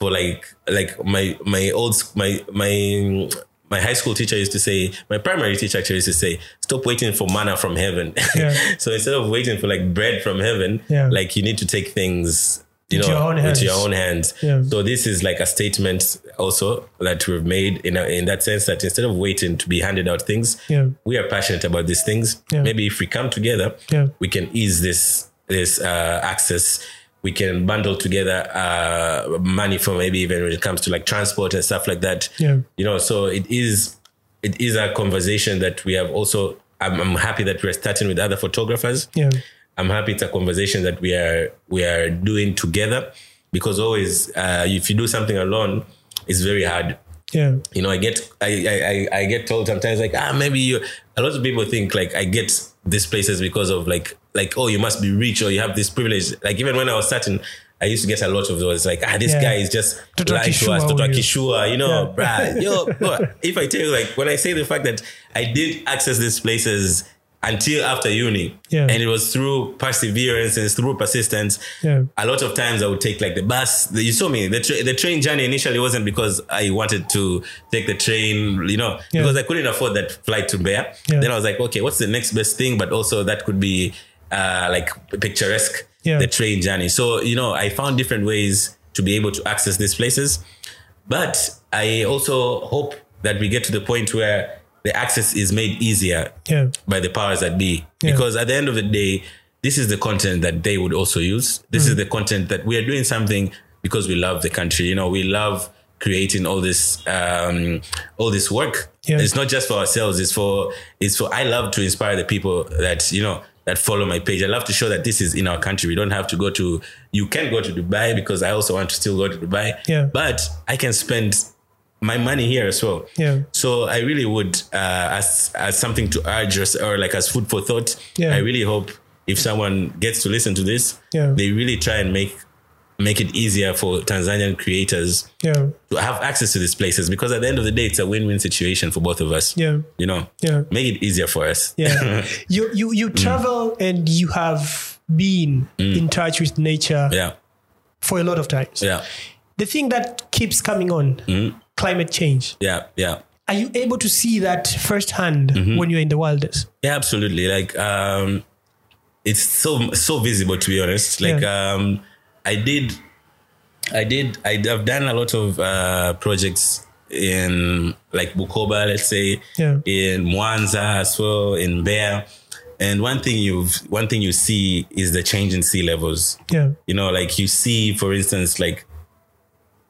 [SPEAKER 2] for like like my my old sc- my my my high school teacher used to say, my primary teacher actually used to say, stop waiting for manna from heaven.
[SPEAKER 1] Yeah.
[SPEAKER 2] so instead of waiting for like bread from heaven,
[SPEAKER 1] Yeah.
[SPEAKER 2] like you need to take things you
[SPEAKER 1] Into
[SPEAKER 2] know
[SPEAKER 1] your own
[SPEAKER 2] into your
[SPEAKER 1] hands.
[SPEAKER 2] own hands.
[SPEAKER 1] Yeah.
[SPEAKER 2] So this is like a statement also that we've made in a, in that sense that instead of waiting to be handed out things,
[SPEAKER 1] Yeah.
[SPEAKER 2] we are passionate about these things.
[SPEAKER 1] Yeah.
[SPEAKER 2] Maybe if we come together,
[SPEAKER 1] Yeah.
[SPEAKER 2] we can ease this this uh, access. We can bundle together uh, money for maybe even when it comes to like transport and stuff like that.
[SPEAKER 1] Yeah.
[SPEAKER 2] You know, so it is it is a conversation that we have also. I'm, I'm happy that we're starting with other photographers.
[SPEAKER 1] Yeah.
[SPEAKER 2] I'm happy it's a conversation that we are we are doing together because always uh, if you do something alone, it's very hard
[SPEAKER 1] Yeah.
[SPEAKER 2] you know, I get I I, I I get told sometimes like ah maybe you a lot of people think like I get these places because of like like oh you must be rich or you have this privilege. Like even when I was starting, I used to get a lot of those like ah this
[SPEAKER 1] Yeah.
[SPEAKER 2] guy is just
[SPEAKER 1] Toto
[SPEAKER 2] lying to us,
[SPEAKER 1] Kishua
[SPEAKER 2] Toto
[SPEAKER 1] only.
[SPEAKER 2] Kishua, you know, bruh, yo, bro, if I tell you like when I say the fact that I did access these places until after uni,
[SPEAKER 1] Yeah.
[SPEAKER 2] and it was through perseverance and it's through persistence.
[SPEAKER 1] Yeah.
[SPEAKER 2] A lot of times I would take like the bus. You saw me. The, tra- the train journey initially wasn't because I wanted to take the train, you know,
[SPEAKER 1] Yeah.
[SPEAKER 2] because I couldn't afford that flight to bear.
[SPEAKER 1] Yeah.
[SPEAKER 2] Then I was like, okay, what's the next best thing? But also that could be uh, like picturesque,
[SPEAKER 1] Yeah.
[SPEAKER 2] the train journey. So, you know, I found different ways to be able to access these places. But I also hope that we get to the point where the access is made easier
[SPEAKER 1] Yeah.
[SPEAKER 2] by the powers that be.
[SPEAKER 1] Yeah.
[SPEAKER 2] Because at the end of the day, this is the content that they would also use. This
[SPEAKER 1] Mm.
[SPEAKER 2] is the content that we are doing something because we love the country. You know, we love creating all this um, all this work.
[SPEAKER 1] Yeah.
[SPEAKER 2] It's not just for ourselves. It's for it's for I love to inspire the people that you know that follow my page. I love to show that this is in our country. We don't have to go to. You can go to Dubai because I also want to still go to Dubai.
[SPEAKER 1] Yeah.
[SPEAKER 2] But I can spend my money here as well.
[SPEAKER 1] Yeah.
[SPEAKER 2] So I really would, uh, as as something to urge us, or like as food for thought.
[SPEAKER 1] Yeah.
[SPEAKER 2] I really hope if someone gets to listen to this,
[SPEAKER 1] Yeah.
[SPEAKER 2] they really try and make make it easier for Tanzanian creators
[SPEAKER 1] Yeah.
[SPEAKER 2] to have access to these places because at the end of the day, it's a win win situation for both of us.
[SPEAKER 1] Yeah.
[SPEAKER 2] You know,
[SPEAKER 1] Yeah.
[SPEAKER 2] make it easier for us.
[SPEAKER 1] Yeah. you you you
[SPEAKER 2] Hmm.
[SPEAKER 1] travel and you have been in touch with nature
[SPEAKER 2] Yeah.
[SPEAKER 1] for a lot of times.
[SPEAKER 2] Yeah. Hmm.
[SPEAKER 1] The thing that keeps coming on, climate change.
[SPEAKER 2] Yeah. Yeah.
[SPEAKER 1] Are you able to see that firsthand
[SPEAKER 2] Mm-hmm.
[SPEAKER 1] when you're in the wilderness?
[SPEAKER 2] Yeah, absolutely. Like, um, it's so so visible to be honest. Like, um, I did, I did, I, have done a lot of uh, projects in like Bukoba, let's say,
[SPEAKER 1] Yeah.
[SPEAKER 2] in Mwanza as well, in Bear. And one thing you've one thing you see is the change in sea levels.
[SPEAKER 1] Yeah.
[SPEAKER 2] You know, like you see, for instance, like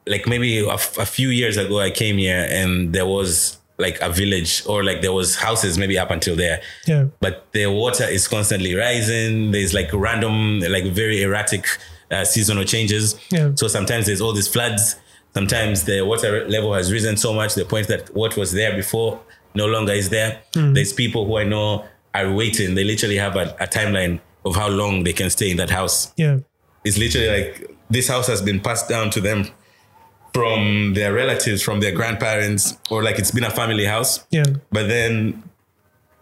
[SPEAKER 2] like maybe a, f- a few years ago i came here and there was like a village or like there was houses maybe up until there
[SPEAKER 1] Yeah.
[SPEAKER 2] but the water is constantly rising there's like random like very erratic uh, seasonal changes
[SPEAKER 1] Yeah.
[SPEAKER 2] so sometimes there's all these floods sometimes the water level has risen so much to the point that what was there before no longer is there
[SPEAKER 1] Hmm.
[SPEAKER 2] there's people who i know are waiting they literally have a, a timeline of how long they can stay in that house
[SPEAKER 1] Yeah.
[SPEAKER 2] it's literally like this house has been passed down to them from their relatives, from their grandparents, or like it's been a family house.
[SPEAKER 1] Yeah.
[SPEAKER 2] But then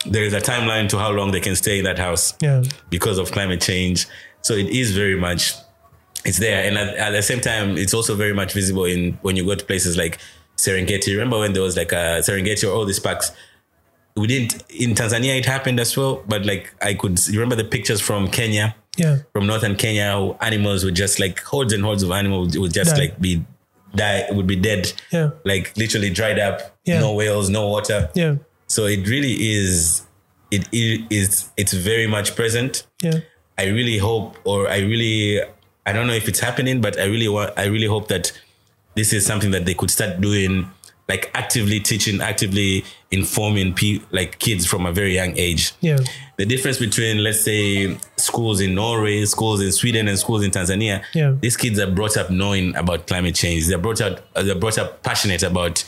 [SPEAKER 2] there is a timeline to how long they can stay in that house
[SPEAKER 1] Yeah.
[SPEAKER 2] because of climate change. So it is very much it's there, and at, at the same time, it's also very much visible in when you go to places like Serengeti. Remember when there was like a Serengeti or all these parks? We didn't in Tanzania. It happened as well, but like I could you remember the pictures from Kenya
[SPEAKER 1] Yeah.
[SPEAKER 2] from northern Kenya, how animals would just like hordes and hordes of animals would just
[SPEAKER 1] Die.
[SPEAKER 2] like be die would be dead.
[SPEAKER 1] Yeah.
[SPEAKER 2] Like literally dried up.
[SPEAKER 1] Yeah.
[SPEAKER 2] No whales, no water.
[SPEAKER 1] Yeah.
[SPEAKER 2] So it really is it, it is it's very much present.
[SPEAKER 1] Yeah.
[SPEAKER 2] I really hope or I really I don't know if it's happening, but I really want I really hope that this is something that they could start doing like actively teaching, actively informing pe- like kids from a very young age
[SPEAKER 1] Yeah.
[SPEAKER 2] the difference between let's say schools in Norway, schools in Sweden, and schools in Tanzania,
[SPEAKER 1] Yeah.
[SPEAKER 2] these kids are brought up knowing about climate change. They're brought up uh, they're brought up passionate about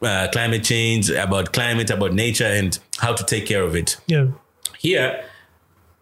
[SPEAKER 2] uh, climate change, about climate, about nature, and how to take care of it.
[SPEAKER 1] Yeah.
[SPEAKER 2] Here,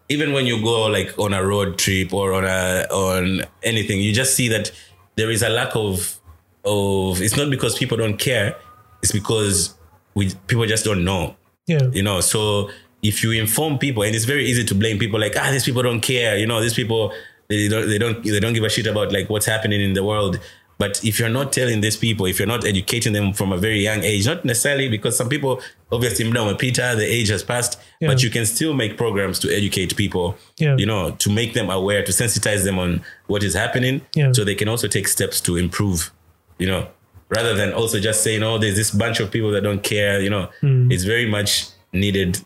[SPEAKER 2] even when you go like on a road trip or on a on anything, you just see that there is a lack of of. It's not because people don't care; it's because we people just don't know
[SPEAKER 1] Yeah.
[SPEAKER 2] you know so if you inform people and it's very easy to blame people like ah these people don't care you know these people they don't they don't they don't give a shit about like what's happening in the world but if you're not telling these people if you're not educating them from a very young age not necessarily because some people obviously now peter the age has passed
[SPEAKER 1] Yeah.
[SPEAKER 2] but you can still make programs to educate people
[SPEAKER 1] Yeah.
[SPEAKER 2] you know to make them aware to sensitize them on what is happening
[SPEAKER 1] Yeah.
[SPEAKER 2] so they can also take steps to improve you know rather than also just saying oh there's this bunch of people that don't care you know it's very much needed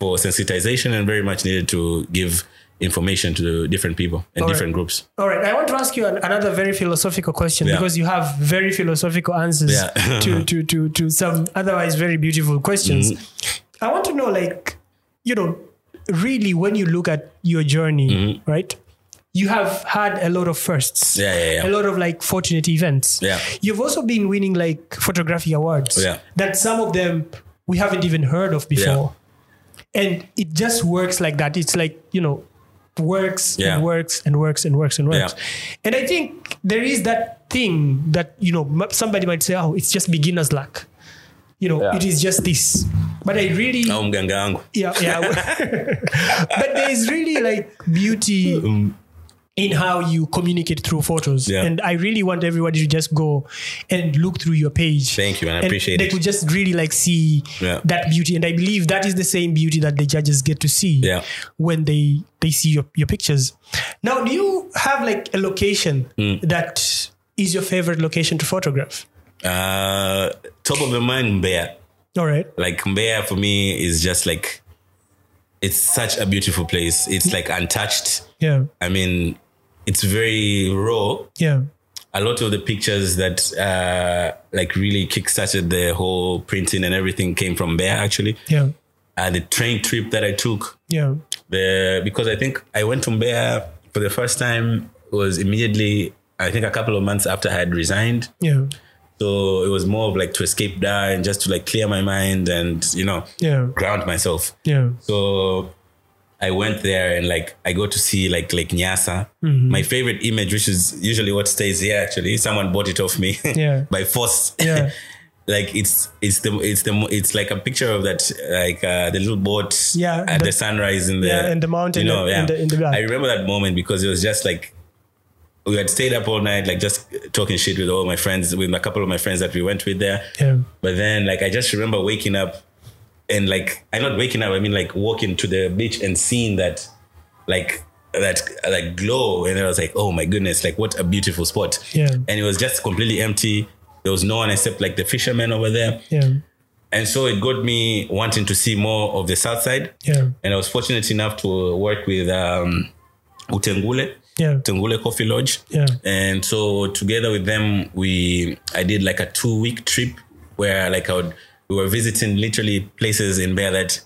[SPEAKER 2] for sensitization and very much needed to give information to the different people and
[SPEAKER 1] All right.
[SPEAKER 2] different groups
[SPEAKER 1] All right. I want to ask you an, another very philosophical question
[SPEAKER 2] Yeah.
[SPEAKER 1] because you have very philosophical answers
[SPEAKER 2] Yeah.
[SPEAKER 1] to, to, to, to some otherwise very beautiful questions.
[SPEAKER 2] Mm-hmm.
[SPEAKER 1] I want to know, like, you know, really when you look at your journey, right? You have had a lot of firsts.
[SPEAKER 2] Mm-hmm. Yeah, yeah, yeah.
[SPEAKER 1] A lot of like fortunate events.
[SPEAKER 2] Yeah.
[SPEAKER 1] You've also been winning like photography awards.
[SPEAKER 2] Yeah.
[SPEAKER 1] That some of them we haven't even heard of before. And it just works like that. It's like, you know, works
[SPEAKER 2] Yeah.
[SPEAKER 1] and works and works and works and works. And I think there is that thing that, you know, m- somebody might say, oh, it's just beginner's luck. You know,
[SPEAKER 2] Yeah.
[SPEAKER 1] it is just this. But I really,
[SPEAKER 2] au mganga wangu
[SPEAKER 1] yeah, yeah. but there is really like beauty in how you communicate through photos.
[SPEAKER 2] Yeah.
[SPEAKER 1] And I really want everybody to just go and look through your page.
[SPEAKER 2] Thank you, and I appreciate
[SPEAKER 1] they
[SPEAKER 2] it.
[SPEAKER 1] could just really like see
[SPEAKER 2] Yeah.
[SPEAKER 1] that beauty. And I believe that is the same beauty that the judges get to see
[SPEAKER 2] Yeah.
[SPEAKER 1] when they they see your, your pictures. Now,
[SPEAKER 2] Mm.
[SPEAKER 1] do you have like a location that is your favorite location to photograph?
[SPEAKER 2] Uh, top of the mind, Mbeya.
[SPEAKER 1] All right.
[SPEAKER 2] Like Mbeya for me is just like it's such a beautiful place. It's like untouched.
[SPEAKER 1] Yeah.
[SPEAKER 2] I mean, it's very raw.
[SPEAKER 1] Yeah.
[SPEAKER 2] A lot of the pictures that uh, like really kickstarted the whole printing and everything came from Mbeya actually.
[SPEAKER 1] Yeah.
[SPEAKER 2] Uh, the train trip that I took
[SPEAKER 1] Yeah.
[SPEAKER 2] the because I think I went to Mbeya for the first time was immediately I think a couple of months after I had resigned.
[SPEAKER 1] Yeah.
[SPEAKER 2] So it was more of like to escape there and just to like clear my mind and you know
[SPEAKER 1] Yeah.
[SPEAKER 2] ground myself.
[SPEAKER 1] Yeah.
[SPEAKER 2] So I went there and like I got to see like Lake Nyasa.
[SPEAKER 1] Mm-hmm.
[SPEAKER 2] My favorite image, which is usually what stays here actually. Someone bought it off me
[SPEAKER 1] Yeah.
[SPEAKER 2] by force.
[SPEAKER 1] Yeah.
[SPEAKER 2] like it's it's the it's the mo- it's like a picture of that like uh, the little boat
[SPEAKER 1] Yeah,
[SPEAKER 2] at the,
[SPEAKER 1] the-
[SPEAKER 2] sunrise in the
[SPEAKER 1] Yeah, and the mountain
[SPEAKER 2] you know,
[SPEAKER 1] in-
[SPEAKER 2] yeah.
[SPEAKER 1] in the- in the back.
[SPEAKER 2] I remember that moment because it was just like we had stayed up all night like just talking shit with all my friends with a couple of my friends that we went with there
[SPEAKER 1] Yeah.
[SPEAKER 2] but then like I just remember waking up and like I'm not waking up, I mean like walking to the beach and seeing that like that like glow and I was like, oh my goodness, like what a beautiful spot.
[SPEAKER 1] Yeah.
[SPEAKER 2] And it was just completely empty. There was no one except like the fishermen over there.
[SPEAKER 1] Yeah.
[SPEAKER 2] And so it got me wanting to see more of the south side.
[SPEAKER 1] Yeah.
[SPEAKER 2] And I was fortunate enough to work with um Utengule.
[SPEAKER 1] Yeah.
[SPEAKER 2] Tengule Coffee Lodge.
[SPEAKER 1] Yeah.
[SPEAKER 2] And so together with them, we I did like a two week trip where like I would we were visiting literally places in Bear that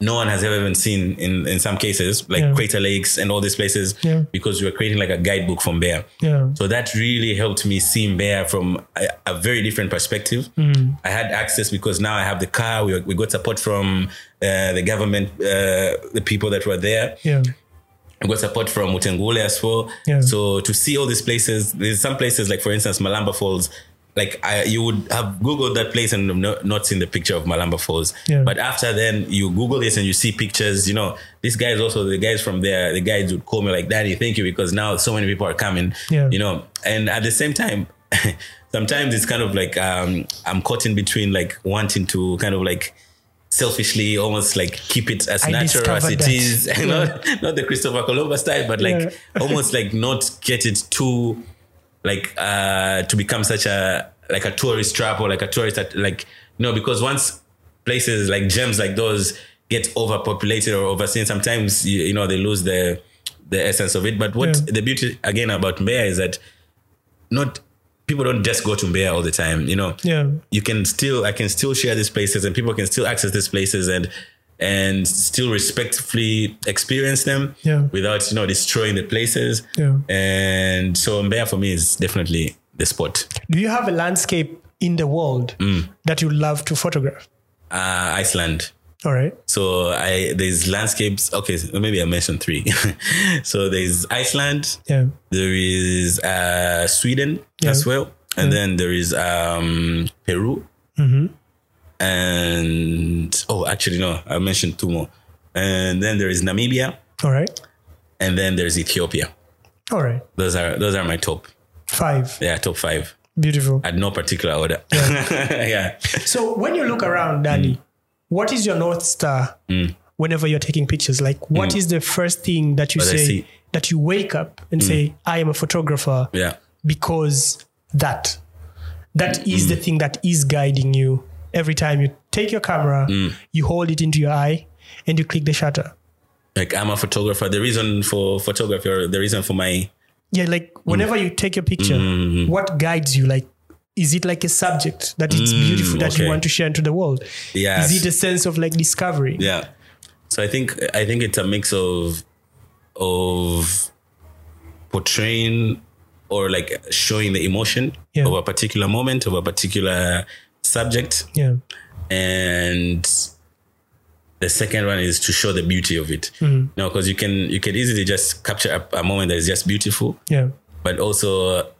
[SPEAKER 2] no one has ever even seen in in some cases like
[SPEAKER 1] Yeah.
[SPEAKER 2] Crater Lakes and all these places
[SPEAKER 1] Yeah.
[SPEAKER 2] because we were creating like a guidebook from Bear.
[SPEAKER 1] Yeah.
[SPEAKER 2] So that really helped me see Mbeya from a, a very different perspective.
[SPEAKER 1] Mm.
[SPEAKER 2] I had access because now I have the car. We, we got support from uh, the government, uh, the people that were there.
[SPEAKER 1] Yeah.
[SPEAKER 2] We got support from Mutengule as well.
[SPEAKER 1] Yeah.
[SPEAKER 2] So to see all these places, there's some places like for instance Malamba Falls. Like I, you would have googled that place and no, not seen the picture of Malamba Falls.
[SPEAKER 1] Yeah.
[SPEAKER 2] But after then, you Google this and you see pictures. You know, these guys also the guys from there. The guys would call me like, "Daddy, thank you," because now so many people are coming.
[SPEAKER 1] Yeah.
[SPEAKER 2] You know, and at the same time, sometimes it's kind of like um, I'm caught in between, like wanting to kind of like selfishly almost like keep it as
[SPEAKER 1] I
[SPEAKER 2] natural as
[SPEAKER 1] discovered
[SPEAKER 2] it
[SPEAKER 1] that.
[SPEAKER 2] is not not the Christopher Columbus type, but like
[SPEAKER 1] Yeah.
[SPEAKER 2] almost like not get it too like uh to become such a like a tourist trap or like a tourist that like you know because once places like gems like those get overpopulated or overseen, sometimes you, you know they lose the the essence of it. But what
[SPEAKER 1] Yeah.
[SPEAKER 2] the beauty again about Mbeya is that not people don't just go to Mbeya all the time, you know
[SPEAKER 1] Yeah.
[SPEAKER 2] you can still I can still share these places and people can still access these places and and still respectfully experience them
[SPEAKER 1] Yeah.
[SPEAKER 2] without you know destroying the places.
[SPEAKER 1] Yeah.
[SPEAKER 2] And so Mbeya for me is definitely the spot.
[SPEAKER 1] Do you have a landscape in the world
[SPEAKER 2] Mm.
[SPEAKER 1] that you love to photograph?
[SPEAKER 2] Uh, Iceland.
[SPEAKER 1] All right.
[SPEAKER 2] So I there's landscapes. Okay, so maybe I mentioned three. so there's Iceland.
[SPEAKER 1] Yeah.
[SPEAKER 2] There is uh, Sweden as well, and then there is um, Peru, and oh, actually no, I mentioned two more, and then there is Namibia,
[SPEAKER 1] All right.
[SPEAKER 2] and then there's Ethiopia.
[SPEAKER 1] All right.
[SPEAKER 2] Those are those are my top,
[SPEAKER 1] Five.
[SPEAKER 2] yeah, top five
[SPEAKER 1] Beautiful.
[SPEAKER 2] at no particular order. Yeah,
[SPEAKER 1] So when you look around,
[SPEAKER 2] Mm.
[SPEAKER 1] Danny, what is your north star whenever you're taking pictures? Like, what is the first thing that you
[SPEAKER 2] Mm. What I
[SPEAKER 1] say
[SPEAKER 2] see. Mm.
[SPEAKER 1] that you wake up and say, "I am a photographer
[SPEAKER 2] yeah.
[SPEAKER 1] because that that is
[SPEAKER 2] Mm.
[SPEAKER 1] the thing that is guiding you every time you take your camera,
[SPEAKER 2] Mm.
[SPEAKER 1] you hold it into your eye, and you click the shutter."
[SPEAKER 2] Like I'm a photographer. The reason for photography, or the reason for my
[SPEAKER 1] Yeah, like whenever you take your picture,
[SPEAKER 2] Mm-hmm.
[SPEAKER 1] what guides you? Like, is it like a subject that it's beautiful that
[SPEAKER 2] Mm, okay.
[SPEAKER 1] you want to share into the world?
[SPEAKER 2] Yes.
[SPEAKER 1] Is it a sense of like discovery?
[SPEAKER 2] Yeah. So I think I think it's a mix of of portraying or like showing the emotion
[SPEAKER 1] Yeah.
[SPEAKER 2] of a particular moment of a particular subject
[SPEAKER 1] Yeah.
[SPEAKER 2] and the second one is to show the beauty of it. No, because you can you can easily just capture a, a moment that is just beautiful,
[SPEAKER 1] Yeah.
[SPEAKER 2] but also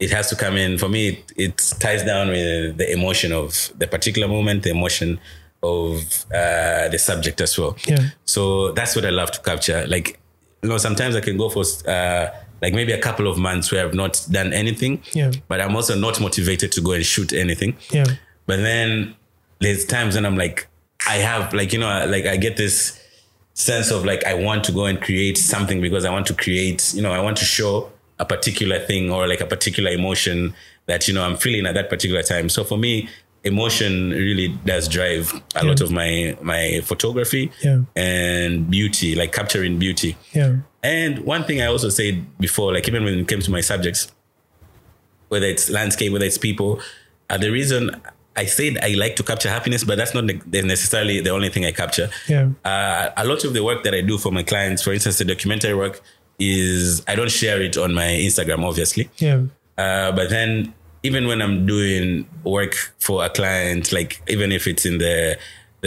[SPEAKER 2] it has to come in for me it, it ties down with the emotion of the particular moment the emotion of uh, the subject as well
[SPEAKER 1] Yeah.
[SPEAKER 2] so that's what i love to capture like you know sometimes i can go for uh, like maybe a couple of months where i've not done anything
[SPEAKER 1] Yeah.
[SPEAKER 2] but i'm also not motivated to go and shoot anything
[SPEAKER 1] Yeah.
[SPEAKER 2] but then there's times when I'm like, I have like, you know, I- like I get this sense of like, I want to go and create something because I want to create, you know, I want to show a particular thing or like a particular emotion that you know I'm feeling at that particular time. So for me, emotion really does drive a lot of my my photography
[SPEAKER 1] Yeah.
[SPEAKER 2] and beauty, like capturing beauty.
[SPEAKER 1] Yeah.
[SPEAKER 2] And one thing I also said before, like even when it came to my subjects, whether it's landscape, whether it's people, uh, the reason I said I like to capture happiness, but that's not ne- necessarily the only thing I capture.
[SPEAKER 1] Yeah.
[SPEAKER 2] Uh, a lot of the work that I do for my clients, for instance, the documentary work, is I don't share it on my Instagram, obviously.
[SPEAKER 1] Yeah.
[SPEAKER 2] Uh, but then even when I'm doing work for a client, like even if it's in the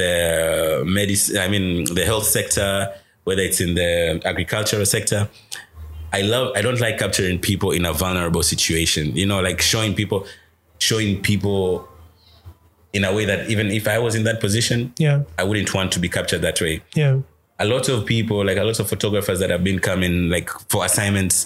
[SPEAKER 2] the medicine, I mean the health sector, whether it's in the agricultural sector, I love I don't like capturing people in a vulnerable situation. You know, like showing people showing people in a way that even if I was in that position,
[SPEAKER 1] Yeah.
[SPEAKER 2] I wouldn't want to be captured that way
[SPEAKER 1] Yeah.
[SPEAKER 2] a lot of people, like a lot of photographers that have been coming like for assignments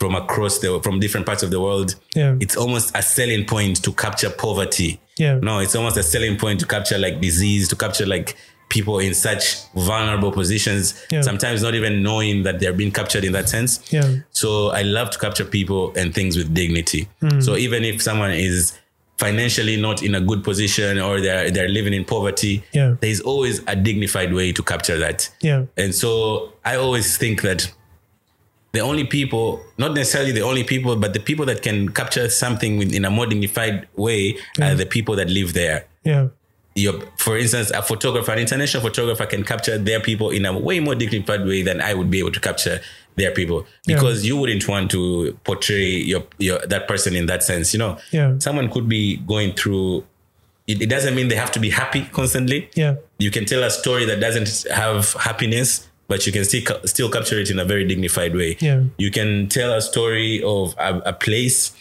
[SPEAKER 2] from across the from different parts of the world.
[SPEAKER 1] Yeah.
[SPEAKER 2] It's almost a selling point to capture poverty.
[SPEAKER 1] Yeah.
[SPEAKER 2] No, it's almost a selling point to capture like disease, to capture like people in such vulnerable positions,
[SPEAKER 1] Yeah.
[SPEAKER 2] sometimes not even knowing that they're being captured in that sense.
[SPEAKER 1] Yeah.
[SPEAKER 2] So I love to capture people and things with dignity.
[SPEAKER 1] Hmm.
[SPEAKER 2] So even if someone is financially not in a good position or they're they're living in poverty,
[SPEAKER 1] Yeah.
[SPEAKER 2] there's always a dignified way to capture that.
[SPEAKER 1] Yeah.
[SPEAKER 2] And so I always think that the only people, not necessarily the only people, but the people that can capture something with, in a more dignified way are the people that live there.
[SPEAKER 1] Yeah.
[SPEAKER 2] Your, for instance, a photographer, an international photographer can capture their people in a way more dignified way than I would be able to capture their people because you wouldn't want to portray your, your that person in that sense. You know,
[SPEAKER 1] Yeah.
[SPEAKER 2] someone could be going through. It, it doesn't mean they have to be happy constantly
[SPEAKER 1] Yeah.
[SPEAKER 2] you can tell a story that doesn't have happiness but you can still ca- still capture it in a very dignified way
[SPEAKER 1] Yeah.
[SPEAKER 2] you can tell a story of a, a place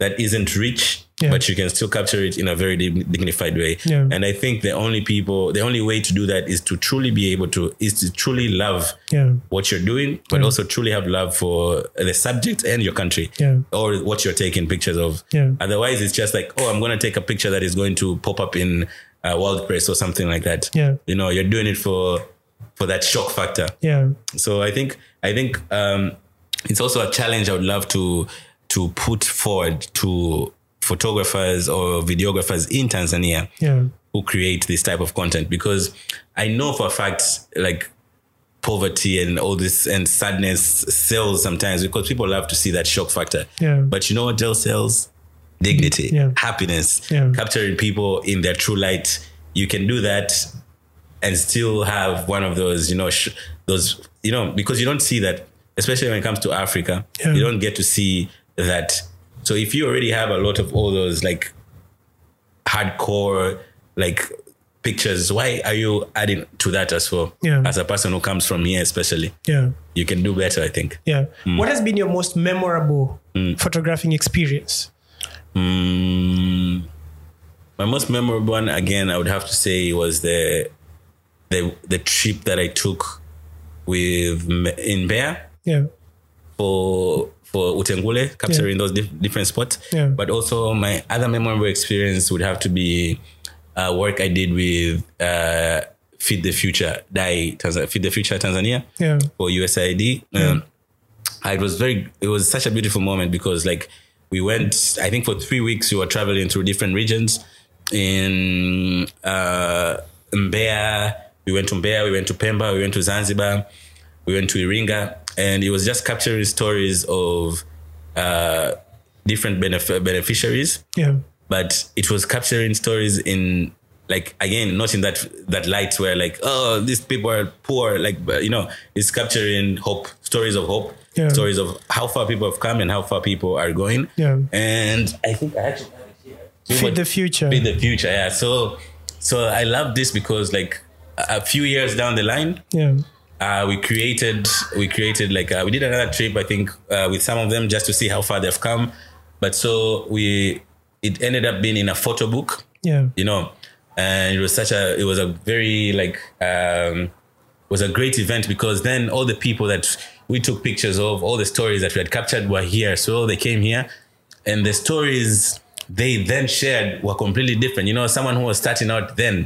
[SPEAKER 2] that isn't rich
[SPEAKER 1] Yeah.
[SPEAKER 2] but you can still capture it in a very dig- dignified way
[SPEAKER 1] Yeah.
[SPEAKER 2] and i think the only people the only way to do that is to truly be able to is to truly love
[SPEAKER 1] Yeah.
[SPEAKER 2] what you're doing but also truly have love for the subject and your country
[SPEAKER 1] Yeah.
[SPEAKER 2] or what you're taking pictures of
[SPEAKER 1] Yeah.
[SPEAKER 2] otherwise it's just like oh i'm going to take a picture that is going to pop up in uh, world press or something like that
[SPEAKER 1] Yeah.
[SPEAKER 2] you know you're doing it for for that shock factor
[SPEAKER 1] Yeah.
[SPEAKER 2] so i think i think um it's also a challenge i would love to to put forward to photographers or videographers in tanzania
[SPEAKER 1] Yeah.
[SPEAKER 2] who create this type of content because i know for a fact like poverty and all this and sadness sells sometimes because people love to see that shock factor
[SPEAKER 1] Yeah.
[SPEAKER 2] but you know what else sells dignity
[SPEAKER 1] Yeah.
[SPEAKER 2] happiness
[SPEAKER 1] Yeah.
[SPEAKER 2] capturing people in their true light you can do that and still have one of those, you know, sh- those, you know, because you don't see that, especially when it comes to Africa,
[SPEAKER 1] Yeah.
[SPEAKER 2] you don't get to see that. So if you already have a lot of all those like hardcore like pictures, why are you adding to that as well?
[SPEAKER 1] Yeah.
[SPEAKER 2] As a person who comes from here, especially,
[SPEAKER 1] Yeah.
[SPEAKER 2] you can do better, I think.
[SPEAKER 1] Yeah.
[SPEAKER 2] Mm.
[SPEAKER 1] What has been your most memorable photographing experience?
[SPEAKER 2] Mm, my most memorable one, again, I would have to say was the the the trip that I took with M- in Bear.
[SPEAKER 1] Yeah.
[SPEAKER 2] for for Utengule, capturing those dif- different spots.
[SPEAKER 1] Yeah.
[SPEAKER 2] But also, my other memorable experience would have to be uh, work I did with uh, Feed the Future, die Tanzania, Feed the Future Tanzania
[SPEAKER 1] Yeah.
[SPEAKER 2] for USAID. Um, it was very, it was such a beautiful moment because like we went, I think for three weeks we were traveling through different regions in uh, Mbeya. We went to Mbeya, we went to Pemba, we went to Zanzibar, we went to Iringa, and it was just capturing stories of uh, different benef- beneficiaries
[SPEAKER 1] Yeah.
[SPEAKER 2] but it was capturing stories in like again not in that that light where like oh these people are poor like but, you know it's capturing hope stories of hope
[SPEAKER 1] Yeah.
[SPEAKER 2] stories of how far people have come and how far people are going
[SPEAKER 1] Yeah.
[SPEAKER 2] and i think i actually have it here
[SPEAKER 1] Feed the future.
[SPEAKER 2] in the future yeah so so i love this because like a a few years down the line
[SPEAKER 1] Yeah.
[SPEAKER 2] uh, we created we created like uh, we did another trip I think uh, with some of them just to see how far they've come but so we it ended up being in a photo book
[SPEAKER 1] Yeah.
[SPEAKER 2] you know and it was such a it was a very like um was a great event because then all the people that we took pictures of all the stories that we had captured were here so they came here and the stories they then shared were completely different you know someone who was starting out then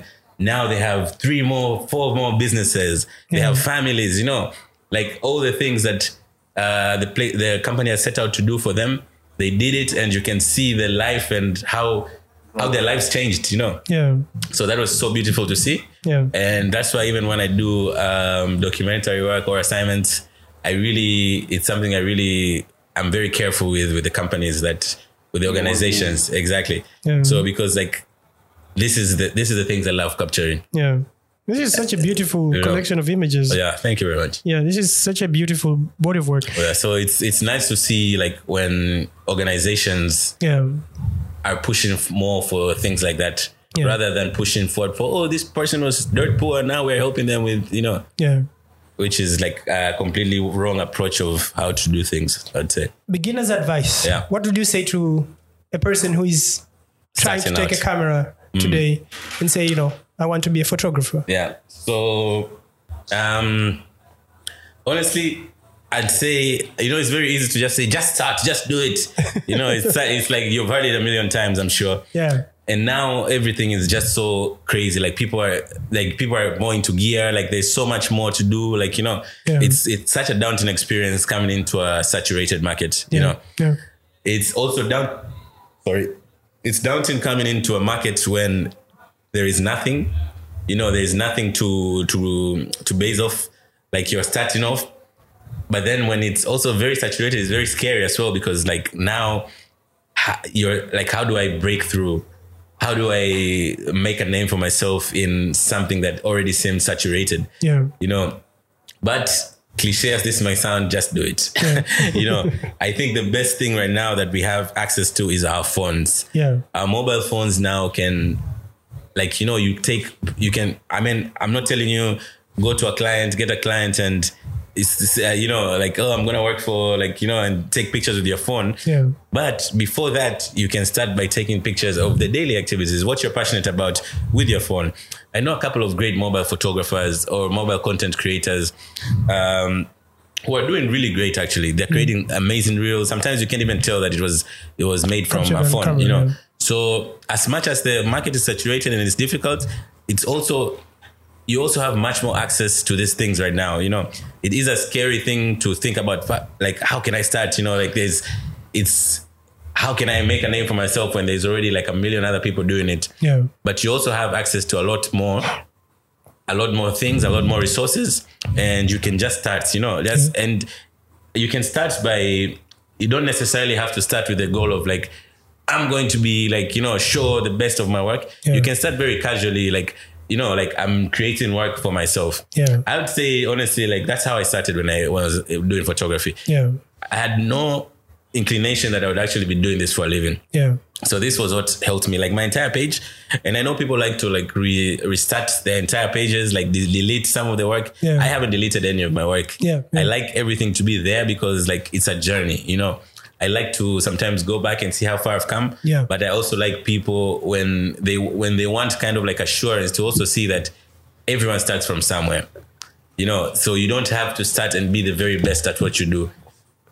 [SPEAKER 2] now they have three more four more businesses they have families you know like all the things that uh, the play, the company has set out to do for them. They did it, and you can see the life and how how their lives changed. You know,
[SPEAKER 1] yeah,
[SPEAKER 2] so that was so beautiful to see.
[SPEAKER 1] Yeah.
[SPEAKER 2] And that's why even when I do um, documentary work or assignments, I really it's something I really I'm very careful with with the companies that with the organizations exactly.
[SPEAKER 1] Yeah.
[SPEAKER 2] So because like this is the this is the things I love capturing.
[SPEAKER 1] yeah. This is such a beautiful
[SPEAKER 2] know.
[SPEAKER 1] collection of images. Yeah.
[SPEAKER 2] Oh, Yeah, thank you very much.
[SPEAKER 1] this is such a beautiful body of work.
[SPEAKER 2] Yeah, so it's it's nice to see like when organizations
[SPEAKER 1] Yeah,
[SPEAKER 2] are pushing f- more for things like that
[SPEAKER 1] Yeah.
[SPEAKER 2] rather than pushing forward for oh this person was dirt poor now we're helping them with you know
[SPEAKER 1] yeah.
[SPEAKER 2] which is like a completely wrong approach of how to do things. I'd say
[SPEAKER 1] Beginner's advice.
[SPEAKER 2] Yeah.
[SPEAKER 1] What would you say to a person who is trying to
[SPEAKER 2] Starting
[SPEAKER 1] take
[SPEAKER 2] out. Mm.
[SPEAKER 1] a camera today and say, you know, I want to be a photographer?
[SPEAKER 2] yeah. So, um, honestly, I'd say you know it's very easy to just say just start, just do it. You know, it's it's like you've heard it a million times, I'm sure.
[SPEAKER 1] Yeah,
[SPEAKER 2] and now everything is just so crazy like people are like people are more into gear like there's so much more to do like you know
[SPEAKER 1] Yeah.
[SPEAKER 2] it's it's such a daunting experience coming into a saturated market you know
[SPEAKER 1] yeah,
[SPEAKER 2] it's also down sorry it's daunting coming into a market when there is nothing you know there's nothing to to to base off like you're starting off but then when it's also very saturated it's very scary as well because like now ha- you're like how do i break through how do i make a name for myself in something that already seems saturated
[SPEAKER 1] yeah,
[SPEAKER 2] you know but cliche as this might sound just do it you know i think the best thing right now that we have access to is our phones
[SPEAKER 1] yeah,
[SPEAKER 2] our mobile phones now can like you know you take you can i mean i'm not telling you go to a client get a client and it's, it's, uh, you know like oh i'm gonna work for like you know and take pictures with your phone
[SPEAKER 1] yeah,
[SPEAKER 2] but before that, you can start by taking pictures of the daily activities, what you're passionate about with your phone. I know a couple of great mobile photographers or mobile content creators um, who are doing really great. Actually,
[SPEAKER 1] Hmm.
[SPEAKER 2] they're creating amazing reels. Sometimes you can't even tell that it was it was made from
[SPEAKER 1] Captured
[SPEAKER 2] a
[SPEAKER 1] on
[SPEAKER 2] phone.
[SPEAKER 1] camera,
[SPEAKER 2] you know.
[SPEAKER 1] yeah.
[SPEAKER 2] So as much as the market is saturated and it's difficult, it's also you also have much more access to these things right now. You know, it is a scary thing to think about. fa- Like, how can I start? You know, like there's, it's, how can I make a name for myself when there's already like a million other people doing it?
[SPEAKER 1] yeah,
[SPEAKER 2] But you also have access to a lot more, a lot more things, a lot more resources, and you can just start. You know, just
[SPEAKER 1] Mm-hmm.
[SPEAKER 2] and you can start by. You don't necessarily have to start with the goal of like, I'm going to be like you know show the best of my work.
[SPEAKER 1] Yeah.
[SPEAKER 2] You can start very casually, like you know, like I'm creating work for myself.
[SPEAKER 1] Yeah.
[SPEAKER 2] I would say honestly, like that's how I started when I was doing photography.
[SPEAKER 1] yeah,
[SPEAKER 2] I had no inclination that I would actually be doing this for a living.
[SPEAKER 1] yeah,
[SPEAKER 2] So this was what helped me, like my entire page. And I know people like to like re- restart their entire pages, like de- delete some of the work.
[SPEAKER 1] Yeah.
[SPEAKER 2] I haven't deleted any of my work.
[SPEAKER 1] Yeah, yeah.
[SPEAKER 2] I like everything to be there because like it's a journey, you know. I like to sometimes go back and see how far I've come.
[SPEAKER 1] Yeah.
[SPEAKER 2] But I also like people when they when they want kind of like assurance to also see that everyone starts from somewhere. You know, so you don't have to start and be the very best at what you do.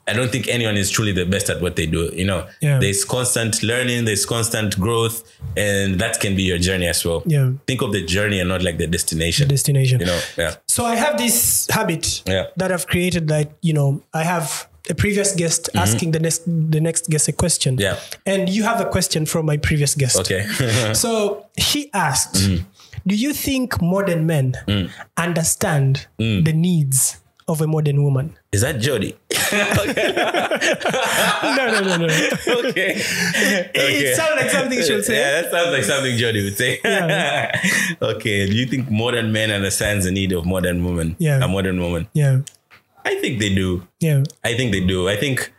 [SPEAKER 2] I don't think anyone is truly the best at what they do. You know,
[SPEAKER 1] Yeah.
[SPEAKER 2] there's constant learning, there's constant growth, and that can be your journey as well.
[SPEAKER 1] Yeah.
[SPEAKER 2] Think of the journey and not like the destination.
[SPEAKER 1] destination.
[SPEAKER 2] you know, yeah.
[SPEAKER 1] So I have this habit
[SPEAKER 2] Yeah.
[SPEAKER 1] that I've created that, you know, I have a previous guest asking the next the next guest a question.
[SPEAKER 2] Mm-hmm. Yeah.
[SPEAKER 1] And you have a question from my previous guest.
[SPEAKER 2] Okay. Mm.
[SPEAKER 1] So she asked, Do you think modern men understand
[SPEAKER 2] Mm.
[SPEAKER 1] the needs of a modern woman?
[SPEAKER 2] is that Jody?
[SPEAKER 1] No, no, no, no.
[SPEAKER 2] okay.
[SPEAKER 1] It sounds like something she'll say.
[SPEAKER 2] Yeah, that sounds like something Jody would say.
[SPEAKER 1] Yeah.
[SPEAKER 2] okay. Do you think modern men understands the need of modern women?
[SPEAKER 1] Yeah.
[SPEAKER 2] A modern woman.
[SPEAKER 1] Yeah.
[SPEAKER 2] I think they do.
[SPEAKER 1] Yeah.
[SPEAKER 2] I think they do. I think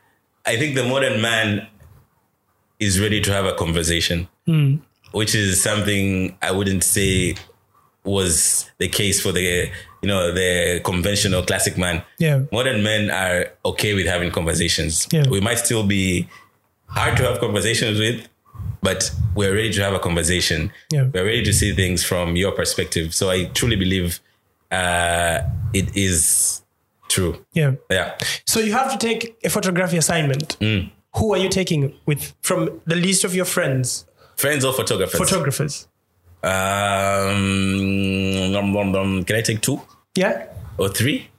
[SPEAKER 2] I think the modern man is ready to have a conversation,
[SPEAKER 1] Hmm.
[SPEAKER 2] which is something I wouldn't say was the case for the you know the conventional classic man.
[SPEAKER 1] Yeah.
[SPEAKER 2] Modern men are okay with having conversations.
[SPEAKER 1] Yeah.
[SPEAKER 2] We might still be hard to have conversations with, but we're ready to have a conversation.
[SPEAKER 1] Yeah.
[SPEAKER 2] We're ready to see things from your perspective. So I truly believe uh, it is true.
[SPEAKER 1] Yeah.
[SPEAKER 2] Yeah.
[SPEAKER 1] So you have to take a photography assignment.
[SPEAKER 2] Mm.
[SPEAKER 1] Who are you taking with from the list of your friends,
[SPEAKER 2] Friends or photographers?
[SPEAKER 1] photographers?
[SPEAKER 2] um, nom, nom, nom. Can I take two
[SPEAKER 1] Yeah.
[SPEAKER 2] or three?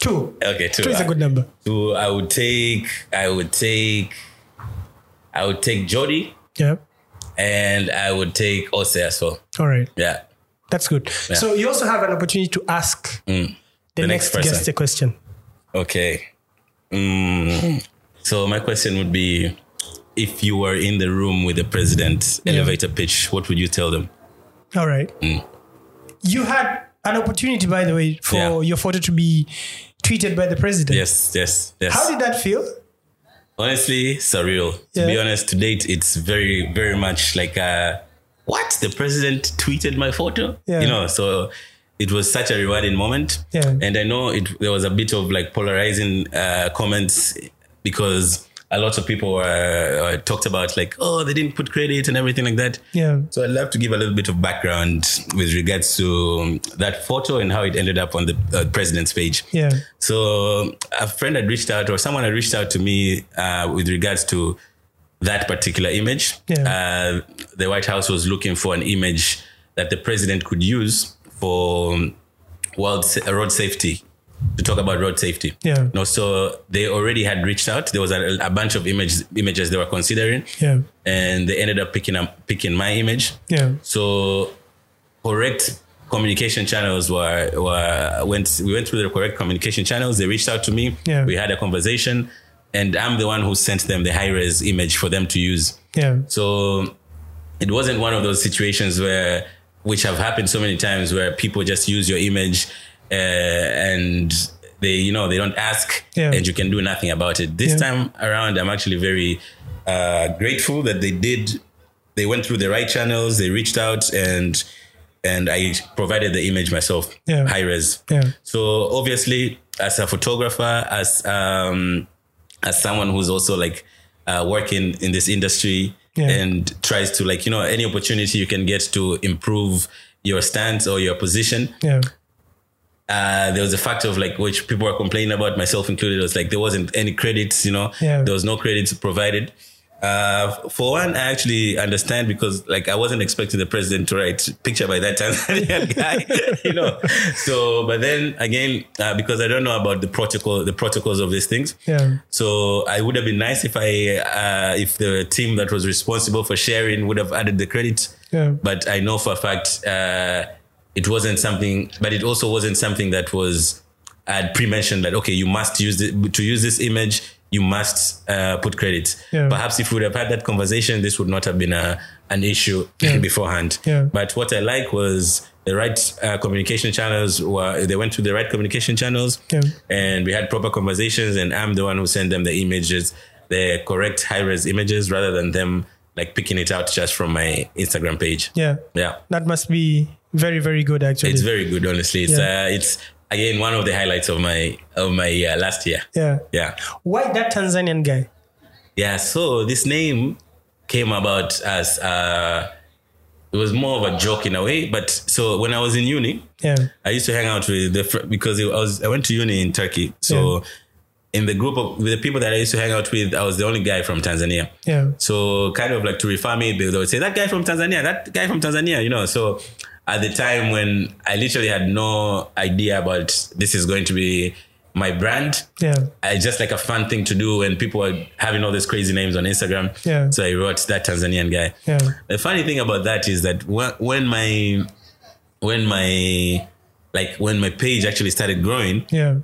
[SPEAKER 1] Two.
[SPEAKER 2] Okay, two.
[SPEAKER 1] Two is a
[SPEAKER 2] uh,
[SPEAKER 1] good number.
[SPEAKER 2] two. I would take. I would take. I would take Jody,
[SPEAKER 1] Yeah.
[SPEAKER 2] and I would take Ose as well.
[SPEAKER 1] All right.
[SPEAKER 2] Yeah.
[SPEAKER 1] That's good. So you also have an opportunity to ask the,
[SPEAKER 2] Mm. The next
[SPEAKER 1] next,
[SPEAKER 2] person.
[SPEAKER 1] guest a question.
[SPEAKER 2] Okay. Mm. So my question would be, if you were in the room with the president, elevator pitch, what would you tell them?
[SPEAKER 1] All right.
[SPEAKER 2] Mm.
[SPEAKER 1] You had an opportunity, by the way, for
[SPEAKER 2] Yeah.
[SPEAKER 1] your photo to be tweeted by the president.
[SPEAKER 2] Yes, yes, yes.
[SPEAKER 1] How did that feel?
[SPEAKER 2] Honestly, surreal. To be
[SPEAKER 1] Yeah.
[SPEAKER 2] honest, to date, it's very, very much like uh, what the president tweeted my photo.
[SPEAKER 1] Yeah.
[SPEAKER 2] You know, so it was such a rewarding moment.
[SPEAKER 1] Yeah.
[SPEAKER 2] And I know it there was a bit of like polarizing uh, comments because a lot of people were uh, talked about like, oh, they didn't put credit and everything like that.
[SPEAKER 1] Yeah.
[SPEAKER 2] So I'd love to give a little bit of background with regards to um, that photo and how it ended up on the uh, president's page.
[SPEAKER 1] Yeah.
[SPEAKER 2] So a friend had reached out, or someone had reached out to me uh, with regards to that particular image.
[SPEAKER 1] Yeah.
[SPEAKER 2] Uh, the White House was looking for an image that the president could use for um, world sa- uh, road safety to talk about road safety.
[SPEAKER 1] Yeah.
[SPEAKER 2] No, so they already had reached out. There was a, a bunch of images images they were considering,
[SPEAKER 1] Yeah.
[SPEAKER 2] and they ended up picking up picking my image.
[SPEAKER 1] Yeah.
[SPEAKER 2] So correct communication channels were, were went we went through the correct communication channels. They reached out to me.
[SPEAKER 1] Yeah.
[SPEAKER 2] We had a conversation and I'm the one who sent them the high res image for them to use.
[SPEAKER 1] Yeah.
[SPEAKER 2] So it wasn't one of those situations where, which have happened so many times, where people just use your image uh, and they, you know, they don't ask
[SPEAKER 1] Yeah.
[SPEAKER 2] and you can do nothing about it. This
[SPEAKER 1] Yeah.
[SPEAKER 2] time around, I'm actually very uh, grateful that they did. They went through the right channels. They reached out and and I provided the image myself,
[SPEAKER 1] Yeah.
[SPEAKER 2] high res.
[SPEAKER 1] Yeah.
[SPEAKER 2] So obviously, as a photographer, as um, as someone who's also like uh, working in this industry
[SPEAKER 1] Yeah.
[SPEAKER 2] and tries to like you know any opportunity you can get to improve your stance or your position.
[SPEAKER 1] Yeah.
[SPEAKER 2] Uh, there was a fact of like which people were complaining about, myself included. Was like there wasn't any credits, you know,
[SPEAKER 1] Yeah.
[SPEAKER 2] there was no credits provided. Uh, for one, I actually understand because like I wasn't expecting the president to write picture by that Tanzanian guy, you know. So, but then again, uh, because I don't know about the protocol, the protocols of these things.
[SPEAKER 1] Yeah.
[SPEAKER 2] So I would have been nice if I, uh, if the team that was responsible for sharing would have added the credit.
[SPEAKER 1] Yeah.
[SPEAKER 2] But I know for a fact uh, it wasn't something. But it also wasn't something that was I had pre-mentioned. Like, okay, you must use the, to use this image. You must uh, put credit.
[SPEAKER 1] Yeah.
[SPEAKER 2] Perhaps if we would have had that conversation, this would not have been a, an issue beforehand.
[SPEAKER 1] Yeah.
[SPEAKER 2] But what I like was the right uh, communication channels were they went to the right communication channels
[SPEAKER 1] Yeah.
[SPEAKER 2] and we had proper conversations and I'm the one who sent them the images, the correct high res images rather than them like picking it out just from my Instagram page.
[SPEAKER 1] Yeah.
[SPEAKER 2] Yeah.
[SPEAKER 1] That must be very, very good, actually.
[SPEAKER 2] It's very good honestly. It's
[SPEAKER 1] Yeah.
[SPEAKER 2] uh, it's again one of the highlights of my of my uh, last year.
[SPEAKER 1] yeah.
[SPEAKER 2] Yeah.
[SPEAKER 1] Why that Tanzanian guy?
[SPEAKER 2] Yeah, so this name came about as uh it was more of a joke in a way, but so when I was in uni,
[SPEAKER 1] Yeah.
[SPEAKER 2] I used to hang out with the fr- because I was I went to uni in Turkey. So in the group of with the people that I used to hang out with, I was the only guy from Tanzania.
[SPEAKER 1] Yeah.
[SPEAKER 2] So kind of like to refer me, they they would say that guy from Tanzania, that guy from Tanzania, you know. So at the time when I literally had no idea about this is going to be my brand,
[SPEAKER 1] Yeah.
[SPEAKER 2] I uh, just like a fun thing to do when people are having all these crazy names on Instagram.
[SPEAKER 1] Yeah.
[SPEAKER 2] So I wrote that Tanzanian guy.
[SPEAKER 1] Yeah.
[SPEAKER 2] The funny thing about that is that when, when my when my like when my page actually started growing,
[SPEAKER 1] Yeah.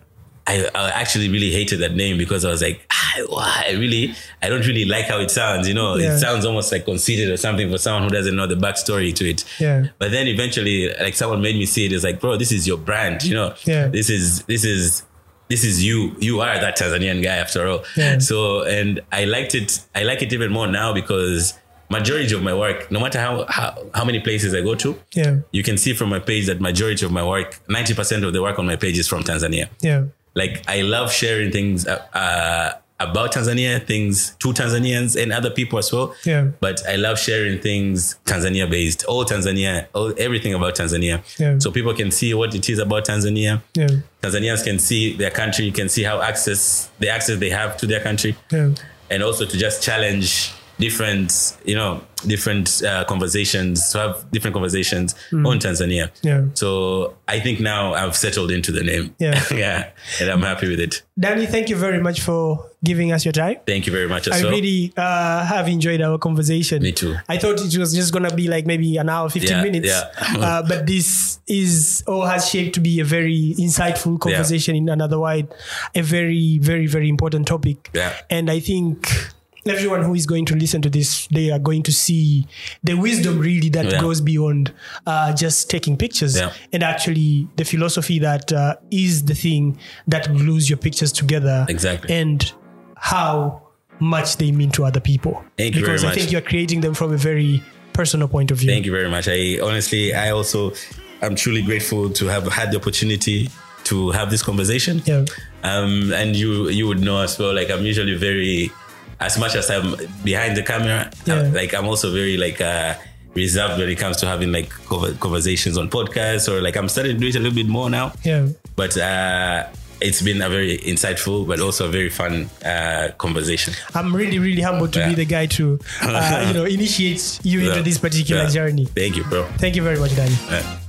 [SPEAKER 2] I, I actually really hated that name because I was like, I, why? I really, I don't really like how it sounds. You know,
[SPEAKER 1] Yeah.
[SPEAKER 2] it sounds almost like conceited or something for someone who doesn't know the backstory to it.
[SPEAKER 1] Yeah.
[SPEAKER 2] But then eventually, like someone made me see it. It's like, bro, this is your brand. You know,
[SPEAKER 1] Yeah.
[SPEAKER 2] this is this is this is you. You are that Tanzanian guy after all.
[SPEAKER 1] Yeah.
[SPEAKER 2] So, and I liked it. I like it even more now because majority of my work, no matter how how, how many places I go to,
[SPEAKER 1] Yeah.
[SPEAKER 2] you can see from my page that majority of my work, ninety percent of the work on my page is from Tanzania
[SPEAKER 1] Yeah.
[SPEAKER 2] like I love sharing things uh, uh, about Tanzania, things to Tanzanians and other people as well.
[SPEAKER 1] Yeah.
[SPEAKER 2] But I love sharing things Tanzania based, all Tanzania, all everything about Tanzania.
[SPEAKER 1] Yeah.
[SPEAKER 2] So people can see what it is about Tanzania.
[SPEAKER 1] Yeah.
[SPEAKER 2] Tanzanians can see their country, can see how access the access they have to their country,
[SPEAKER 1] Yeah.
[SPEAKER 2] and also to just challenge different, you know, different uh, conversations, to have different conversations on Tanzania.
[SPEAKER 1] Hmm. Yeah.
[SPEAKER 2] So I think now I've settled into the name.
[SPEAKER 1] Yeah.
[SPEAKER 2] yeah. And I'm happy with it.
[SPEAKER 1] Danny, thank you very much for giving us your time.
[SPEAKER 2] Thank you very much.
[SPEAKER 1] I
[SPEAKER 2] as well.
[SPEAKER 1] really uh, have enjoyed our conversation.
[SPEAKER 2] Me too.
[SPEAKER 1] I thought it was just gonna be like maybe an hour, fifteen
[SPEAKER 2] Yeah,
[SPEAKER 1] minutes.
[SPEAKER 2] yeah.
[SPEAKER 1] uh, but this is or has shaped to be a very insightful conversation in another way, a very, very, very important topic.
[SPEAKER 2] Yeah.
[SPEAKER 1] And I think everyone who is going to listen to this, they are going to see the wisdom really that
[SPEAKER 2] Yeah.
[SPEAKER 1] goes beyond uh, just taking pictures
[SPEAKER 2] Yeah.
[SPEAKER 1] and actually the philosophy that uh, is the thing that glues your pictures together
[SPEAKER 2] Exactly.
[SPEAKER 1] and how much they mean to other people.
[SPEAKER 2] Thank you very
[SPEAKER 1] because I
[SPEAKER 2] much.
[SPEAKER 1] think you're creating them from a very personal point of view.
[SPEAKER 2] Thank you very much. I honestly, I also, I'm truly grateful to have had the opportunity to have this conversation.
[SPEAKER 1] Yeah.
[SPEAKER 2] Um, and you, you would know as well. Like I'm usually very, as much as I'm behind the camera,
[SPEAKER 1] Yeah.
[SPEAKER 2] I'm, like I'm also very like uh, reserved when it comes to having like conver- conversations on podcasts or like I'm starting to do it a little bit more now.
[SPEAKER 1] Yeah.
[SPEAKER 2] But uh, it's been a very insightful, but also a very fun uh, conversation.
[SPEAKER 1] I'm really, really humbled to be
[SPEAKER 2] Yeah.
[SPEAKER 1] the guy to, uh, you know, initiate you
[SPEAKER 2] Yeah.
[SPEAKER 1] into this particular
[SPEAKER 2] Yeah.
[SPEAKER 1] journey.
[SPEAKER 2] Thank you, bro.
[SPEAKER 1] Thank you very much, Danny.
[SPEAKER 2] Yeah.